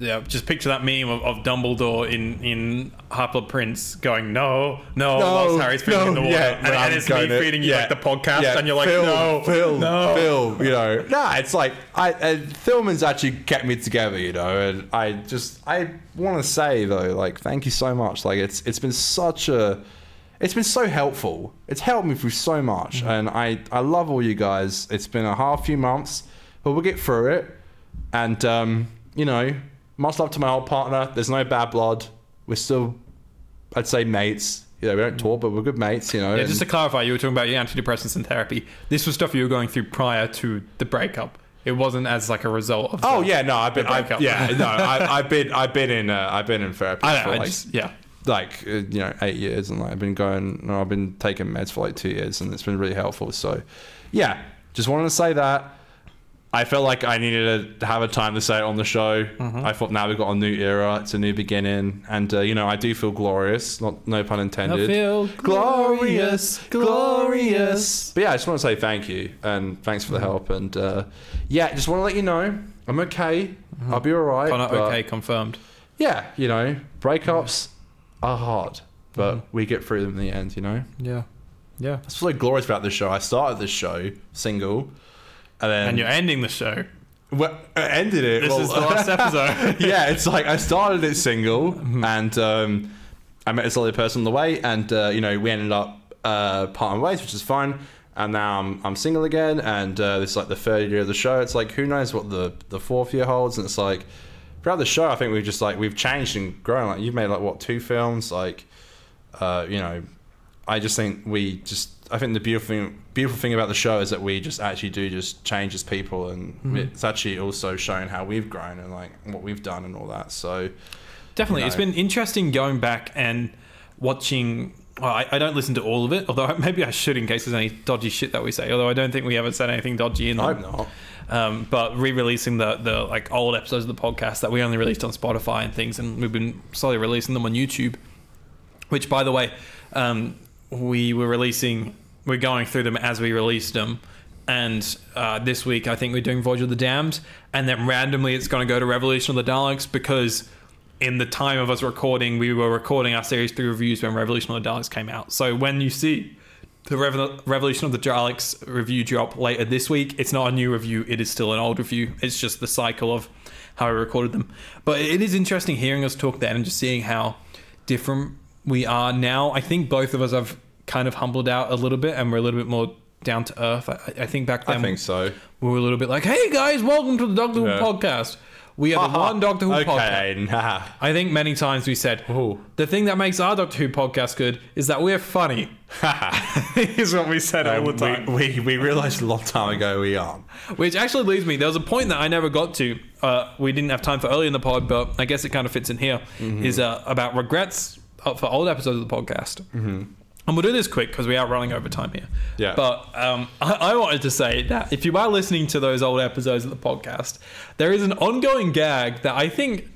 S1: yeah. Just picture that meme of, of Dumbledore in in Harper Prince going, "No, no," whilst Harry's feeding him the water, and,
S2: when
S1: and
S2: I'm
S1: it's me
S2: going to-
S1: feeding you
S2: yeah,
S1: like the podcast,
S2: yeah,
S1: and you're like,
S2: film,
S1: "No,
S2: film,
S1: no."
S2: film," you know, nah, it's like I uh, Thillman's actually kept me together, you know, and I just I want to say though, like, thank you so much. Like, it's it's been such a, it's been so helpful. It's helped me through so much,
S1: Mm-hmm.
S2: and I I love all you guys. It's been a hard few months, but we'll get through it, and um, you know, much love to my old partner. There's no bad blood. We're still I'd say mates. You know, we don't talk, but we're good mates. You know,
S1: Yeah,
S2: and-
S1: just to clarify, you were talking about your antidepressants and therapy. This was stuff you were going through prior to the breakup. It wasn't as like a result of.
S2: oh
S1: the-
S2: yeah, no, I've been,
S1: the
S2: I,
S1: breakup.
S2: yeah, no, I, I've been, I've been in, uh, I've been in therapy
S1: I,
S2: for
S1: know, I
S2: like,
S1: just yeah.
S2: like uh, you know, eight years, and like I've been going, no, I've been taking meds for like two years, and it's been really helpful. So, yeah, just wanted to say that. I felt like I needed to have a time to say it on the show.
S1: Mm-hmm.
S2: I thought now we've got a new era, it's a new beginning, and uh, you know I do feel glorious. Not no pun intended.
S1: feel glorious, glorious.
S2: But yeah, I just want to say thank you and thanks
S1: Mm-hmm.
S2: for the help. And uh, yeah, just want to let you know I'm okay. I'll be all right,
S1: Connor,
S2: but-
S1: Mm-hmm. Oh, okay, confirmed.
S2: yeah, you know, breakups are hard, but we get through them in the end, you know?
S1: Yeah, yeah.
S2: That's what's so glorious about this show. I started this show single, and then
S1: And you're ending the show.
S2: well, I ended it.
S1: This
S2: well-
S1: is the last episode. Mm-hmm.
S2: yeah, it's like I started it single, and um, I met this other person on the way, and uh, you know we ended up uh, parting ways, which is fine. And now I'm, I'm single again, and uh, this is like the third year of the show. It's like who knows what the the fourth year holds, and it's like throughout the show, I think we've just like we've changed and grown. Like you've made like what two films, like uh, you know, I just think we just. I think the beautiful thing, beautiful thing about the show is that we just actually do just change as people, and it's actually also showing how we've grown and like what we've done and all that. So
S1: Definitely, it's
S2: know.
S1: been interesting going back and watching. Well, I, I don't listen to all of it, although maybe I should in case there's any dodgy shit that we say. Although I don't think we ever said anything dodgy in
S2: I
S1: them.
S2: hope not.
S1: Um, but re-releasing the the like old episodes of the podcast that we only released on Spotify and things, and we've been slowly releasing them on YouTube. Which, by the way, um, we were releasing. We're going through them as we released them. And uh, this week, I think we're doing Voyage of the Damned, and then randomly it's going to go to Revolution of the Daleks because in the time of us recording, we were recording our series three reviews when Revolution of the Daleks came out. So when you see the Revo- Revolution of the Daleks review drop later this week, it's not a new review; it is still an old review. It's just the cycle of how I recorded them. But it is interesting hearing us talk then and just seeing how different we are now. I think both of us have kind of humbled out a little bit, and we're a little bit more down to
S2: Um,
S1: earth. I, I think back then
S2: I think so.
S1: we were a little bit like, "Hey guys, welcome to the Dog Little
S2: Yeah.
S1: Podcast." We are the one Doctor Who podcast.
S2: okay, nah.
S1: I think many times we said,
S2: Ooh.
S1: the thing that makes our Doctor Who podcast good is that we're funny. is what we said all the time.
S2: We, we, we realized a long time ago we aren't.
S1: Which actually leads me. There was a point that I never got to. Uh, we didn't have time for early in the pod, but I guess it kind of fits in here. Is
S2: Mm-hmm.
S1: uh, about regrets uh, for old episodes of the podcast. Mm-hmm. And we'll do this quick because we are running over time here.
S2: Yeah.
S1: But um, I, I wanted to say that if you are listening to those old episodes of the podcast, there is an ongoing gag that I think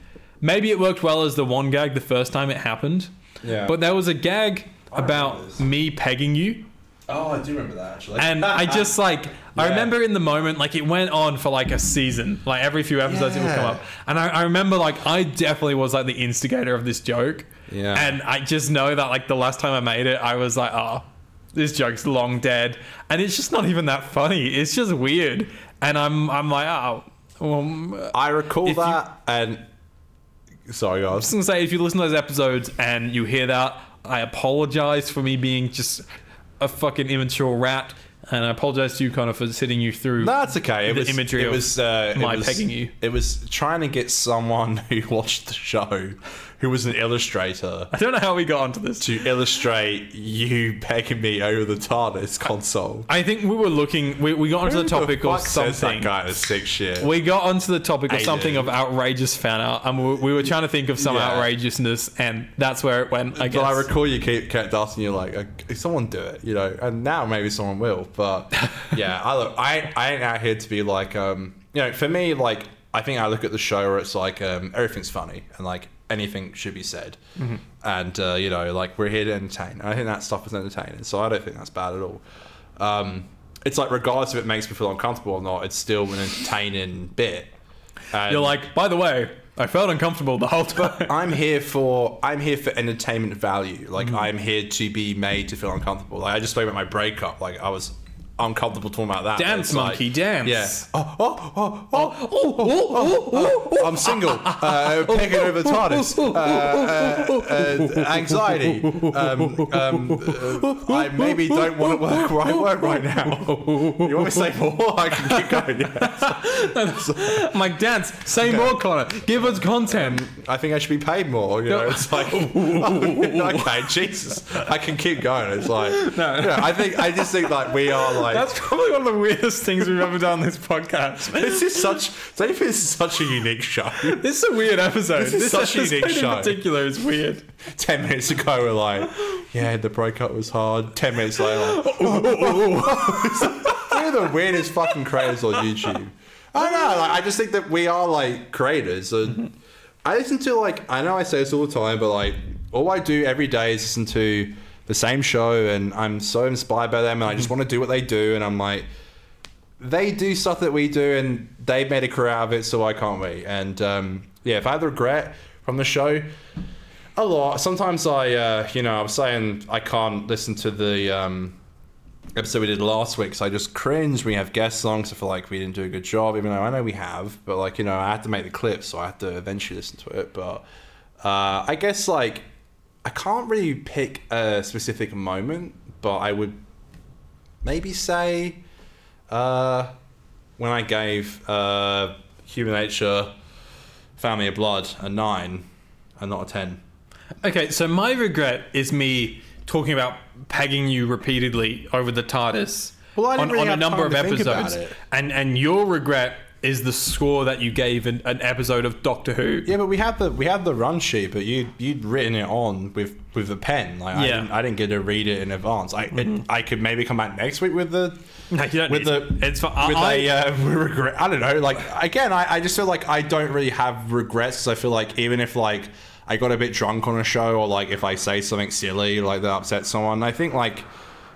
S1: maybe it worked well as the one gag the first time it happened.
S2: Yeah.
S1: But there was a gag
S2: remember
S1: about
S2: this.
S1: me pegging you.
S2: Oh, I do remember that actually.
S1: And I just like I
S2: Yeah.
S1: remember in the moment, like it went on for like a season, like every few episodes it would come
S2: Yeah.
S1: up, and I, I remember like I definitely was like the instigator of this joke,
S2: Yeah.
S1: And I just know that like the last time I made it, I was like, oh, this joke's long dead, and it's just not even that funny. It's just weird, and I'm I'm like, oh, well, I'm just
S2: I recall
S1: If you-
S2: that and sorry guys.
S1: gonna say if you listen to those episodes and you hear that, I apologize for me being just a fucking immature rat. And I apologize to you, Connor, for sitting you through.
S2: No, it's okay. It
S1: The
S2: was
S1: imagery
S2: It
S1: of
S2: was uh, it
S1: my
S2: was-
S1: pegging you.
S2: It was trying to get someone who watched the show, who was an illustrator,
S1: I don't know how we got onto this.
S2: to illustrate you pegging me over the TARDIS console.
S1: I think we were looking. We, we got onto the topic
S2: Who the
S1: of
S2: fuck says
S1: something.
S2: That guy is sick shit.
S1: We got onto the topic of
S2: I
S1: something
S2: do.
S1: of outrageous fan art, and we, we were trying to think of some
S2: Yeah.
S1: outrageousness, and that's where it went. I
S2: But I
S1: guess.
S2: recall you keep, kept asking, you're like, "Uh, someone do it, you know, and now maybe someone will. But yeah, I look, I, I ain't out here to be like, um, you know, for me, like, I think I look at the show where it's like, um, everything's funny and like anything should be said.
S1: Mm-hmm.
S2: And, uh, you know, like, we're here to entertain. And I think that stuff is entertaining. So I don't think that's bad at all. Um, it's like, regardless if it makes me feel uncomfortable or not, it's still an entertaining bit. And
S1: You're like, by the way, I felt uncomfortable the whole time.
S2: I'm here for I'm here for entertainment value. Like
S1: Mm-hmm.
S2: I'm here to be made to feel uncomfortable. Like I just spoke about my breakup. Like I was uncomfortable talking about that.
S1: Dance,
S2: It's like-
S1: monkey, dance.
S2: Yeah. Oh oh oh oh oh oh, oh, oh. I'm single. Uh, picking over TARDIS. Uh, uh, uh, anxiety. Um, um, uh, I maybe don't want to work where I work right now. You want me to say more? I can keep going. Yeah.
S1: I'm like, dance, say more, Connor. Give us content.
S2: I think I should be paid more. You know, it's like, okay, Jesus, I can keep going. It's like, no, I think I just think like we are like
S1: That's probably one of the weirdest things we've ever done on this podcast.
S2: this is such. Safe is such a unique show.
S1: This is a weird episode.
S2: This is such a
S1: episode
S2: unique
S1: in
S2: show.
S1: particular is weird.
S2: Ten minutes ago, we're like, yeah, the breakup was hard. Ten minutes later, like, we're the weirdest fucking creators on YouTube. I don't know. Like, I just think that we are like creators. And I listen to like I know I say this all the time, but like all I do every day is listen to the same show, and I'm so inspired by them, and I just want to do what they do, and I'm like. They do stuff that we do, and they've made a career out of it, so why can't we? And um, yeah, if I had regret from the show, a lot. Sometimes I, uh, you know, I'm saying I can't listen to the um, episode we did last week, so I just cringe. We have guest songs. I feel like we didn't do a good job, even though I know we have. But like, you know, I had to make the clip, so I had to eventually listen to it. But uh, I guess like I can't really pick a specific moment, but I would maybe say uh, when I gave uh, Human Nature Family of Blood a nine and not a ten.
S1: Okay, so my regret is me talking about pegging you repeatedly over the TARDIS
S2: Well, I
S1: on,
S2: didn't
S1: on
S2: really
S1: a
S2: have
S1: number
S2: time
S1: of
S2: to think about
S1: episodes,
S2: it.
S1: and and your regret is the score that you gave an, an episode of Doctor Who.
S2: Yeah, but we had the we had the run sheet, but you you'd written it on with with a pen. Like I,
S1: Yeah. Mm-hmm.
S2: didn't, I didn't get to read it in advance. I it, I could maybe come back next week with the
S1: No, you don't need
S2: with the
S1: to. It's fine.
S2: with
S1: I-
S2: a uh, regret. I don't know. Like again, I, I just feel like I don't really have regrets. 'cause I feel like even if like I got a bit drunk on a show, or like if I say something silly like that upsets someone, I think like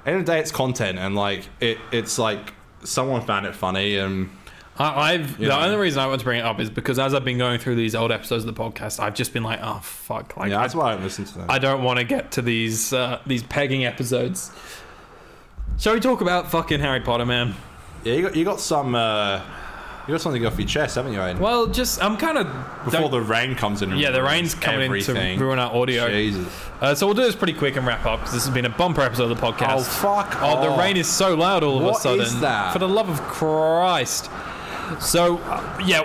S2: end of the day it's content, and like it it's like someone found it funny and.
S1: I, I've the
S2: know.
S1: only reason I want to bring it up is because as I've been going through these old episodes of the podcast, I've just been like, oh fuck, like
S2: Yeah,
S1: I,
S2: that's why I don't listen to them.
S1: I don't want to get to these uh, these pegging episodes. Shall we talk about fucking Harry Potter, man?
S2: Yeah, you got you got some uh, you got something off your chest, haven't you, Aiden?
S1: Well, just I'm kind of
S2: Before the rain comes in. and
S1: Yeah, the
S2: ruins
S1: rain's coming in
S2: everything.
S1: to ruin our audio.
S2: Jesus.
S1: Uh, so we'll do this pretty quick and wrap up because this has been a bumper episode of the podcast.
S2: Oh, fuck
S1: Oh, the
S2: off.
S1: rain is so loud all of a
S2: What
S1: sudden.
S2: is that?
S1: For the love of Christ! So, uh, yeah,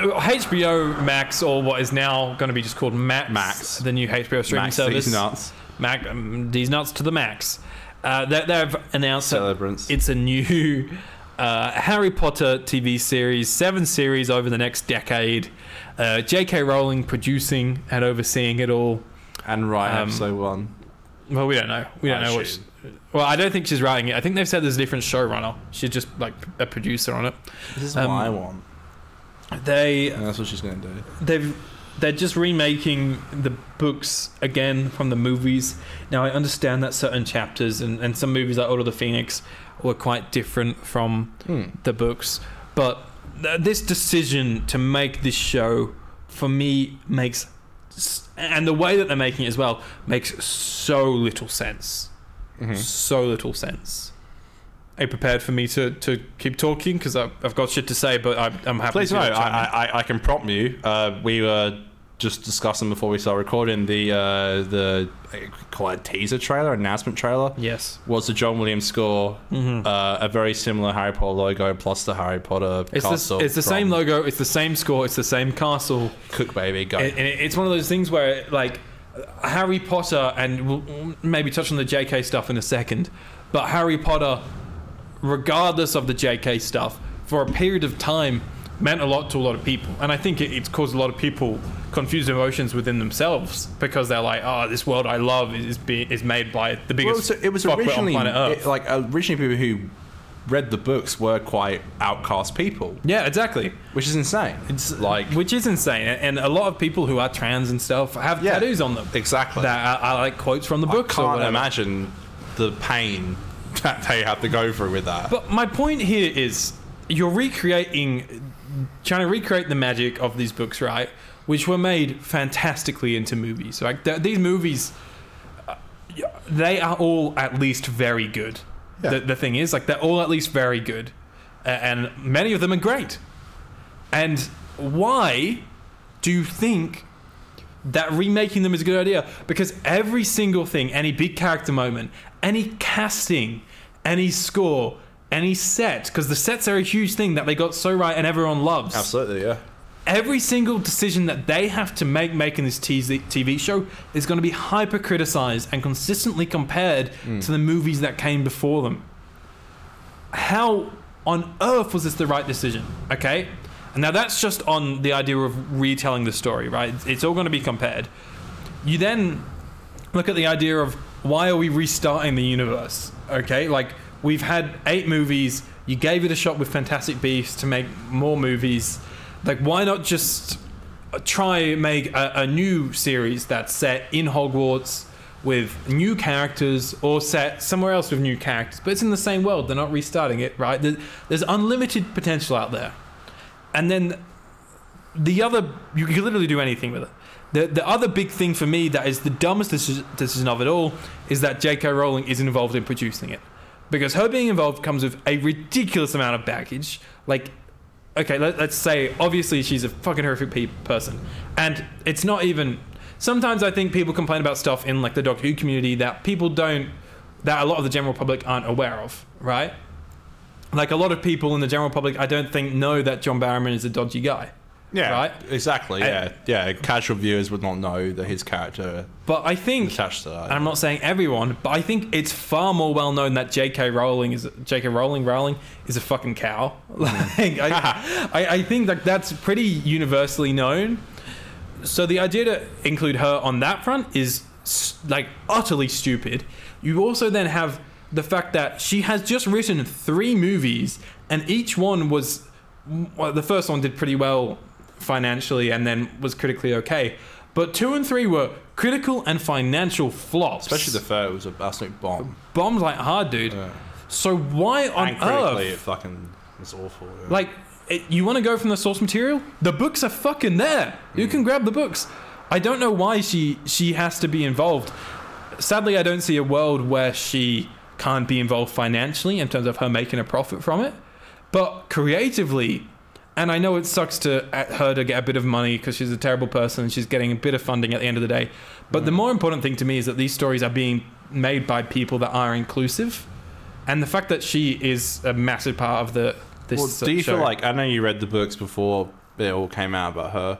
S1: w- HBO Max, or what is now going to be just called Max,
S2: Max.
S1: the new HBO streaming
S2: Max these
S1: service.
S2: nuts.
S1: Mac, um, these nuts to the max. Uh, they, they've announced that
S2: Celebrants.
S1: it's a new uh, Harry Potter TV series, seven series over the next decade. Uh, J.K. Rowling producing and overseeing it all.
S2: And right,
S1: Um,
S2: episode one. Ah,
S1: Well, we don't know. We don't
S2: I
S1: know what.
S2: should.
S1: she- well, I don't think she's writing it. I think they've said there's a different showrunner. She's just like a producer on it.
S2: This is
S1: um,
S2: what I want.
S1: They
S2: And that's what she's going to do.
S1: they've they're just remaking the books again from the movies. Now I understand that certain chapters and, and some movies like Order of the Phoenix were quite different from the books, but th- this decision to make this show for me makes s- and the way that they're making it as well makes so little sense. So little sense. Mm-hmm. Are you prepared for me to, to keep talking? Because I've, I've got shit to say, but I'm, I'm happy
S2: Please
S1: to.
S2: no,
S1: chime in.
S2: I, I, I can prompt you. Uh, we were just discussing before we started recording the uh, the uh, call it teaser trailer, announcement trailer.
S1: yes.
S2: Was the John Williams score
S1: Mm-hmm.
S2: uh, a very similar Harry Potter logo plus the Harry Potter
S1: It's the,
S2: castle?
S1: it's the same
S2: from
S1: logo, it's the same score, it's the same castle.
S2: Cook baby go.
S1: And, and it's one of those things where, like, Harry Potter, and we'll maybe touch on the JK stuff in a second, but Harry Potter, regardless of the JK stuff, for a period of time, meant a lot to a lot of people. And I think it, it's caused a lot of people confused emotions within themselves because they're like, oh, this world I love is, be, is made by the
S2: Well,
S1: biggest
S2: so it was
S1: fuckwit
S2: originally
S1: on planet Earth.
S2: it- like originally people who read the books were quite outcast people,
S1: yeah, exactly.
S2: which is insane.
S1: It's
S2: like
S1: which is insane, and a lot of people who are trans and stuff have
S2: Yeah,
S1: tattoos on them.
S2: exactly.
S1: that are, are like quotes from the
S2: I
S1: books. or
S2: can't
S1: whatever.
S2: imagine the pain that they have to go through with that.
S1: But my point here is, you're recreating, trying to recreate the magic of these books, right? Which were made fantastically into movies. Like th- these movies, uh, yeah, they are all at least very good.
S2: Yeah.
S1: The, the thing is, like they're all at least very good, A- and many of them are great. And why do you think that remaking them is a good idea because every single thing, any big character moment, any casting, any score, any set, because the sets are a huge thing that they got so right and everyone loves.
S2: Absolutely, yeah.
S1: Every single decision that they have to make making this TZ TV show is going to be hyper criticized and consistently compared to the movies that came before them. How on earth was this the right decision? Okay? And now that's just on the idea of retelling the story, right? It's- It's all going to be compared. You then look at the idea of why are we restarting the universe? Okay, like we've had eight movies. You gave it a shot with Fantastic Beasts to make more movies. Like, why not just try and make a, a new series that's set in Hogwarts with new characters or set somewhere else with new characters? But it's in the same world. They're not restarting it, right? There- There's unlimited potential out there. And then the other you can literally do anything with it. The the other big thing for me that is the dumbest deci- decision of it all is that J.K. Rowling is involved in producing it, because her being involved comes with a ridiculous amount of baggage. Like, okay, let, let's say obviously she's a fucking horrific pe- person, and it's not even. Sometimes I think people complain about stuff in like the Doctor Who community that people don't, that a lot of the general public aren't aware of, right? Like a lot of people in the general public, I don't think know that John Barrowman is a dodgy guy.
S2: Yeah,
S1: Right?
S2: Exactly.
S1: And-
S2: yeah, yeah. Casual viewers would not know that his character
S1: But I think
S2: attached to that.
S1: and I'm not saying everyone, but I think it's far more well known that J.K. Rowling is J.K. Rowling Rowling is a fucking cow. Like I, I, I think that that's pretty universally known. So the idea to include her on that front is s- like utterly stupid. You also then have the fact that she has just written three movies, and each one was well, the first one did pretty well financially, and then was critically okay. But two and three were critical and financial flops
S2: Especially the third was an absolute bomb.
S1: bombed like hard, dude. So why on
S2: and critically, it
S1: earth?
S2: fucking was awful. yeah.
S1: Like, it, you want to go from the source material? The books are fucking there. You can grab the books. I don't know why she she has to be involved. Sadly, I don't see a world where she can't be involved financially in terms of her making a profit from it. But creatively, and I know it sucks to at her to get a bit of money because she's a terrible person and she's getting a bit of funding at the end of the day. But
S2: Mm.
S1: the more important thing to me is that these stories are being made by people that are inclusive, and the fact that she is a massive part of the this
S2: Well, do you
S1: show.
S2: feel like I know you read the books before it all came out about her,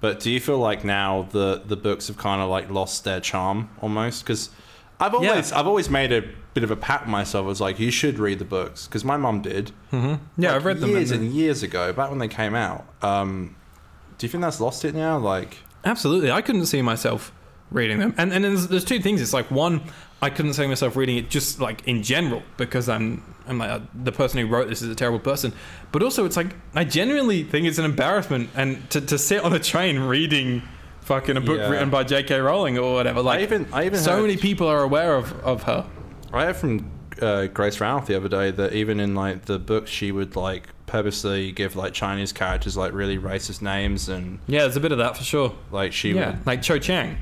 S2: but do you feel like now the the books have kind of like lost their charm almost? Because I've always I've always made a bit of a pat myself. I was like, you should read the books because my mum did.
S1: yeah,
S2: like,
S1: I've read them.
S2: years
S1: and-
S2: and years ago, back when they came out. Um, do you think that's lost it now? Like,
S1: Absolutely, I couldn't see myself reading them. And and there's, there's two things. It's like one, I couldn't see myself reading it just like in general because I'm I'm like uh, the person who wrote this is a terrible person. But also, it's like I genuinely think it's an embarrassment and to to sit on a train reading. Fucking a book
S2: Yeah.
S1: written by J.K. Rowling or whatever. Like,
S2: even- I even
S1: so
S2: heard-
S1: many people are aware of, of her.
S2: I heard from uh, Grace Ralph the other day that even in like the books, she would like purposely give like Chinese characters like really racist names and
S1: Yeah, there's a bit of that for sure.
S2: like she
S1: Yeah,
S2: would
S1: like Cho Chang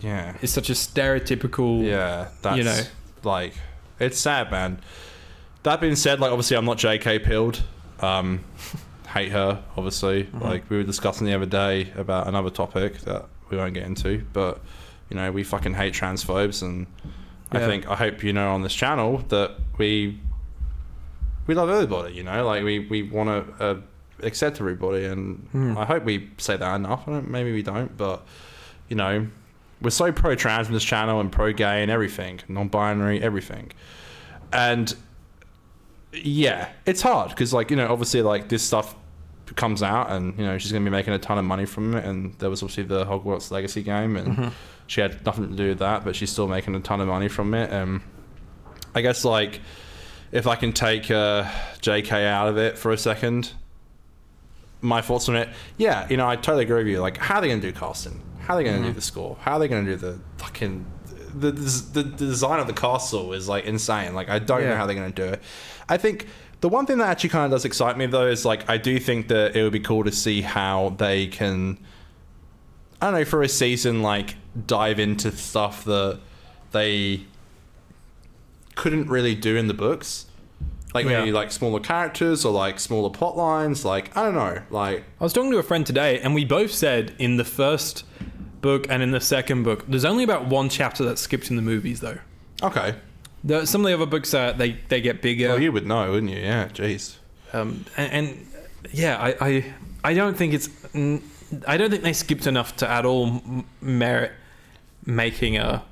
S2: yeah
S1: is such a stereotypical.
S2: yeah that's
S1: know.
S2: like it's sad man that being said like obviously i'm not jk pilled um hate her obviously
S1: Mm-hmm.
S2: like we were discussing the other day about another topic that we won't get into but you know we fucking hate transphobes and i
S1: Yeah.
S2: think i hope you know on this channel that we we love everybody you know like we we want to uh, accept everybody and
S1: Hmm.
S2: i hope we say that enough I don't, maybe we don't but you know, we're so pro trans in this channel and pro gay and everything, non binary, everything. And yeah, it's hard because, like, you know, obviously, like, this stuff comes out and, you know, she's going to be making a ton of money from it. And there was obviously the Hogwarts Legacy game and she had nothing to do with that, but she's still making a ton of money from it. And I guess, like, if I can take uh, JK out of it for a second, my thoughts on it. Yeah, you know, I totally agree with you. Like, how are they going to do casting? How are they going to
S1: Mm-hmm.
S2: do the score? How are they going to do the fucking the, the the design of the castle is like insane. Like, I don't know
S1: Yeah.
S2: how they're going to do it. I think the one thing that actually kind of does excite me though is like I do think that it would be cool to see how they can. I don't know for a season like dive into stuff that they couldn't really do in the books. Like maybe
S1: Yeah.
S2: like smaller characters or like smaller plot lines. Like I don't know. Like
S1: I was talking to a friend today, and we both said in the first book and in the second book, there's only about one chapter that's skipped in the movies, though.
S2: okay.
S1: The, some of the other books are they they get bigger,
S2: Well, Oh, you would know, wouldn't you? Yeah. Jeez.
S1: um, and, and yeah, I, I I don't think it's mm, I don't think they skipped enough to at all m- merit making a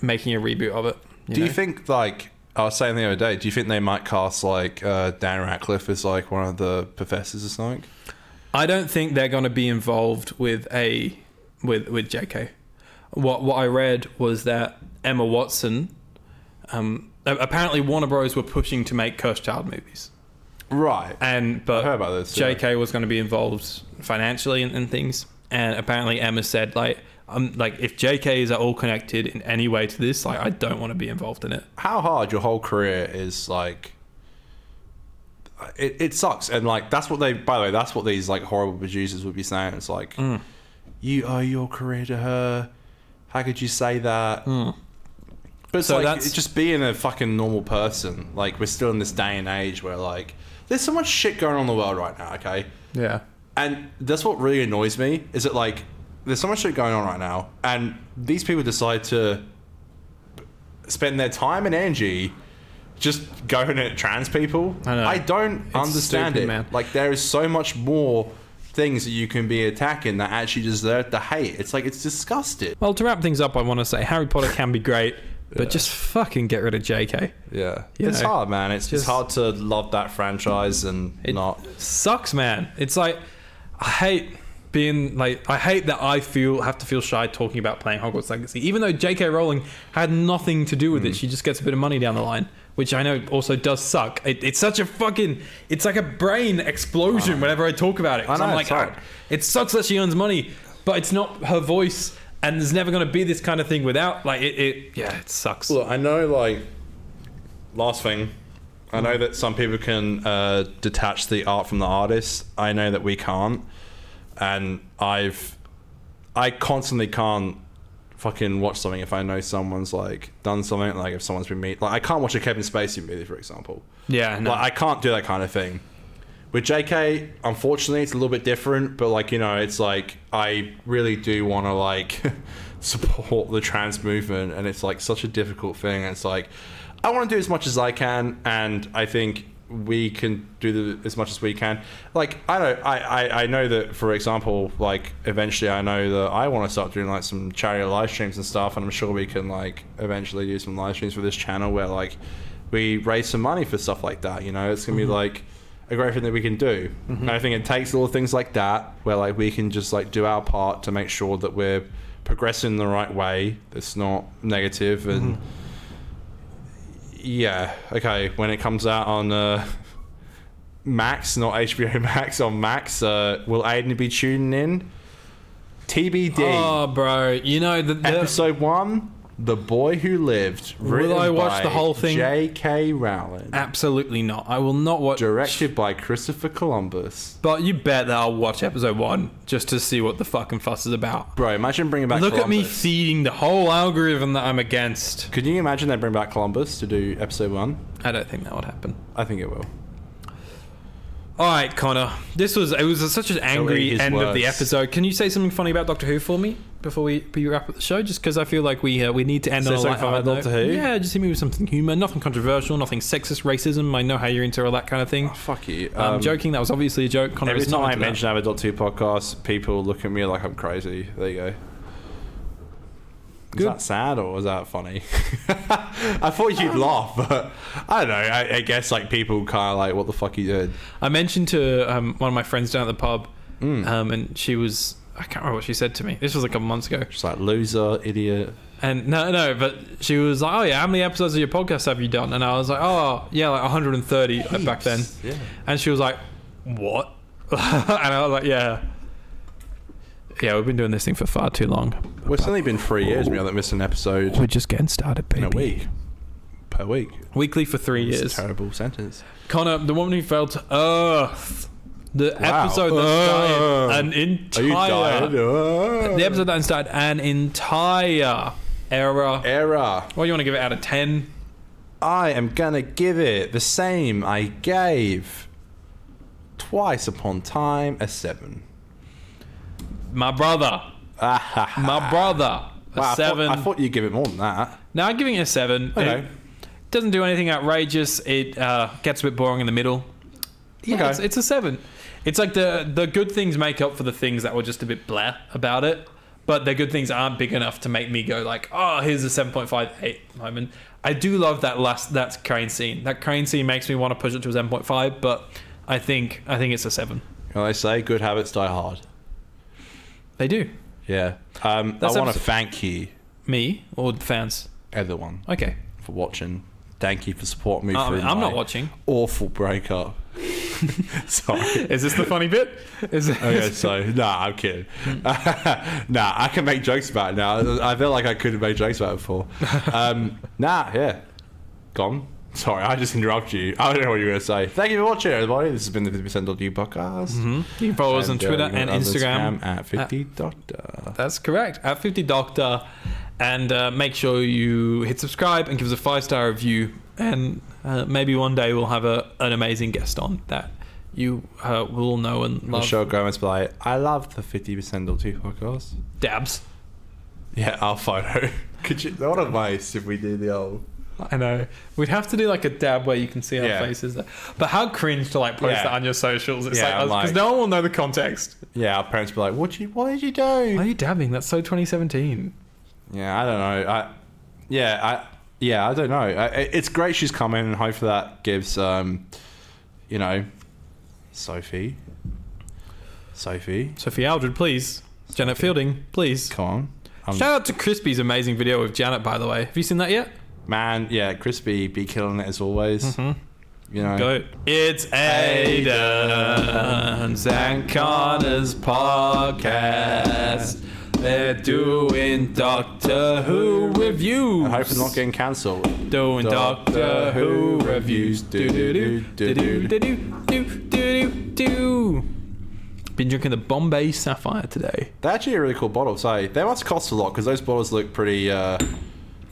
S1: making a reboot of it.
S2: Do you
S1: know?
S2: think like I was saying the other day? Do you think they might cast like uh, Dan Ratcliffe as like one of the professors or something?
S1: I don't think they're going to be involved with a with with JK. What what I read was that Emma Watson, um, a- apparently Warner Bros were pushing to make Cursed Child movies,
S2: Right.
S1: and but
S2: heard about this, yeah.
S1: JK was going to be involved financially and, and things, and apparently Emma said like. Um, like if JKs are all connected in any way to this, like I don't want to be involved in it.
S2: how hard your whole career is like it, it sucks and like that's what they by the way that's what these like horrible producers would be saying it's like
S1: Mm.
S2: you owe your career to her how could you say that but it's
S1: Mm. So
S2: like
S1: that's-
S2: it's just being a fucking normal person like we're still in this day and age where like there's so much shit going on in the world right now okay
S1: Yeah,
S2: and that's what really annoys me is that like there's so much shit going on right now, and these people decide to b- spend their time and energy just going at trans people.
S1: I know.
S2: don't understand
S1: stupid,
S2: it.
S1: man.
S2: Like there is so much more things that you can be attacking that actually deserve the hate. It's like it's disgusting.
S1: Well, to wrap things up, I want to say Harry Potter can be great, but just fucking get rid of JK.
S2: Yeah,
S1: You
S2: it's
S1: know,
S2: hard, man. It's
S1: just-
S2: it's hard to love that franchise and
S1: It
S2: not.
S1: sucks, man. It's like I hate being like I hate that I feel have to feel shy talking about playing Hogwarts Legacy, even though J.K. Rowling had nothing to do with it. She just gets a bit of money down the line, which I know also does suck. It, it's such a fucking it's like a brain explosion whenever I talk about it. 'cause
S2: I know,
S1: I'm like,
S2: it's hard.
S1: "Ah, it sucks that she earns money, but it's not her voice. And there's never going to be this kind of thing without, like, it, it yeah, it sucks.
S2: Look, I know, like, last thing. I know that some people can uh, detach the art from the artist. I know that we can't. And I've. I constantly can't fucking watch something if I know someone's, like, done something. Like, if someone's been meet. Like, I can't watch a Kevin Spacey movie, for example.
S1: Yeah, no.
S2: Like, I can't do that kind of thing. With JK, unfortunately, it's a little bit different, but like, you know, it's like I really do want to like support the trans movement, and it's like such a difficult thing. It's like I want to do as much as I can, and I think we can do the, as much as we can. Like I don't, I, I, I know that for example, like eventually I know that I want to start doing like some charity live streams and stuff, and I'm sure we can like eventually do some live streams for this channel where like we raise some money for stuff like that. You know, it's gonna be like a great thing that we can do.
S1: Mm-hmm.
S2: And I think it takes little things like that where like we can just like do our part to make sure that we're progressing the right way. It's not negative and
S1: Mm-hmm.
S2: yeah, okay. When it comes out on uh, Max, not HBO Max, on Max, uh, will Aiden be tuning in? TBD.
S1: Oh, bro, you know the, the
S2: Episode one: The Boy Who Lived. written
S1: I watch
S2: by
S1: the whole thing?
S2: J.K. Rowling,
S1: absolutely not. I will not watch.
S2: directed by Christopher Columbus.
S1: But you bet that I'll watch episode one just to see what the fucking fuss is about.
S2: Bro, imagine bringing back.
S1: Look at me
S2: Columbus.
S1: feeding the whole algorithm that I'm against.
S2: Could you imagine they bring back Columbus to do episode one?
S1: I don't think that would happen.
S2: I think it will.
S1: All right, Connor. This was it was such an angry
S2: his
S1: end of the
S2: words.
S1: episode. Can you say something funny about Doctor Who for me before we we wrap up the show? Just because I feel like we uh, we need to end
S2: Say
S1: on a
S2: something
S1: light
S2: funny
S1: heart
S2: about Doctor Who?
S1: Yeah, just hit me with something humour, nothing controversial, nothing sexist, racism. I know how you're into all that kind of thing.
S2: Oh, Fuck you.
S1: I'm
S2: Um,
S1: joking. That was obviously a joke. Connor
S2: Every
S1: is not
S2: time I
S1: into that.
S2: mention I have a dot two podcast, people look at me like I'm crazy. There you go. Is
S1: Good.
S2: that sad or was that funny? I thought you'd laugh, but I don't know. I, I guess like people kind of like, what the fuck you did?
S1: I mentioned to um, one of my friends down at the pub,
S2: Mm.
S1: um, and she was. I can't remember what she said to me. This was like a month ago.
S2: Just like loser, idiot.
S1: And no, no, but she was like, "Oh yeah, how many episodes of your podcast have you done?" And I was like, "Oh yeah, like 130 like, back then."
S2: yeah.
S1: And she was like, "What?" and I was like, "Yeah, yeah, we've been doing this thing for far too long.
S2: Well, it's only been three years. We haven't missed an episode
S1: We're just getting started, baby.
S2: in a week. Per week.
S1: Weekly for three
S2: It's
S1: years.
S2: a terrible sentence.
S1: Connor, the woman who fell to earth. The
S2: Wow.
S1: episode that
S2: Ugh.
S1: started an
S2: Are you
S1: entire
S2: tired? Uh,
S1: the episode that started an entire era.
S2: Error.
S1: What do you want to give it out of ten?
S2: I am gonna give it the same I gave twice upon time a seven.
S1: My brother,
S2: Ah,
S1: my brother, a
S2: wow,
S1: seven.
S2: I thought, I thought you'd give it more than that.
S1: no, I'm giving it a seven.
S2: Okay.
S1: It doesn't do anything outrageous. It uh, gets a bit boring in the middle. Yeah,
S2: Okay.
S1: it's, it's a seven. It's like the the good things make up for the things that were just a bit blah about it. But the good things aren't big enough to make me go like, oh, here's a seven point five eight moment. I do love that last that crane scene. That crane scene makes me want to push it to a seven point five, but I think I think it's a seven.
S2: You know, they say good habits die hard.
S1: They do.
S2: Yeah. Um, I
S1: That's
S2: want to
S1: abs-
S2: thank you,
S1: Me or the fans?
S2: everyone,
S1: Okay.
S2: for watching. Thank you for supporting me.
S1: I
S2: through
S1: mean, I'm
S2: my
S1: not watching.
S2: Awful breakup. Sorry.
S1: Is this the funny bit? Is it,
S2: Okay, so nah, I'm kidding. nah, I can make jokes about it now. I feel like I couldn't make jokes about it before. Um, nah, yeah, gone. Sorry, I just interrupted you. I don't know what you were going to say. Thank you for watching, everybody. This has been the 50% You podcast.
S1: You can follow us on
S2: And, uh,
S1: Twitter
S2: you can
S1: and
S2: follow us on
S1: Instagram.
S2: at uh, 50 Doctor.
S1: That's correct. At 50 Doctor. And uh, make sure you hit subscribe and give us a five star review. And uh, maybe one day we'll have a, an amazing guest on that you uh, will know and love.
S2: Michelle Gomez be like, I love the 50% Doctor podcast.
S1: Dabs.
S2: Yeah, our photo. Could you? What a waste if we do the old.
S1: I know. We'd have to do like a dab where you can see our
S2: Yeah.
S1: faces. But how cringe to like post
S2: Yeah.
S1: that on your socials. It's
S2: Yeah,
S1: like, because
S2: like-
S1: no one will know the context.
S2: Yeah, our parents be like, what you? What did you do?
S1: Why are you dabbing? That's so 2017.
S2: Yeah, I don't know. I yeah, I yeah, I don't know. I, I- it's great she's coming, and hopefully that gives um, you know, Sophie, Sophie,
S1: Sophie Aldred, please. Janet Fielding, please.
S2: come on, Um,
S1: Shout out to Crispy's amazing video with Janet, by the way. Have you seen that yet?
S2: man. Yeah, crispy, be killing it as always. You know,
S1: Mm-hmm. Go. It's Aidan's and Connor's podcast. They're doing Doctor Who reviews.
S2: I hope it's not getting cancelled.
S1: doing Doctor Who reviews. Do do do do do do do do do. Been drinking the Bombay Sapphire today.
S2: They're actually a really cool bottle. So they must cost a lot because those bottles look pretty. uh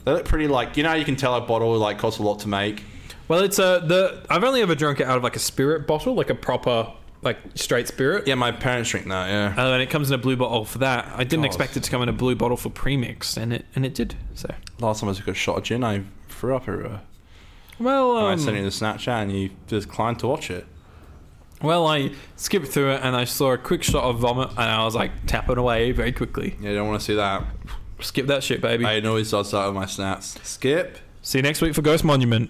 S2: They look pretty like you know how you can tell a bottle like costs a lot to make.
S1: Well, it's a the I've only ever drunk it out of like a spirit bottle, like a proper like straight spirit.
S2: Yeah, my parents drink that. Yeah.
S1: Uh, and it comes in a blue bottle for that. I didn't
S2: God.
S1: expect it to come in a blue bottle for premix, and it and it did. So
S2: Last time I took a shot of gin, I threw up everywhere.
S1: Well,
S2: And I
S1: um,
S2: sent you the Snapchat and you declined to watch it.
S1: well, I skipped through it and I saw a quick shot of vomit and I was like, tap it away very quickly.
S2: Yeah, I don't want to see that.
S1: Skip that shit, baby.
S2: I always does that with my snaps. Skip.
S1: See you next week for Ghost Monument.